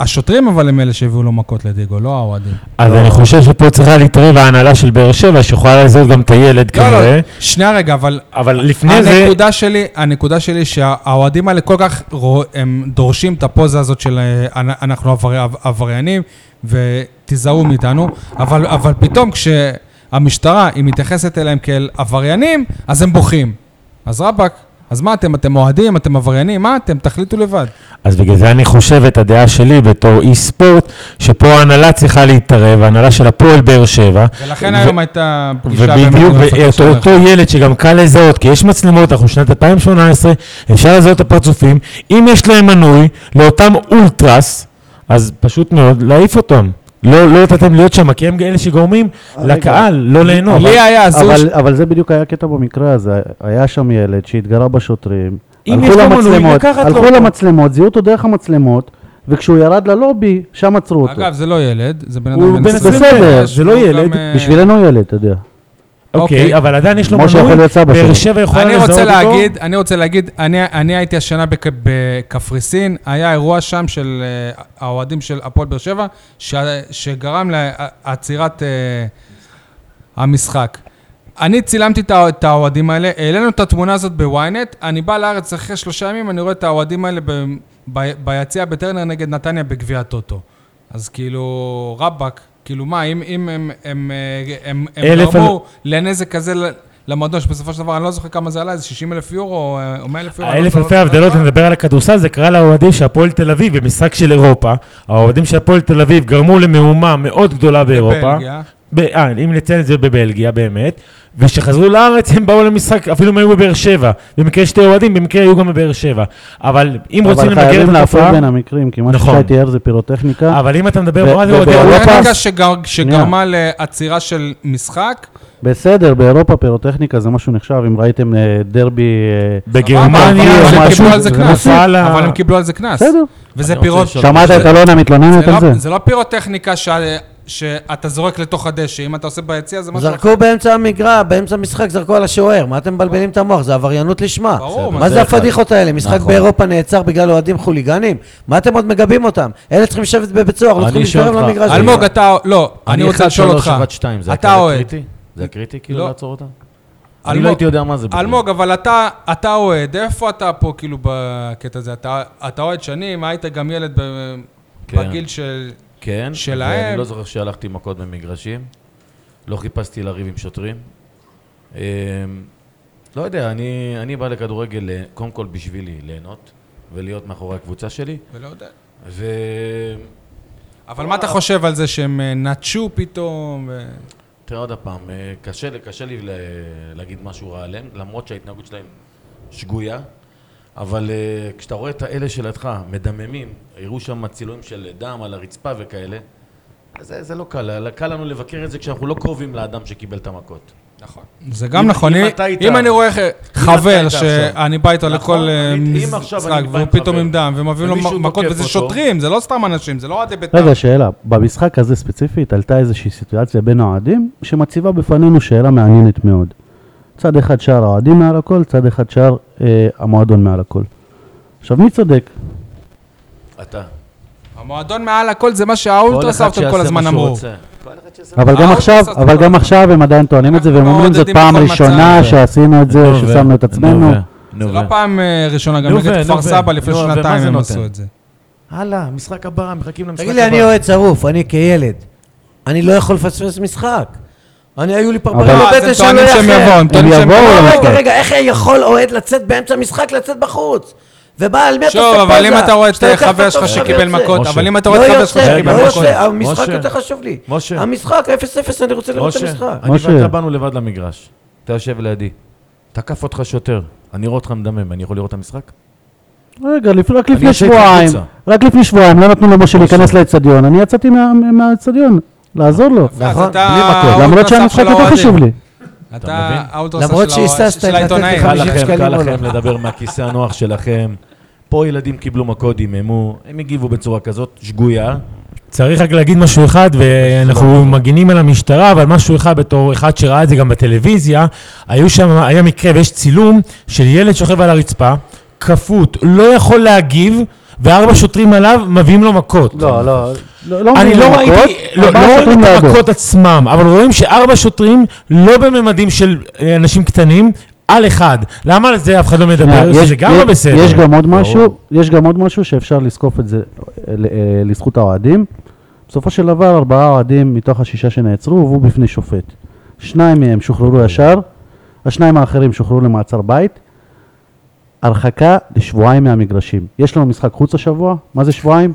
השוטרים אבל הם אלה שהביאו לו מכות לדייגו, לא האוהדים. אז אני חושב שפה צריכה להתערב ההנהלה של באר שבע, שיכולה לעזוב גם את הילד לא, לא, כנראה. שנייה רגע, אבל אבל לפני זה... הנקודה שלי, הנקודה שלי שהאוהדים האלה כל כך, רוא- הם דורשים את הפוזה הזאת של אה, אנ- אנחנו עבר- עבריינים, ותיזהרו מאיתנו, אבל, אבל פתאום כשהמשטרה, היא מתייחסת אליהם כאל עבריינים, אז הם בוכים. אז רבאק, אז מה אתם, אתם אוהדים, אתם עבריינים, מה אתם, תחליטו לבד. אז בגלל זה אני חושב את הדעה שלי בתור אי ספורט, שפה ההנהלה צריכה להתערב, ההנהלה של הפועל באר שבע. ולכן ו- היום הייתה פגישה ובדיוק, מול ואת הפקות אותו ילד שגם קל לזהות, כי יש מצלמות, אנחנו שנת 2018, אפשר לזהות את הפרצופים, אם יש להם מנוי לאותם אולטרס, אז פשוט מאוד להעיף אותם. לא לא נתתם להיות שם, כי הם אלה שגורמים אה, רגע. לקהל לא ליהנות. לי היה הזוי, ש- אבל, אבל זה בדיוק היה קטע במקרה הזה, היה שם ילד שהתגרה בשוטרים, אם יש הלכו לו מנוי, למצלמות, לקחת לו הלכו אותו. למצלמות, זיהו אותו דרך המצלמות, וכשהוא ירד ללובי, שם עצרו אותו. אגב, זה לא ילד, זה בן הוא אדם בן בסדר, זה לא הוא ילד, גם, אה, בשבילנו ילד, אתה יודע. אוקיי, אוקיי. אבל עדיין יש לו משה מנוי, יכול להיות סבא באר שלו. שבע יכולה אני לזהות אותו. רוצה להגיד, אני רוצה להגיד, אני, אני הייתי השנה בק, בקפריסין, היה אירוע שם של אה, האוהדים של הפועל באר שבע, ש, שגרם לעצירת אה, המשחק. אני צילמתי את הא- את האוהדים האלה, העלינו את התמונה הזאת בוויינט, אני בא לארץ אחרי שלושה ימים, אני רואה את האוהדים האלה ב, ב, ביציע בטרנר נגד נתניה בגביע הטוטו. אז כאילו, רבאק, כאילו מה, אם, אם הם, הם, אה, הם, הם אלף גרמו... לנזק כזה ל- למועדון, שבסופו של דבר, אני לא זוכר כמה זה עלה, זה 60 אלף יורו אה, או 100 אלף יורו. אני לא האלף זוכר- אלפי הבדלות, אני מדבר על הכדורסל, זה קרה לאוהדים של הפועל תל אביב במשחק של אירופה. האוהדים של הפועל תל אביב גרמו למהומה מאוד גדולה באירופה. בבלגיה. ב- אה, אם נציין את זה בבלגיה באמת, וכשחזרו לארץ הם באו למשחק, אפילו הם היו בבאר שבע. במקרה שתי אוהדים, במקרה היו גם בבאר שבע. אבל אם רוצים אבל למגר חייבים את להפריד התופעה, בין המקרים, כי מה נכון. ששי תיאר זה פירוטכניקה. אבל אם אתה מדבר, ו- מה זה אוהדי ובאירופה- אוהדים? פירוטכניקה פס. שגר- שגרמה לעצירה של משחק, בסדר, באירופה פירוטכניקה זה משהו נחשב, אם ראיתם אה, דרבי... אה, בגרמניה, אבל זה הם משהו- קיבלו על זה זה קנס, נפל ל- אבל הם קיבלו על זה קנס. בסדר. וזה אני רוצה פירוט... לשאול- שמעת זה- את אלונה מתלוננת זה על לא- זה? זה לא פירוטכניקה שה- שאתה זורק לתוך הדשא. אם אתה עושה ביציע זה משהו... זרקו באמצע המגרע, באמצע המשחק זרקו על השוער, מה אתם מבלבלים את המוח? זה עבריינות לשמה. ברור, מה מה זה זה אחד. הפדיחות האלה? משחק נכון. באירופה נעצר בגלל אוהדים חוליגנים? מה אתם עוד מגבים אותם? אלה צריכים לשבת בבית סוהר, לא אני צריכים שואל להתקרב אותך, למגרש. זה- אלמוג, אתה... לא, אני רוצה לשאול אותך. 1, 3, 1, 2, זה אתה אוהד. קריטי? זה הקריטי לא. כאילו לעצור אותה? אני אלמוג- לא הייתי יודע מה זה. בכלל. אלמוג, אבל אתה, אתה אוהד, איפה אתה פה כאילו בקטע הזה? אתה, אתה אוהד שנים, היית גם ילד ב, כן. בגיל של... כן. שלהם. ואני לא זוכר שהלכתי מכות במגרשים. לא חיפשתי לריב עם שוטרים. אמ, לא יודע, אני, אני בא לכדורגל אה, קודם כל בשבילי ליהנות ולהיות מאחורי הקבוצה שלי. ולא יודע. ו... אבל מה אתה חושב על זה שהם אה, נטשו פתאום? ו... תראה עוד פעם, אה, קשה, לי- קשה לי ל- להגיד משהו רע עליהם, למרות שההתנהגות שלהם שגויה, אבל אה, כשאתה רואה את האלה שלידך מדממים, הראו שם צילומים של דם על הרצפה וכאלה, זה, זה לא קל, אלא קל לנו לבקר את זה כשאנחנו לא קרובים לאדם שקיבל את המכות. נכון. זה גם אם- נכון. אם אם, אתה היית- אם אני רואה ח- חבר היית שאני בא איתו עכשיו. לכל אה, נכון, אני- אם עכשיו משחק, אני בא והוא עם פתאום חבר, עם דם, ומביאים לו ומישהו מכות, תוקף וזה אותו. שוטרים, זה לא סתם אנשים, זה לא אוהדי בית"ר. רגע, שאלה. במשחק הזה ספציפית עלתה איזושהי סיטואציה בין האוהדים שמציבה בפנינו שאלה מעניינת מאוד. צד אחד שער האוהדים מעל הכל, צד אחד שער אה, המועדון מעל הכל. עכשיו, מי צודק? אתה. המועדון מעל הכל זה מה שהאולטרסאפטים כל הזמן אמרו. אבל גם האוטו עכשיו, עשה את אבל הכל. גם עכשיו הם עדיין טוענים את זה, והם אנחנו אומרים זאת מעודדים פעם בכל ראשונה מצב." שעשינו את זה, נו, ו- ששמנו את נו, עצמנו. ו- נו, זה לא ו- פעם אה, ראשונה, גם נו, נגד נו, כפר נו, סבא לפני נו, ומה שנתיים זה הם נותן? עשו את זה. הלאה, משחק הבא, מחכים למשחק הבא. תגיד לי, אני אוהד שרוף, אני כילד. אני לא יכול לפספס משחק. אני, היו לי פרפרים אבל- אז בבטן הם שאני טוענים לא שהם יבואו, יאחר. הם טוענים שהם יבואו יבואו. לא, רגע, למשחק. רגע, איך יכול אוהד לצאת באמצע משחק, לצאת בחוץ? ובא, על מי אתה שוב, עושה אבל אם פאזה? אתה רואה את כשאתה יותר חבר טוב, שלך אתה שקיבל יוצא. מכות, משה. אבל אם אתה לא רואה את חבר שלך יוצא, שקיבל לא רגע, מכות... יוצא, המשחק משה. יותר חשוב לי. משה. המשחק, 0-0, אני רוצה לראות את משה, המשחק. אני משה. ואתה באנו לבד למגרש. אתה יושב לידי. תקף אותך שוטר. אני רואה אותך מדמם, אני יכול לראות את המשחק? רגע, לפ- רק לפני יוצא איתך שבועיים, החוצה. רק לפני שבועיים לא נתנו למשה להיכנס לאצטדיון, אני יצאתי מה- מהאצטדיון, לעזור לו. אז אתה למרות האולטרסאפט שהמשחק של יותר לא האוהדים. חשוב לי. אתה מבין? האולטרסאפט למרות של האוה- שהיססת, של לתת העיתונאים. לך קל 50 לכם, קל שקלים או לא? לכם לדבר מהכיסא הנוח שלכם. פה ילדים קיבלו מכות, דיממו, הם הגיבו בצורה כזאת שגויה. צריך רק להגיד משהו אחד, ואנחנו מגינים על המשטרה, אבל משהו אחד בתור אחד שראה את זה גם בטלוויזיה, היו שם, היה מקרה ויש צילום של ילד שוכב על הרצפה, כפות, לא יכול להגיב, וארבע שוטרים עליו מביאים לו מכות. לא, לא, לא אני מביאים לא מכות, ראיתי, לא ארבעה לא שוטרים רואים את לידו. המכות עצמם, אבל רואים שארבע שוטרים לא בממדים של אה, אנשים קטנים, על אחד. למה על זה אף אחד לא שנייה, מדבר? יש- זה גם יש- לא בסדר. יש גם עוד משהו, יש גם עוד משהו שאפשר לזקוף את זה אה, ל- אה, לזכות האוהדים. בסופו של דבר ארבעה אוהדים מתוך השישה שנעצרו הובאו בפני שופט. שניים מהם שוחררו ישר, השניים האחרים שוחררו למעצר בית. הרחקה לשבועיים מהמגרשים. יש לנו משחק חוץ השבוע, מה זה שבועיים?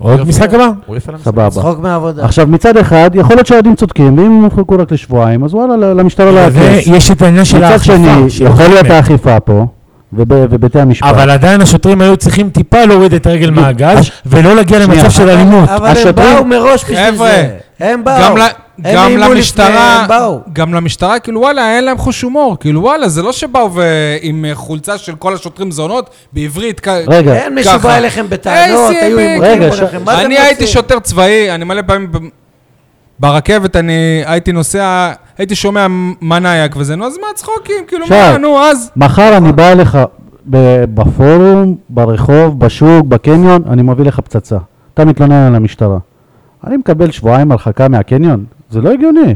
עוד משחק הבא? הוא העיף על המשחק. סבבה. צחוק מהעבודה. עכשיו מצד אחד, יכול להיות שהאוהדים צודקים, ואם הם הורחקו רק לשבועיים, אז וואלה, ל- למשטרה לא זה- יעקב. אה, יש את העניין של מצד האכיפה. שני, של יכול להיות החמ"ד. האכיפה פה, וב- ובתי המשפט. אבל עדיין השוטרים היו צריכים טיפה להוריד את הרגל מהגז, ולא להגיע לא, שנייה. למצב של אלימות. אבל הם השוטרים- באו מראש בשביל חבר'ה, זה. הם באו. גם, ל... הם גם איימו לפני, למשטרה, הם באו. גם למשטרה, כאילו וואלה, אין להם חוש הומור. כאילו וואלה, זה לא שבאו ו... עם אה, חולצה של כל השוטרים זונות, בעברית, כ... רגע, אין מישהו בא ככה. אליכם בטענות, איזה היו ימי- עימותים רגע, ש- עליכם. מה אתם כאילו, אני הייתי רוצים? שוטר צבאי, אני מלא פעמים... ב- ברכבת אני הייתי נוסע, הייתי שומע מנאייק וזה, נו, אז מה צחוקים? כאילו, שי. מה, נו, אז... מחר אני בא אליך ב- בפורום, ברחוב, בשוק, בקניון, אני מביא לך פצצה. אתה מתלונן על המשטרה. אני מקבל שבועיים הרחקה מהקניון? זה לא הגיוני.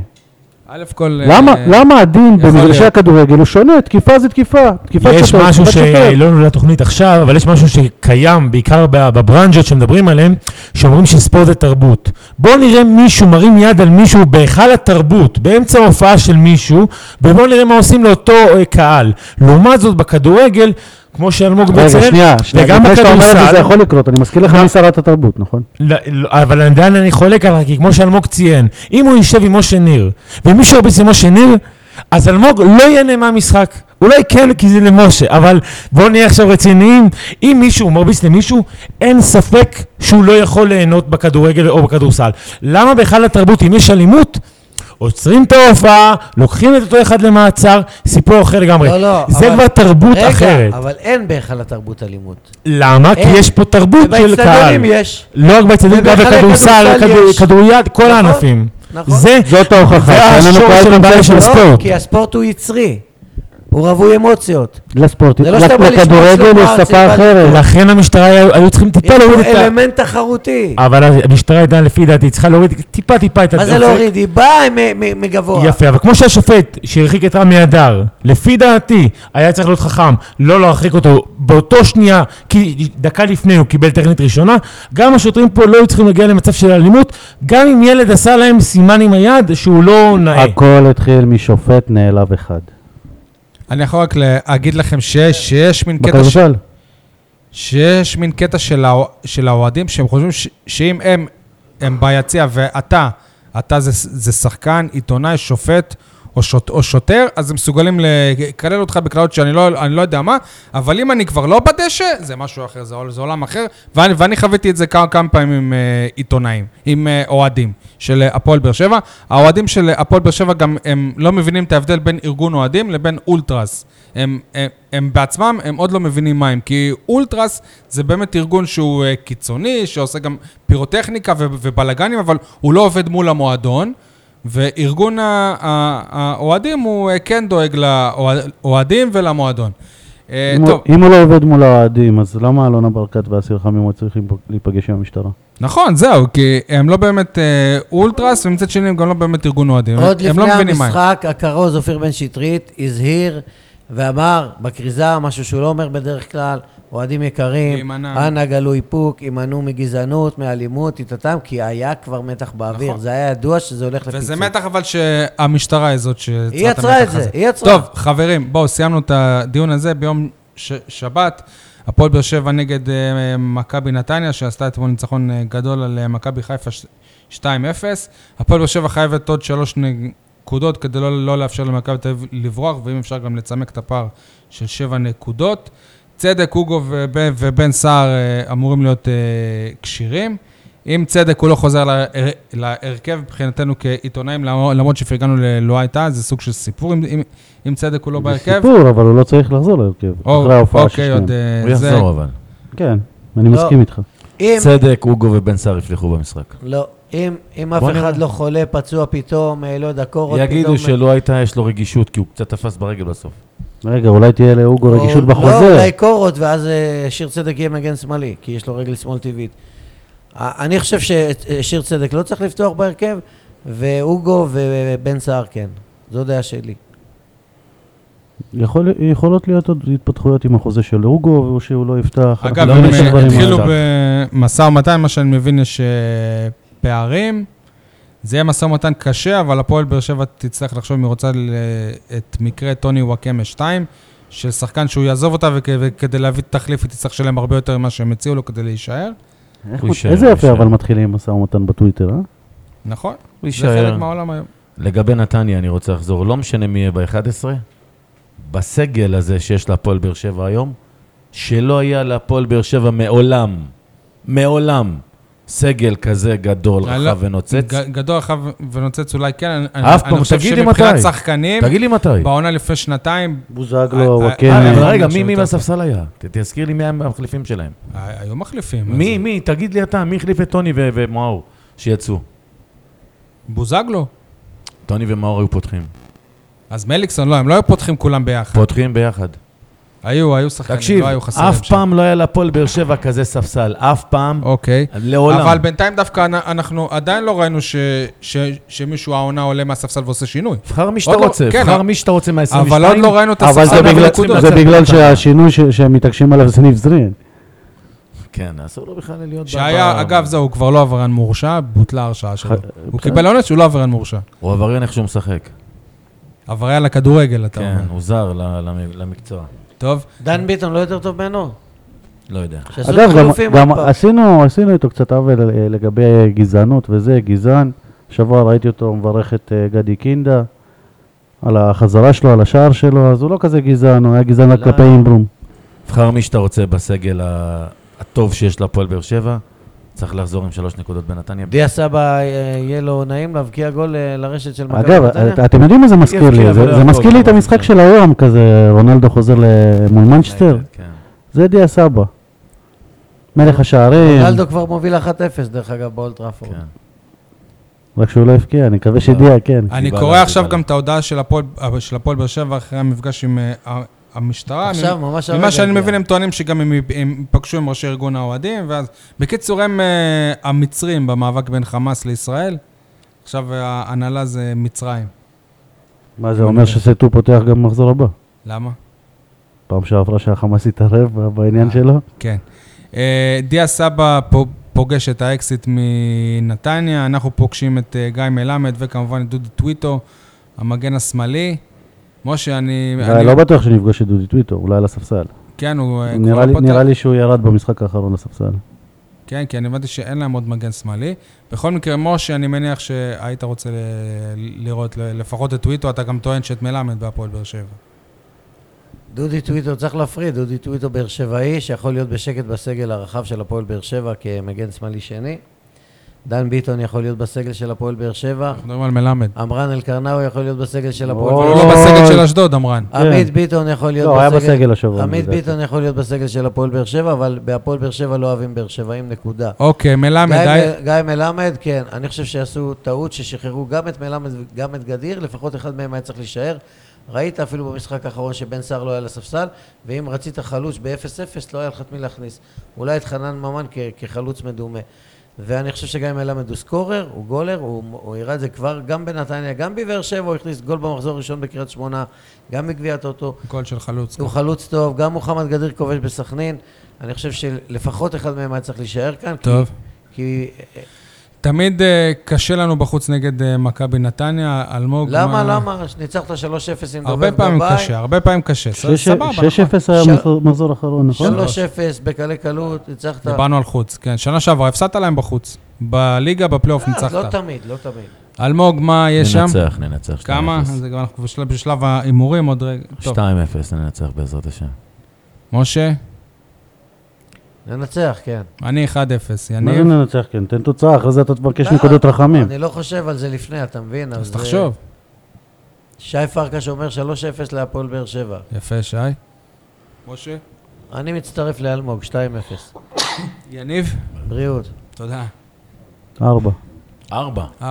א' כל... אה, למה, למה הדין יכול במגרשי להיות. הכדורגל הוא שונה? תקיפה זה תקיפה. תקיפת שוטר, יש זה משהו תקיפת שוטר. שלא נולד תוכנית עכשיו, אבל יש משהו שקיים בעיקר ב- בברנז'ות שמדברים עליהם, שאומרים שספורט זה תרבות. בואו נראה מישהו מרים יד על מישהו בהיכל התרבות, באמצע ההופעה של מישהו, ובואו נראה מה עושים לאותו אה, קהל. לעומת זאת, בכדורגל, כמו שאלמוג רגע, בצלאל, שנייה, שנייה, וגם לפני שאתה אומר את זה, זה בכדורסל, יכול לקרות, אני מזכיר לך מי שרת התרבות, נכון? לא, לא, אבל עדיין אני חולק עליך, כי כמו שאלמוג ציין, אם הוא יושב עם משה ניר, ומישהו ירביץ למשה ניר, אז אלמוג לא ייהנה מהמשחק. אולי כן, כי זה למשה, אבל בואו נהיה עכשיו רציניים. אם מישהו מרביץ למישהו, אין ספק שהוא לא יכול ליהנות בכדורגל או בכדורסל. למה בכלל התרבות, אם יש אלימות, עוצרים את ההופעה, לוקחים את אותו אחד למעצר, סיפור אחר לגמרי. לא, לא, זה אבל- כבר תרבות אחרת. רגע, אבל אין בהיכל התרבות אלימות. למה? כי אין. יש פה תרבות של קהל. ובאצטדיונים יש. לא רק באצטדיונים, גם ובהיכלי בכדורסל, כדורסל כדור- יש. כדוריד, כל נכון, הענפים. נכון. זה זאת ההוכחה, זה שאין לנו השורש קהל של הבעיה של לא, הספורט. כי הספורט הוא יצרי. הוא רווי אמוציות. לספורט, זה לא שאתה בא לשמוע לכדורגל שלוחה, יש שפה סיבה- אחרת. לכן המשטרה היו היו צריכים יש טיפה להוריד פה לא את ה... אה, אלמנט תחרותי. אבל המשטרה הייתה, לפי דעתי, צריכה להוריד טיפה טיפה את ה... מה זה להוריד? היא באה מ- מ- מגבוה. יפה, אבל כמו שהשופט שהרחיק את רמי אדר, לפי דעתי, היה צריך להיות חכם לא להרחיק אותו באותו שנייה, כי דקה לפני הוא קיבל טכנית ראשונה, גם השוטרים פה לא היו צריכים להגיע למצב של אלימות, גם אם ילד עשה להם סימן עם היד שהוא לא נאה. הכל התחיל משופט נעלב אחד. אני יכול רק להגיד לכם שיש, שיש מין קטע... ש- בכדורסל. שיש מין קטע של, האו- של האוהדים שהם חושבים ש, שאם הם, הם ביציע ואתה, אתה זה, זה שחקן, עיתונאי, שופט או, שוט, או שוטר, אז הם מסוגלים לקלל אותך בקללות שאני לא, אני לא יודע מה, אבל אם אני כבר לא בדשא, זה משהו אחר, זה, עול- זה עולם אחר, ואני, ואני חוויתי את זה כמה, כמה פעמים עם אה, עיתונאים, עם אה, אוהדים של אה, הפועל באר שבע. האוהדים של אה, הפועל באר שבע גם הם לא מבינים את ההבדל בין ארגון אוהדים לבין אולטרס. הם, הם, הם בעצמם, הם עוד לא מבינים מה הם, כי אולטרס זה באמת ארגון שהוא אה, קיצוני, שעושה גם פירוטכניקה ו- ובלאגנים, אבל הוא לא עובד מול המועדון, וארגון ה- ה- האוהדים הוא אה, כן דואג לאוהדים ולמועדון. אה, אם הוא- טוב, אם הוא לא עובד מול האוהדים, אז למה אלונה ברקת ואסיר חמימות צריכים פה להיפגש עם המשטרה? נכון, זהו, כי הם לא באמת אה, אולטרס, ומצד שני הם גם לא באמת ארגון אוהדים. עוד הם לא לפני מבינים מה הם. המשחק, הכרוז אופיר בן שטרית הזהיר ואמר בכריזה משהו שהוא לא אומר בדרך כלל, אוהדים יקרים, להימנע. אנא גלו איפוק, הימנעו מגזענות, מאלימות, טטטם, כי היה כבר מתח באוויר. נכון. זה היה ידוע שזה הולך לפיצוץ. וזה מתח אבל שהמשטרה היא זאת שיצרה את המתח הזה. היא יצרה את זה, היא יצרה. טוב, חברים, בואו, סיימנו את הדיון הזה ביום ש- שבת. הפועל באר שבע נגד אה, מכבי נתניה, שעשתה אתמול ניצחון אה, גדול על אה, מכבי חיפה ש- 2-0. הפועל באר שבע חייבת עוד שלוש נקודות כדי לא, לא לאפשר למכבי תל אביב לברוח, ואם אפשר גם לצמק את הפער של שבע נקודות. צדק, אוגו ובן, ובן סער אה, אמורים להיות אה, כשירים. אם צדק הוא לא חוזר לה- להרכב מבחינתנו כעיתונאים, למ- למרות שפרגנו ללא הייתה, זה סוג של סיפור אם- אם- אם צדק הוא לא זה בהרכב. סיפור, אבל הוא לא צריך לחזור להרכב. או- אחרי ההופעה של אוקיי, עוד שניהם. אה, הוא זה. יחזור אבל. כן, אני לא. מסכים איתך. אם צדק, אוגו ובן סער יפלחו במשחק. לא, אם, אם אף בוא נראה. אחד לא חולה, פצוע פתאום, אה, לא יודע, קורות פתאום. יגידו שלא הייתה, יש לו רגישות, כי הוא קצת תפס ברגל בסוף. רגע, אולי תהיה להוגו או- רגישות לא, בחוזה. אולי קורות, ואז אה, שיר צדק יהיה מגן שמאלי, כי יש לו רגל שמאל טבעית. אה, אני חושב ששיר צדק לא צריך לפתוח בהרכב, ואוגו ובן סער כן. זו דעה שלי. יכול- יכולות להיות עוד התפתחויות עם החוזה של הוגו, או שהוא לא יפתח. אגב, אנחנו הם לא אה, נשאר דברים התחילו מהצד. במשא ומתן, מה שאני מבין יש אה, פערים. זה יהיה משא ומתן קשה, אבל הפועל באר שבע תצטרך לחשוב אם היא רוצה ל- את מקרה טוני וואקמה 2, של שחקן שהוא יעזוב אותה, וכ- וכדי להביא תחליף היא תצטרך לשלם הרבה יותר ממה שהם הציעו לו כדי להישאר. איך הוא- הוא יישאר, איזה הוא יפה, יישאר. אבל מתחילים משא ומתן בטוויטר, אה? נכון? הוא זה יישאר. חלק מהעולם היום. לגבי נתניה, אני רוצה לחזור, לא משנה מי יהיה ב-11, בסגל הזה שיש להפועל באר שבע היום, שלא היה להפועל באר שבע מעולם, מעולם, סגל כזה גדול, אני לא- רחב ונוצץ. ג- גדול רחב ונוצץ אולי כן. אני- אני- אף פעם, אני חושב תגיד לי שמבחינת מתי. שחקנים, תגיד לי מתי. בעונה לפני שנתיים, בוזגלו, אה, אה, וואקמה. אוקיי. אה, אבל כן, רגע, משהו מי מי יותר מהספסל היה? ת- תזכיר לי מי היה מהמחליפים שלהם. ה- היו מחליפים. אז מי, מי? תגיד לי אתה, מי החליף את טוני ו- ומאור שיצאו? בוזגלו. טוני ומאור היו פותחים. כן. אז מליקסון, לא, הם לא היו פותחים כולם ביחד. פותחים ביחד. היו, היו שחקנים, תקשיב, כן, לא היו חסרים אף שם. פעם לא היה להפועל באר שבע כזה ספסל, אף פעם, אוקיי. לעולם. אבל בינתיים דווקא אנ- אנחנו עדיין לא ראינו ש- ש- שמישהו העונה עולה מהספסל ועושה שינוי. תבחר מי שאתה עוד לא- רוצה, כן, תבחר אבל- מי שאתה רוצה מה-22. אבל עוד לא ראינו את אבל זה הספסל אנחנו בגלל- צריכים בנקודות. זה לצאת בגלל אה, מהטענה. שהשינוי ש- שהם מתעקשים עליו זה ניב זרין. כן, אסור לו בכלל להיות... שהיה, אגב, זהו, הוא כבר לא עברן מורשע, בוטלה ההרשעה שלו. הוא כן. בסדר. קיבל עונש, הוא לא עברן מורשע. הוא עבריין איך שהוא משחק. עבריה לכדורגל, אתה כן, אומר. הוא זר ל- למ- למקצוע. טוב, דן ביטון לא יותר טוב ממנו? לא יודע. שעשו אגב, גם- חילופים גם עוד פעם. עשינו עשינו איתו קצת עוול אה, לגבי גזענות וזה, גזען. שבוע ראיתי אותו מברך את אה, גדי קינדה על החזרה שלו, על השער שלו, אז הוא לא כזה גזען, הוא היה גזען רק לא. כלפי אינברום. תבחר מי שאתה רוצה בסגל ה- הטוב שיש להפועל באר שבע. צריך לחזור עם שלוש נקודות בנתניה. דיה סבא, אה, יהיה לו נעים להבקיע גול אה, לרשת של מכבי אגב, אה, נתניה? את- אתם יודעים מה זה מזכיר לי? יפקיע, זה- אבל זה לא מזכיר לי את הכל, המשחק כן. של היום, כזה רונלדו חוזר ל- מול מנצ'סטר. אוקיי. כן. זה דיה סבא. מלך השערים, רונלדו כבר מוביל 1-0, דרך אגב, באולטראפורד. כן. רק שהוא לא הבקיע, אני מקווה שדיה, כן. אני קיבלנו, קורא עכשיו קיבלנו. גם את ההודעה של הפועל- אה, של הפועל באר שבע אחרי המפגש עם אה, ה- המשטרה. עכשיו, אני- ממש הרגע ממה שאני הגיע. מבין, הם טוענים שגם הם הם פגשו עם ראשי ארגון האוהדים, ואז... בקיצור, הם אה, המצרים במאבק בין חמאס לישראל. עכשיו אה, ההנהלה זה מצרים. מה זה אומר שסטו פותח גם מחזור הבא? למה? פעם שעברה שהחמאס התערב ב- בעניין אה. שלו? כן. אה, דיה סבא פו- פוגש את האקסיט מנתניה, אנחנו פוגשים את אה, גיא מלמד וכמובן את דודי טוויטו, המגן השמאלי. משה, אני... אני אני- לא בטוח שנפגוש את דודי טוויטו, אולי על הספסל. כן, הוא אה, נראה כבר לי- פותח. נראה לי שהוא ירד במשחק האחרון לספסל. כן, כי אני הבנתי שאין להם עוד מגן שמאלי. בכל מקרה, משה, אני מניח שהיית רוצה ל- לראות ל- לפחות את טוויטו, אתה גם טוען שאת מלמד בהפועל באר שבע. דודי טוויטו, צריך להפריד, דודי טוויטו באר שבעי, שיכול להיות בשקט בסגל הרחב של הפועל באר שבע כמגן שמאלי שני. דן ביטון יכול להיות בסגל של הפועל באר שבע. אנחנו מדברים על מלמד. עמרן אלקרנאו יכול להיות בסגל של הפועל אבל הוא באר לא אוי. בסגל של אשדוד, אמרן. שבע. עמית ביטון יכול להיות כן. לא, היה בסגל השבוע. עמית לדעתי. ביטון יכול להיות בסגל של הפועל באר שבע, אבל בהפועל באר שבע לא אוהבים באר שבעים, נקודה. אוקיי, מלמד, גיא היי- מ- גיא מלמד, כן, אני חושב שעשו טעות ששחררו גם את מלמד וגם את גדיר, לפחות אחד מהם היה צריך להישאר. ראית אפילו במשחק האחרון שבן סער לא היה לספסל, ואם רצית חלוץ ב-0-0, לא היה לך את מי להכניס. אולי את חנן ממן כ- כחלוץ מדומה. ואני חושב שגם מלמד הוא סקורר, הוא גולר, הוא, הוא הראה את זה כבר גם בנתניה, גם בבאר שבע, הוא הכניס גול במחזור הראשון בקריית שמונה, גם בגביע הטוטו. גול של חלוץ. הוא חלוץ טוב, גם מוחמד גדיר כובש בסכנין. אני חושב שלפחות אחד מהם היה צריך להישאר כאן. כי- טוב. כי תמיד אה, קשה לנו בחוץ נגד אה, מכבי נתניה, אלמוג. למה, מה- למה? ניצחת 3-0 עם דובב גבאי. הרבה פעמים קשה, הרבה פעמים קשה. שש- סבבה, נכון. 6-0 היה ש- מחזור- מחזור אחרון, נכון? 3-0 בקלי קלות, ניצחת. דיברנו על חוץ, כן. שנה שעברה הפסדת להם בחוץ. בליגה, בפלייאוף אה, לא ניצחת. תמיד, לא תמיד. אלמוג, מה יש שם? ננצח, ננצח. 2-0. כמה? זה גם אנחנו בשלב- בשלב ההימורים עוד רגע. טוב. 2-0 ננצח בעזרת השם. משה, ננצח, כן. אני 1-0, מה זה יניב. ננצח? כן, תן תוצאה, אחרי זה אתה תבקש אה, לא, נקודות רחמים. אני לא חושב על זה לפני, אתה מבין? כן. אז תחשוב. אה, שי פרקש אומר 3-0 להפועל באר שבע. יפה, שי. משה. אני מצטרף לאלמוג, 2-0. יניב. בריאות. תודה. אה. ארבע. ארבע. 4-0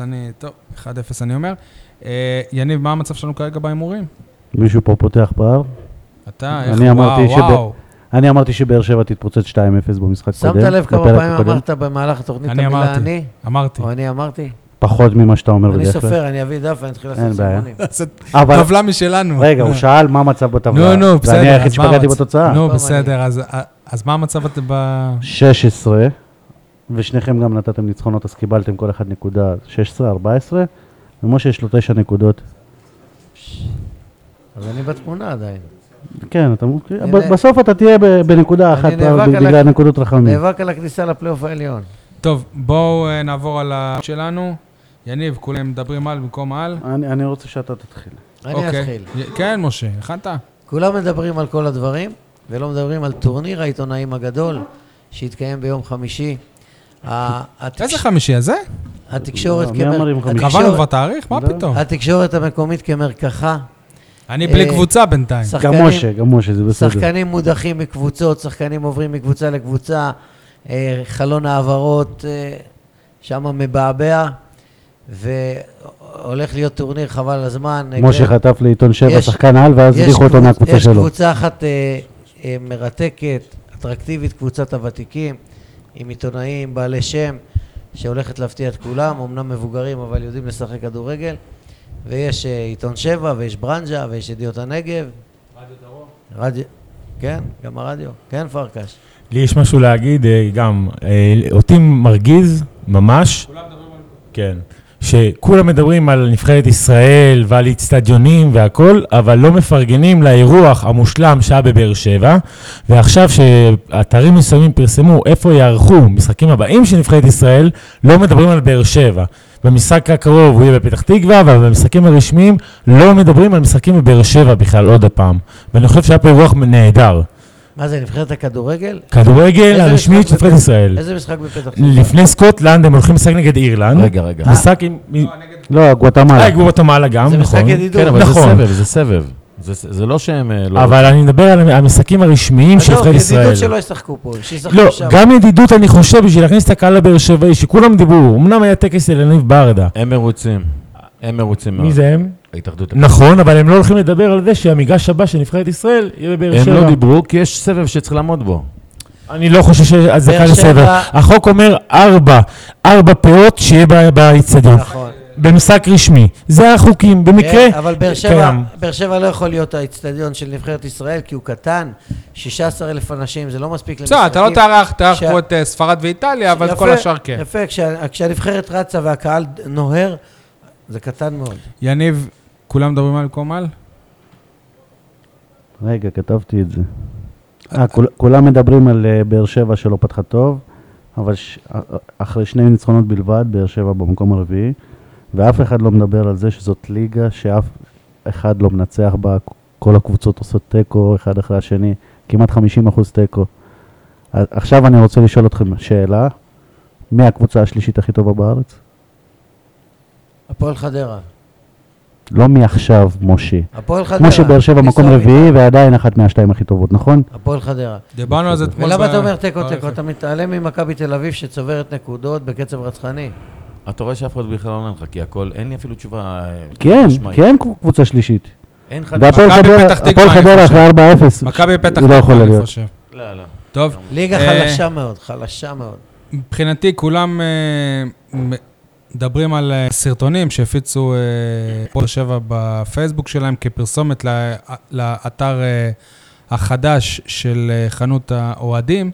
אני... טוב, 1-0 אני אומר. אה, יניב, מה המצב שלנו כרגע בהימורים? מישהו פה פותח פער? אתה, איך... אני אמרתי וואו, שב- וואו. אני אמרתי שבאר שבע תתפוצץ 2-0 במשחק שמת קודם. לב כמה בפרק פעמים הקודם. אמרת במהלך התוכנית את אני המילה אמרתי. כן. אני? אמרתי. או אני אמרתי? פחות ממה שאתה אומר אני בדרך כלל. סופר, אני אביא דף ואני אתחיל לעשות אין בעיה. סימונים. אבל טבלה משלנו. רגע, הוא נו. שאל מה המצב בטבלה. נו, נו, בסדר. ואני היחיד אז מה שפגעתי המצב? בתוצאה. נו, טוב, בסדר, אז- אז מה המצב את ב... 16, ושניכם גם נתתם ניצחונות, אז קיבלתם כל אחד נקודה 16, 14, ומשה יש לו 9 נקודות. אז אני בתמונה עדיין. כן, אתה, אני ב- נא- בסוף אתה תהיה ב- בנקודה אני אחת נאבק פעם על בגלל ה- נקודות רחמים. נאבק על הכניסה לפלייאוף העליון. טוב, בואו אה, נעבור על ה... שלנו. יניב, כולם מדברים על במקום על. אני אני רוצה שאתה תתחיל. אני אוקיי. אתחיל. י- כן, משה, הכנת? כולם מדברים על כל הדברים, ולא מדברים על טורניר העיתונאים הגדול, שהתקיים ביום חמישי. ה- התקש- איזה חמישי, הזה? התקשורת לא, מי אמר עם כמר- חמישי? קבענו כבר התקשורת- תאריך? מה פתאום? התקשורת המקומית כמרקחה. אני בלי אה, קבוצה בינתיים. גם שחקנים- משה, גם משה, זה בסדר. שחקנים מודחים מקבוצות, שחקנים עוברים מקבוצה לקבוצה, אה, חלון העברות שם מבעבע, והולך להיות טורניר חבל על הזמן. אה, משה חטף לעיתון 7 יש- שחקן על, ואז יש הדיחו אותו קבוצ- מהקבוצה יש שלו. קבוצה אחת אה, אה, מרתקת, אטרקטיבית, קבוצת הוותיקים, עם עיתונאים, בעלי שם, שהולכת להפתיע את כולם, אמנם מבוגרים אבל יודעים לשחק כדורגל, ויש אה, עיתון שבע, ויש ברנז'ה, ויש ידיעות הנגב. רדיו דרום. כן, גם הרדיו. כן, פרקש. לי יש משהו להגיד אה, גם, אה, אותי מרגיז ממש. כולם מדברים על... כן. שכולם מדברים על נבחרת ישראל ועל איצטדיונים והכול, אבל לא מפרגנים לאירוח המושלם שהיה בבאר שבע. ועכשיו שאתרים מסוימים פרסמו איפה יערכו המשחקים הבאים של נבחרת ישראל, לא מדברים על באר שבע. במשחק הקרוב הוא יהיה בפתח תקווה, אבל במשחקים הרשמיים לא מדברים על משחקים בבאר שבע בכלל עוד הפעם. ואני חושב שהיה פה אירוח נהדר. מה זה, נבחרת הכדורגל? כדורגל איזה משחק הרשמית של נבחרת בפתח- ישראל. איזה משחק בפתח תקווה? לפני סקוטלנד הם הולכים לשחק נגד אירלנד. רגע, רגע. משחק עם... לא, נגד... לא, גואטמלה. אה, גואטמלה גם, זה משחק נכון. ידידות. כן, אבל זה נכון. סבב, זה סבב. זה- זה לא שהם... אה, לא- אבל אני מדבר על המשחקים הרשמיים של עזוב, נבחרת ישראל. אה, לא, ידידות שלא ישחקו פה, שישחקו לא, שם. גם ידידות אני חושב, בשביל להכניס את הקהל הבאר שבעי, שכולם דיברו, אמנם היה טקס אל יניב ברדה. הם מרוצים. הם מרוצים מאוד. מי זה הם? אה. ההתאחדות. נכון, אבל הם לא הולכים לדבר על זה שהמגרש הבא של נבחרת ישראל יהיה בבאר הם שבע. לא דיברו כי יש סבב שצריך לעמוד בו. אני לא חושב שהזדקה באר לסבב. שבע- החוק אומר ארבע, ארבע פאות שיהיה ב- באצטדיון. נכון. במשחק רשמי. זה החוקים, במקרה... כן, אבל באר שבע, קיים. באר שבע לא יכול להיות האיצטדיון של נבחרת ישראל, כי הוא קטן, 16,000 אנשים, זה לא מספיק בסדר, אתה לא תארח, תארח פה את אה, ספרד ואיטליה, אבל את כל יפה, השאר כן. יפה, כשה- כשהנבחרת רצה והקהל נוהר, זה קטן מאוד. יניב, כולם מדברים על קומל? רגע, כתבתי את זה. אה, כול- כולם מדברים על אה, באר שבע שלא פתחה טוב, אבל ש- אה, אה, אחרי שני ניצחונות בלבד, באר שבע במקום הרביעי, ואף אחד לא מדבר על זה שזאת ליגה שאף אחד לא מנצח בה, כל הקבוצות עושות תיקו אחד אחרי השני, כמעט 50% תיקו. אז עכשיו אני רוצה לשאול אתכם שאלה, מי הקבוצה השלישית הכי טובה בארץ? הפועל חדרה. לא מעכשיו, מושי. הפועל חדרה. כמו שבאר שבע מקום ניסו- רביעי, ועדיין אחת מהשתיים הכי טובות, נכון? הפועל חדרה. דיברנו על זה אתמול. ולמה ב- אתה אומר תיקו תיקו? ברכב. אתה מתעלם ממכבי תל אביב שצוברת נקודות בקצב רצחני. אתה רואה שאף אחד בכלל לא עונה לך, כי הכל, אין לי אפילו תשובה... אה, כן, משמעית. כן קבוצה שלישית. אין חד... והפועל מכבי חדרה, פתח תקווה, הפועל אני חדרה חושב. אחרי 4-0. מכבי פתח לא יכול תקווה, אני להיות. חושב. לא, לא. טוב, ליגה אה, חלשה מאוד, חלשה מאוד. מבחינתי כולם אה, מדברים על אה, סרטונים שהפיצו אה, פועל שבע בפייסבוק שלהם כפרסומת ל- לאתר אה, החדש של אה, חנות האוהדים,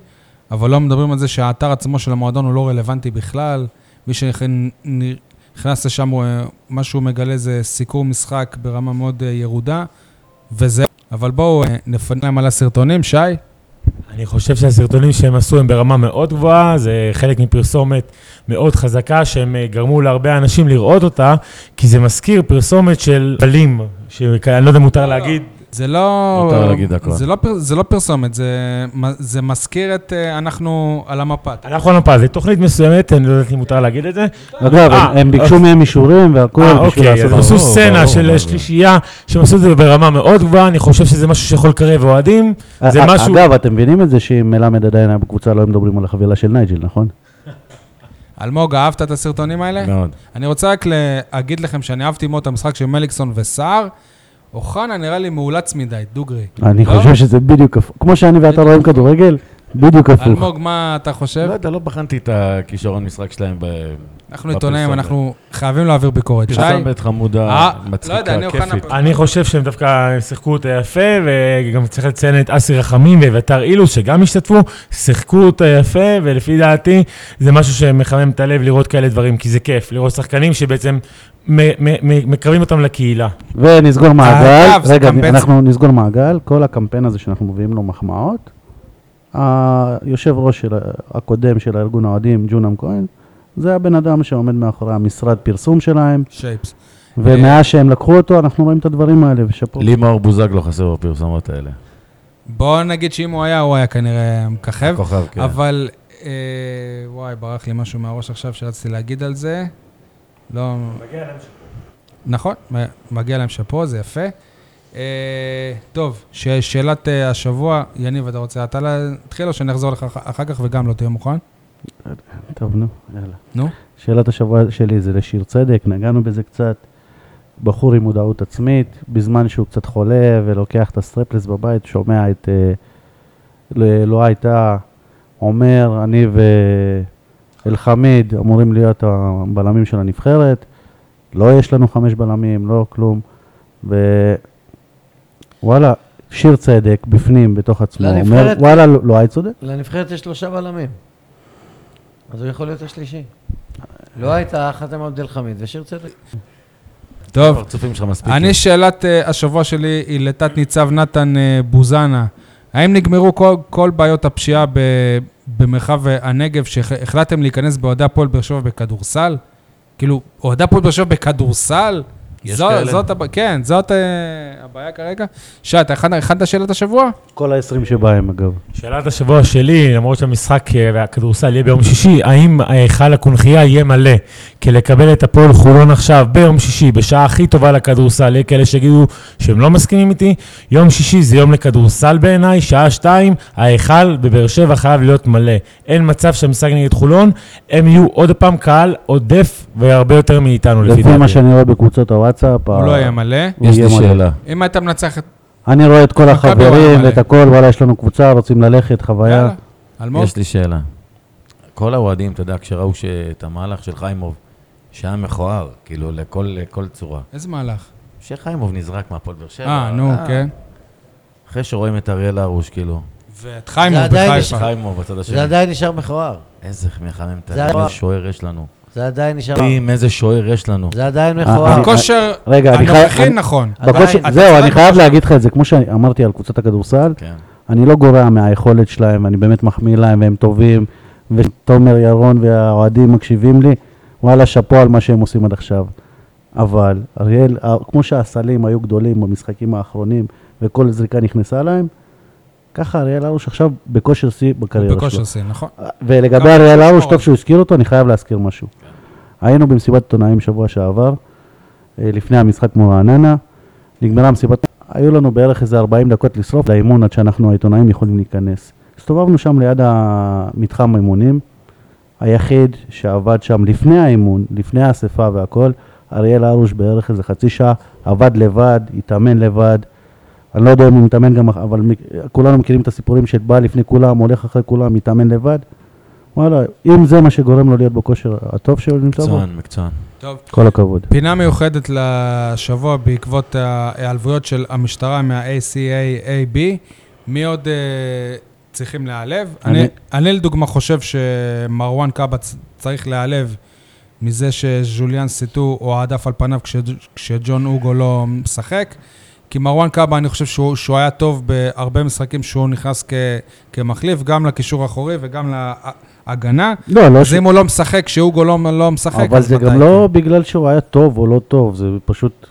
אבל לא מדברים על זה שהאתר עצמו של המועדון הוא לא רלוונטי בכלל. מי שנכנס לשם, הוא, אה, מה שהוא מגלה זה סיקור משחק ברמה מאוד אה, ירודה, וזהו. אבל בואו אה, נפנה להם על הסרטונים. שי, אני חושב שהסרטונים שהם עשו הם ברמה מאוד גבוהה, זה חלק מפרסומת מאוד חזקה, שהם אה, גרמו להרבה אנשים לראות אותה, כי זה מזכיר פרסומת של בלים, שאני לא יודע אם מותר להגיד. זה לא... מותר להגיד הכל. זה לא, פר, זה לא פרסומת, זה, זה מזכיר את אה, אנחנו על המפה. אנחנו על המפה, זו תוכנית מסוימת, אני לא יודעת אם מותר להגיד את זה. אגב, אה, הם- הם ביקשו מהם אישורים והכול אה, בשביל אוקיי, לעשות אז את הם זה. עשו ברור, סצנה ברור, של ברור. שלישייה, שהם עשו את זה ברמה מאוד גבוהה, אני חושב שזה משהו שיכול לקרב אוהדים, זה א- א- משהו... אה, אגב, אתם מבינים את זה שאם מלמד עדיין היה בקבוצה, לא היו מדברים על החבילה של נייג'ל, נכון? אלמוג, אהבת את הסרטונים האלה? לא. מאוד. אני רוצה רק להגיד לכם שאני אהבתי מאוד את המשחק של מליקסון וסער. אוחנה נראה לי מאולץ מדי, דוגרי. אה, אני לא? חושב שזה בדיוק הפוך. כמו שאני ואתה רואים כדורגל, בדיוק הפוך. אלמוג, מה אתה חושב? לא יודע, לא בחנתי את הכישרון משחק שלהם ב... אנחנו לא עיתונאים, בפרסומת. אנחנו חייבים להעביר ביקורת. שי? פרסם בית חמודה, אה, לא יודע, אני מצחיקה, אוחנה כיפית. פה. אני חושב שהם דווקא שיחקו אותה יפה, וגם צריך לציין את אסי רחמים ואביתר אילוס, שגם השתתפו, שיחקו אותה יפה, ולפי דעתי זה משהו שמחמם את הלב לראות כאלה דברים, כי זה כיף, לראות שחקנים שבעצם מ- מ- מ- מקרבים אותם לקהילה. ונסגור מעגל, אה, אגב, זה רגע, קמפיין- אנחנו נסגור מעגל, כל הקמפיין הזה שאנחנו מביאים לו מחמאות, היושב ראש של ה- הקודם של הארגון האוהדים, ג'ונם כהן, זה הבן אדם שעומד מאחורי המשרד פרסום שלהם, שייפס. ומאז שהם לקחו אותו, אנחנו רואים את הדברים האלה, ושאפו. לי מאור בוזגלו חסר בפרסומות האלה. בוא נגיד שאם הוא היה, הוא היה כנראה מככב. כוכב, כן. אבל, אה, וואי, ברח לי משהו מהראש עכשיו שרציתי להגיד על זה. לא... נכון, מ- מגיע להם שאפו, זה יפה. אה, טוב, ש- שאלת אה, השבוע, יניב, אתה רוצה, אתה להתחיל או שנחזור לך אח- אחר כך וגם לא תהיה מוכן? טוב, נו, יאללה. נו. שאלת השבוע שלי זה לשיר צדק, נגענו בזה קצת. בחור עם מודעות עצמית, בזמן שהוא קצת חולה ולוקח את הסטרפלס בבית, שומע את אה, ל- לא הייתה, אומר, אני ואלחמיד אמורים להיות הבלמים של הנבחרת, לא יש לנו חמש בלמים, לא כלום, ווואלה, שיר צדק בפנים, בתוך עצמו, אומר, לנבחרת- וואלה, לא לא היה צודק. לנבחרת יש שלושה בלמים. אז הוא יכול להיות השלישי. לא הייתה חתם עבד אל חמיד ושיר צדק. טוב, הפרצופים שלך מספיק. אני, שאלת אה, השבוע שלי היא לתת-ניצב נתן אה, בוזנה. האם נגמרו כל, כל בעיות הפשיעה ב, במרחב אה, הנגב שהחלטתם להיכנס באוהדי הפועל באר שבע בכדורסל? כאילו, אוהדי הפועל באר שבע בכדורסל? יש זו- כאלה? זאת הבעיה, כן, זאת אה, הבעיה כרגע. שי, אתה הכנת- הכנת שאלת השבוע? כל ה-20 שבהם, אגב. שאלת השבוע שלי, למרות שהמשחק אה, והכדורסל יהיה ביום שישי, האם היכל הקונכייה יהיה מלא? כי לקבל את הפועל חולון עכשיו, ביום שישי, בשעה הכי טובה לכדורסל, יהיה כאלה שיגידו שהם לא מסכימים איתי, יום שישי זה יום לכדורסל בעיניי, שעה שתיים, ההיכל בבאר שבע חייב להיות מלא. אין מצב שהמשחק נגד חולון, הם יהיו עוד פעם קהל עודף והרבה יותר מאיתנו, לפי לפי מה דעתי. שאני רואה בקבוצות הוואטסאפ, הוא ה- לא יהיה מלא. הוא יש לי יהיה מלא. שאלה. אם היית מנצח את... אני רואה את כל מכבי הוא החברים מלא. ואת הכל, וואלה, יש לנו קבוצה, רוצים ללכת, חוויה. יאללה, אלמוג? יש לי שאלה. כל האוהדים, אתה יודע, כשראו ש- את המהלך של חיימוב, שהיה מכוער, כאילו, לכל, לכל צורה. איזה מהלך? שחיימוב נזרק מהפועל באר שבע. אה, נו, כן. אחרי שרואים את אריאל הרוש, כאילו, ואת חיימו זה עדיין בחיפה. יש- חיימוב בצד השני. זה עדיין נשאר מכוער. איזה מחמם את זה הלב, היה- איזה שוער יש לנו. זה עדיין נשאר... עם איזה שוער יש לנו. זה עדיין אה, מכוער. הכל- הכושר רגע, אני חייב- הנוכחי אני- נכון. בכושר- עדיין, זהו, אתה אני צודק. חייב להגיד לך את זה, כמו שאמרתי על קבוצת הכדורסל, כן. אני לא גורע מהיכולת שלהם, אני באמת מחמיא להם, והם טובים, ותומר ירון והאוהדים מקשיבים לי, וואלה, שאפו על מה שהם עושים עד עכשיו. אבל אריאל, אה, כמו שהסלים היו גדולים במשחקים האחרונים, וכל זריקה נכנסה להם, ככה אריאל הרוש עכשיו בכושר שיא הוא בקריירה שלו. בכושר שיא, נכון. ולגבי גם אריאל צריך לשמור הרוש, על זה. טוב לא כן. שהוא הזכיר אותו, אני חייב להזכיר משהו. היינו במסיבת עיתונאים שבוע שעבר, אה, לפני המשחק מול רעננה, נגמרה המסיבת, היו לנו בערך איזה 40 דקות לשרוף לאימון עד שאנחנו העיתונאים יכולים להיכנס. הסתובבנו שם ליד המתחם האימונים, היחיד שעבד שם לפני האימון, לפני האספה והכל, אריאל הרוש בערך איזה חצי שעה, עבד לבד, התאמן לבד, אני לא יודע אם הוא מתאמן גם, אח- אבל מ- כולנו מכירים את הסיפורים שבא לפני כולם, הולך אחרי כולם, מתאמן לבד. וואלה, אם זה מה שגורם לו להיות בכושר הטוב שהוא נמצא בו, מקצוען, מקצוען. טוב. כל הכבוד. פינה מיוחדת לשבוע בעקבות ההיעלבויות של המשטרה מה-ACAAB. מי עוד אה, צריכים להיעלב? אני. אני, אני לדוגמה חושב שמרואן קבץ צריך להיעלב מזה שז'וליאן סיטו הוא העדף על פניו כש, כשג'ון אוגו לא משחק. כי מרואן קאבה, אני חושב שהוא, שהוא היה טוב בהרבה משחקים שהוא נכנס כ, כמחליף, גם לקישור האחורי וגם להגנה. לא, לא, אז אם הוא לא משחק, כשאוגו לא, לא משחק, אבל אז זה מתי כן. גם לא בגלל שהוא היה טוב או לא טוב, זה פשוט...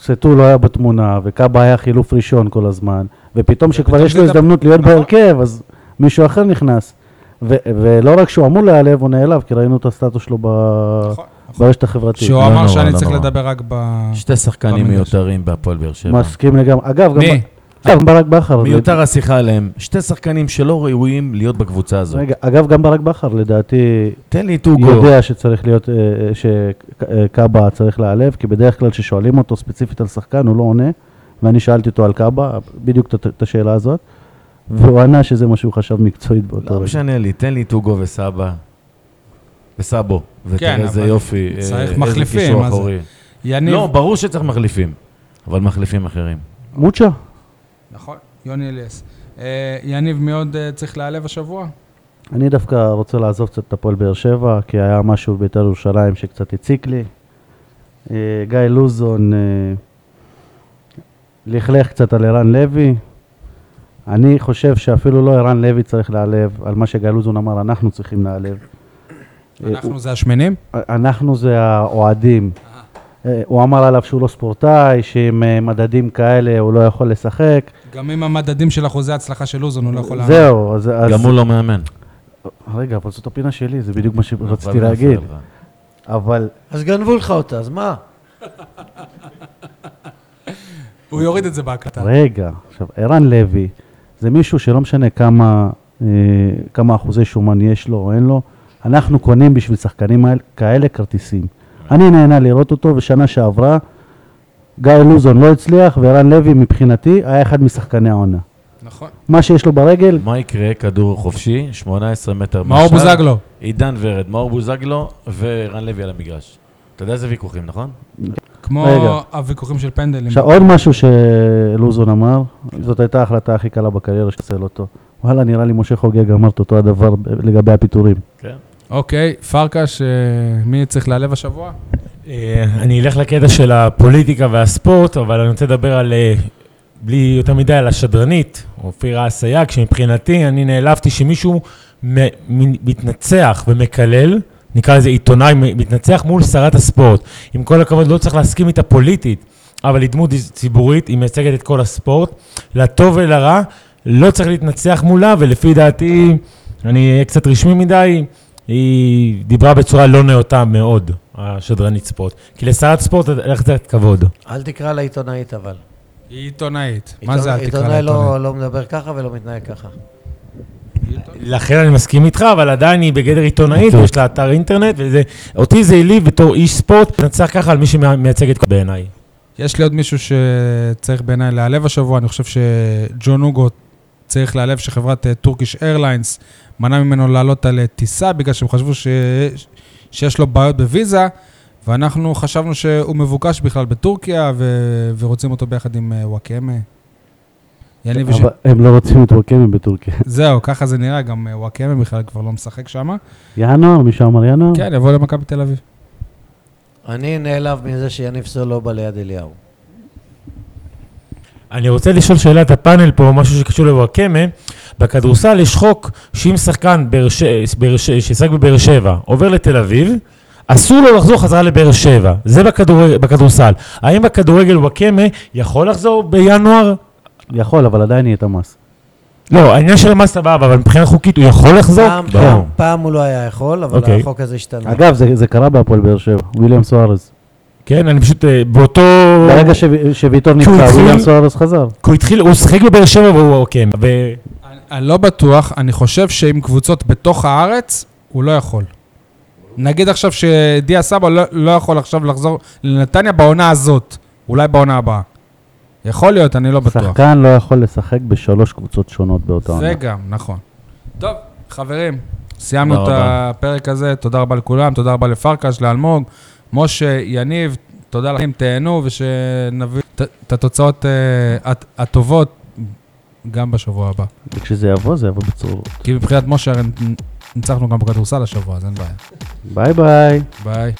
סטו לא היה בתמונה, וקאבה היה חילוף ראשון כל הזמן, ופתאום שכבר ופתאום יש זה לו גם- הזדמנות להיות נכון. בהרכב, אז מישהו אחר נכנס. ו- ולא רק שהוא אמור להיעלב, הוא נעלב, כי ראינו את הסטטוס שלו ב- נכון, נכון. ברשת החברתית. שהוא לא אמר נורא, שאני לא צריך נורא. לדבר רק ב... שתי שחקנים במגרש. מיותרים בהפועל באר שבע. מסכים לגמרי. אגב, גם- מי? גם ברק בכר. מיותר השיחה עליהם. שתי שחקנים שלא ראויים להיות בקבוצה הזאת. רגע, אגב, גם ברק בכר לדעתי תן לי את אוגו. יודע שצריך להיות, אה, אה, שקאבה צריך להיעלב, כי בדרך כלל כששואלים אותו ספציפית על שחקן, הוא לא עונה, ואני שאלתי אותו על קאבה, בדיוק את- את השאלה הזאת, והוא ענה שזה מה שהוא חשב מקצועית באותו לא רגע. משנה לי, תן לי את אוגו וסבא. וסבו. ותראה כן, איזה אבל יופי. אה, צריך איזה מחליפים, קישור מה זה? אחורי. יניב... לא, ברור שצריך מחליפים. אבל מחליפים אחרים. מוצ'ה? נכון, יוני אליאס. אה, יניב, מי עוד אה, צריך להיעלב השבוע? אני דווקא רוצה לעזוב קצת את הפועל באר שבע, כי היה משהו בבית"ר ירושלים שקצת הציק לי. אה, גיא לוזון אה, לכלך קצת על ערן לוי. אני חושב שאפילו לא ערן לוי צריך להיעלב על מה שגיא לוזון אמר, אנחנו צריכים להיעלב. אה, אנחנו זה השמנים? אנחנו זה האוהדים. אה, הוא אמר עליו שהוא לא ספורטאי, שעם אה, מדדים כאלה הוא לא יכול לשחק. גם עם המדדים של אחוזי ההצלחה של לוזון, הוא לא יכול... לענות. זהו, אז... אז- גם הוא לא מאמן. רגע, אבל זאת הפינה שלי, זה בדיוק מה שרציתי אבל לא להגיד. מפריע לך. אבל אז גנבו לך אותה, אז מה? הוא יוריד את זה בהקלטה. רגע, עכשיו, ערן לוי זה מישהו שלא משנה כמה, אה, כמה אחוזי שומן יש לו או אין לו, אנחנו קונים בשביל שחקנים האל- כאלה כרטיסים. אני נהנה לראות אותו, ושנה שעברה גיא לוזון לא הצליח, וערן לוי מבחינתי היה אחד משחקני העונה. נכון. מה שיש לו ברגל, מה יקרה? כדור חופשי, 18 מטר מאור מהשאר. בוזגלו. עידן ורד, מאור בוזגלו ורן לוי על המגרש. אתה יודע איזה ויכוחים, נכון? כמו רגע. הוויכוחים של פנדלים. עכשיו עוד משהו שלוזון אמר, זאת הייתה ההחלטה הכי קלה בקריירה שחסל לא אותו. וואלה, נראה לי משה חוגג אמר את אותו הדבר ב- לגבי הפיטורים. כן. אוקיי, פרקש, אה, מי צריך להיעלב השבוע? אה, אני אלך לקטע של הפוליטיקה והספורט, אבל אני רוצה לדבר על, אה, בלי יותר מדי, על השדרנית, אופירה אסייג, שמבחינתי אני נעלבתי שמישהו מ- מ- מתנצח ומקלל נקרא לזה עיתונאי מ- מתנצח מול שרת הספורט. עם כל הכבוד, לא צריך להסכים איתה פוליטית, אבל היא דמות ציבורית, היא מייצגת את כל הספורט. לטוב ולרע, לא צריך להתנצח מולה, ולפי דעתי, אני אהיה קצת רשמי מדי, היא דיברה בצורה לא נאותה מאוד, השדרנית ספורט. כי לשרת ספורט צריך לתת כבוד. אל תקרא לה עיתונאית אבל. היא עיתונאית. מה זה אל תקרא לה עיתונאי עיתונאית? לא, לא מדבר ככה ולא מתנהג ככה. לכן אני מסכים איתך, אבל עדיין היא בגדר עיתונאית, יש לה אתר אינטרנט, וזה... אותי זה העליב בתור איש ספורט, לנצח ככה על מי שמייצג את כל בעיניי. יש לי עוד מישהו שצריך בעיניי להיעלב השבוע, אני חושב שג'ון אוגו צריך להיעלב שחברת טורקיש איירליינס מנעה ממנו לעלות על אה, טיסה בגלל שהם חשבו ש... שיש לו בעיות בוויזה, ואנחנו חשבנו שהוא מבוקש בכלל בטורקיה ו... ורוצים אותו ביחד עם אה, וואקמה. יניב וש... אבל הם לא רוצים את וואקמה בטורקיה. זהו, ככה זה נראה, גם אה, וואקמה בכלל כבר לא משחק שם. ינואר, מישהו אמר ינואר? כן, יבוא למכבי תל אביב. אני נעלב מזה שיניב סולובה ליד אליהו. אני רוצה לשאול שאלת הפאנל פה, משהו שקשור לוואקמה. בכדורסל יש חוק שאם שחקן באר ש- באר ש- שישחק בבאר שבע עובר לתל אביב, אסור לו לחזור חזרה לבאר שבע. זה בכדור- בכדורסל. האם בכדורגל וואקמה יכול לחזור בינואר? יכול, אבל עדיין יהיה את המס. לא, העניין של המס סבבה, אבל מבחינה חוקית הוא יכול לחזור? פעם, לא. פעם, פעם הוא לא היה יכול, אבל אוקיי. החוק הזה כן. השתנה. אגב, זה- זה קרה בהפועל באר שבע, וויליאם סוארז. כן, אני פשוט אה, באותו... ברגע ש- שוויטור נבחר, התחיל- וויליאם סוארז חזר. כי הוא התחיל, הוא שיחק בבאר שבע והוא וואקמה. ו- אני, אני לא בטוח, אני חושב שעם קבוצות בתוך הארץ, הוא לא יכול. נגיד עכשיו שדיה סבא לא, לא יכול עכשיו לחזור לנתניה בעונה הזאת, אולי בעונה הבאה. יכול להיות, אני לא בטוח. שחקן לא יכול לשחק בשלוש קבוצות שונות באותה עונה. זה גם, נכון. טוב, חברים, סיימנו את תודה רבה. הפרק הזה, תודה רבה לכולם, תודה רבה לפרקש, לאלמוג, משה, יניב, תודה לכם, תהנו, ושנביא את- את התוצאות אה, הט- הטובות גם בשבוע הבא. וכשזה יבוא, זה יבוא בצורות. כי מבחינת משה הרי נ- ניצחנו גם בכדורסל השבוע, אז אין בעיה. ביי ביי. ביי.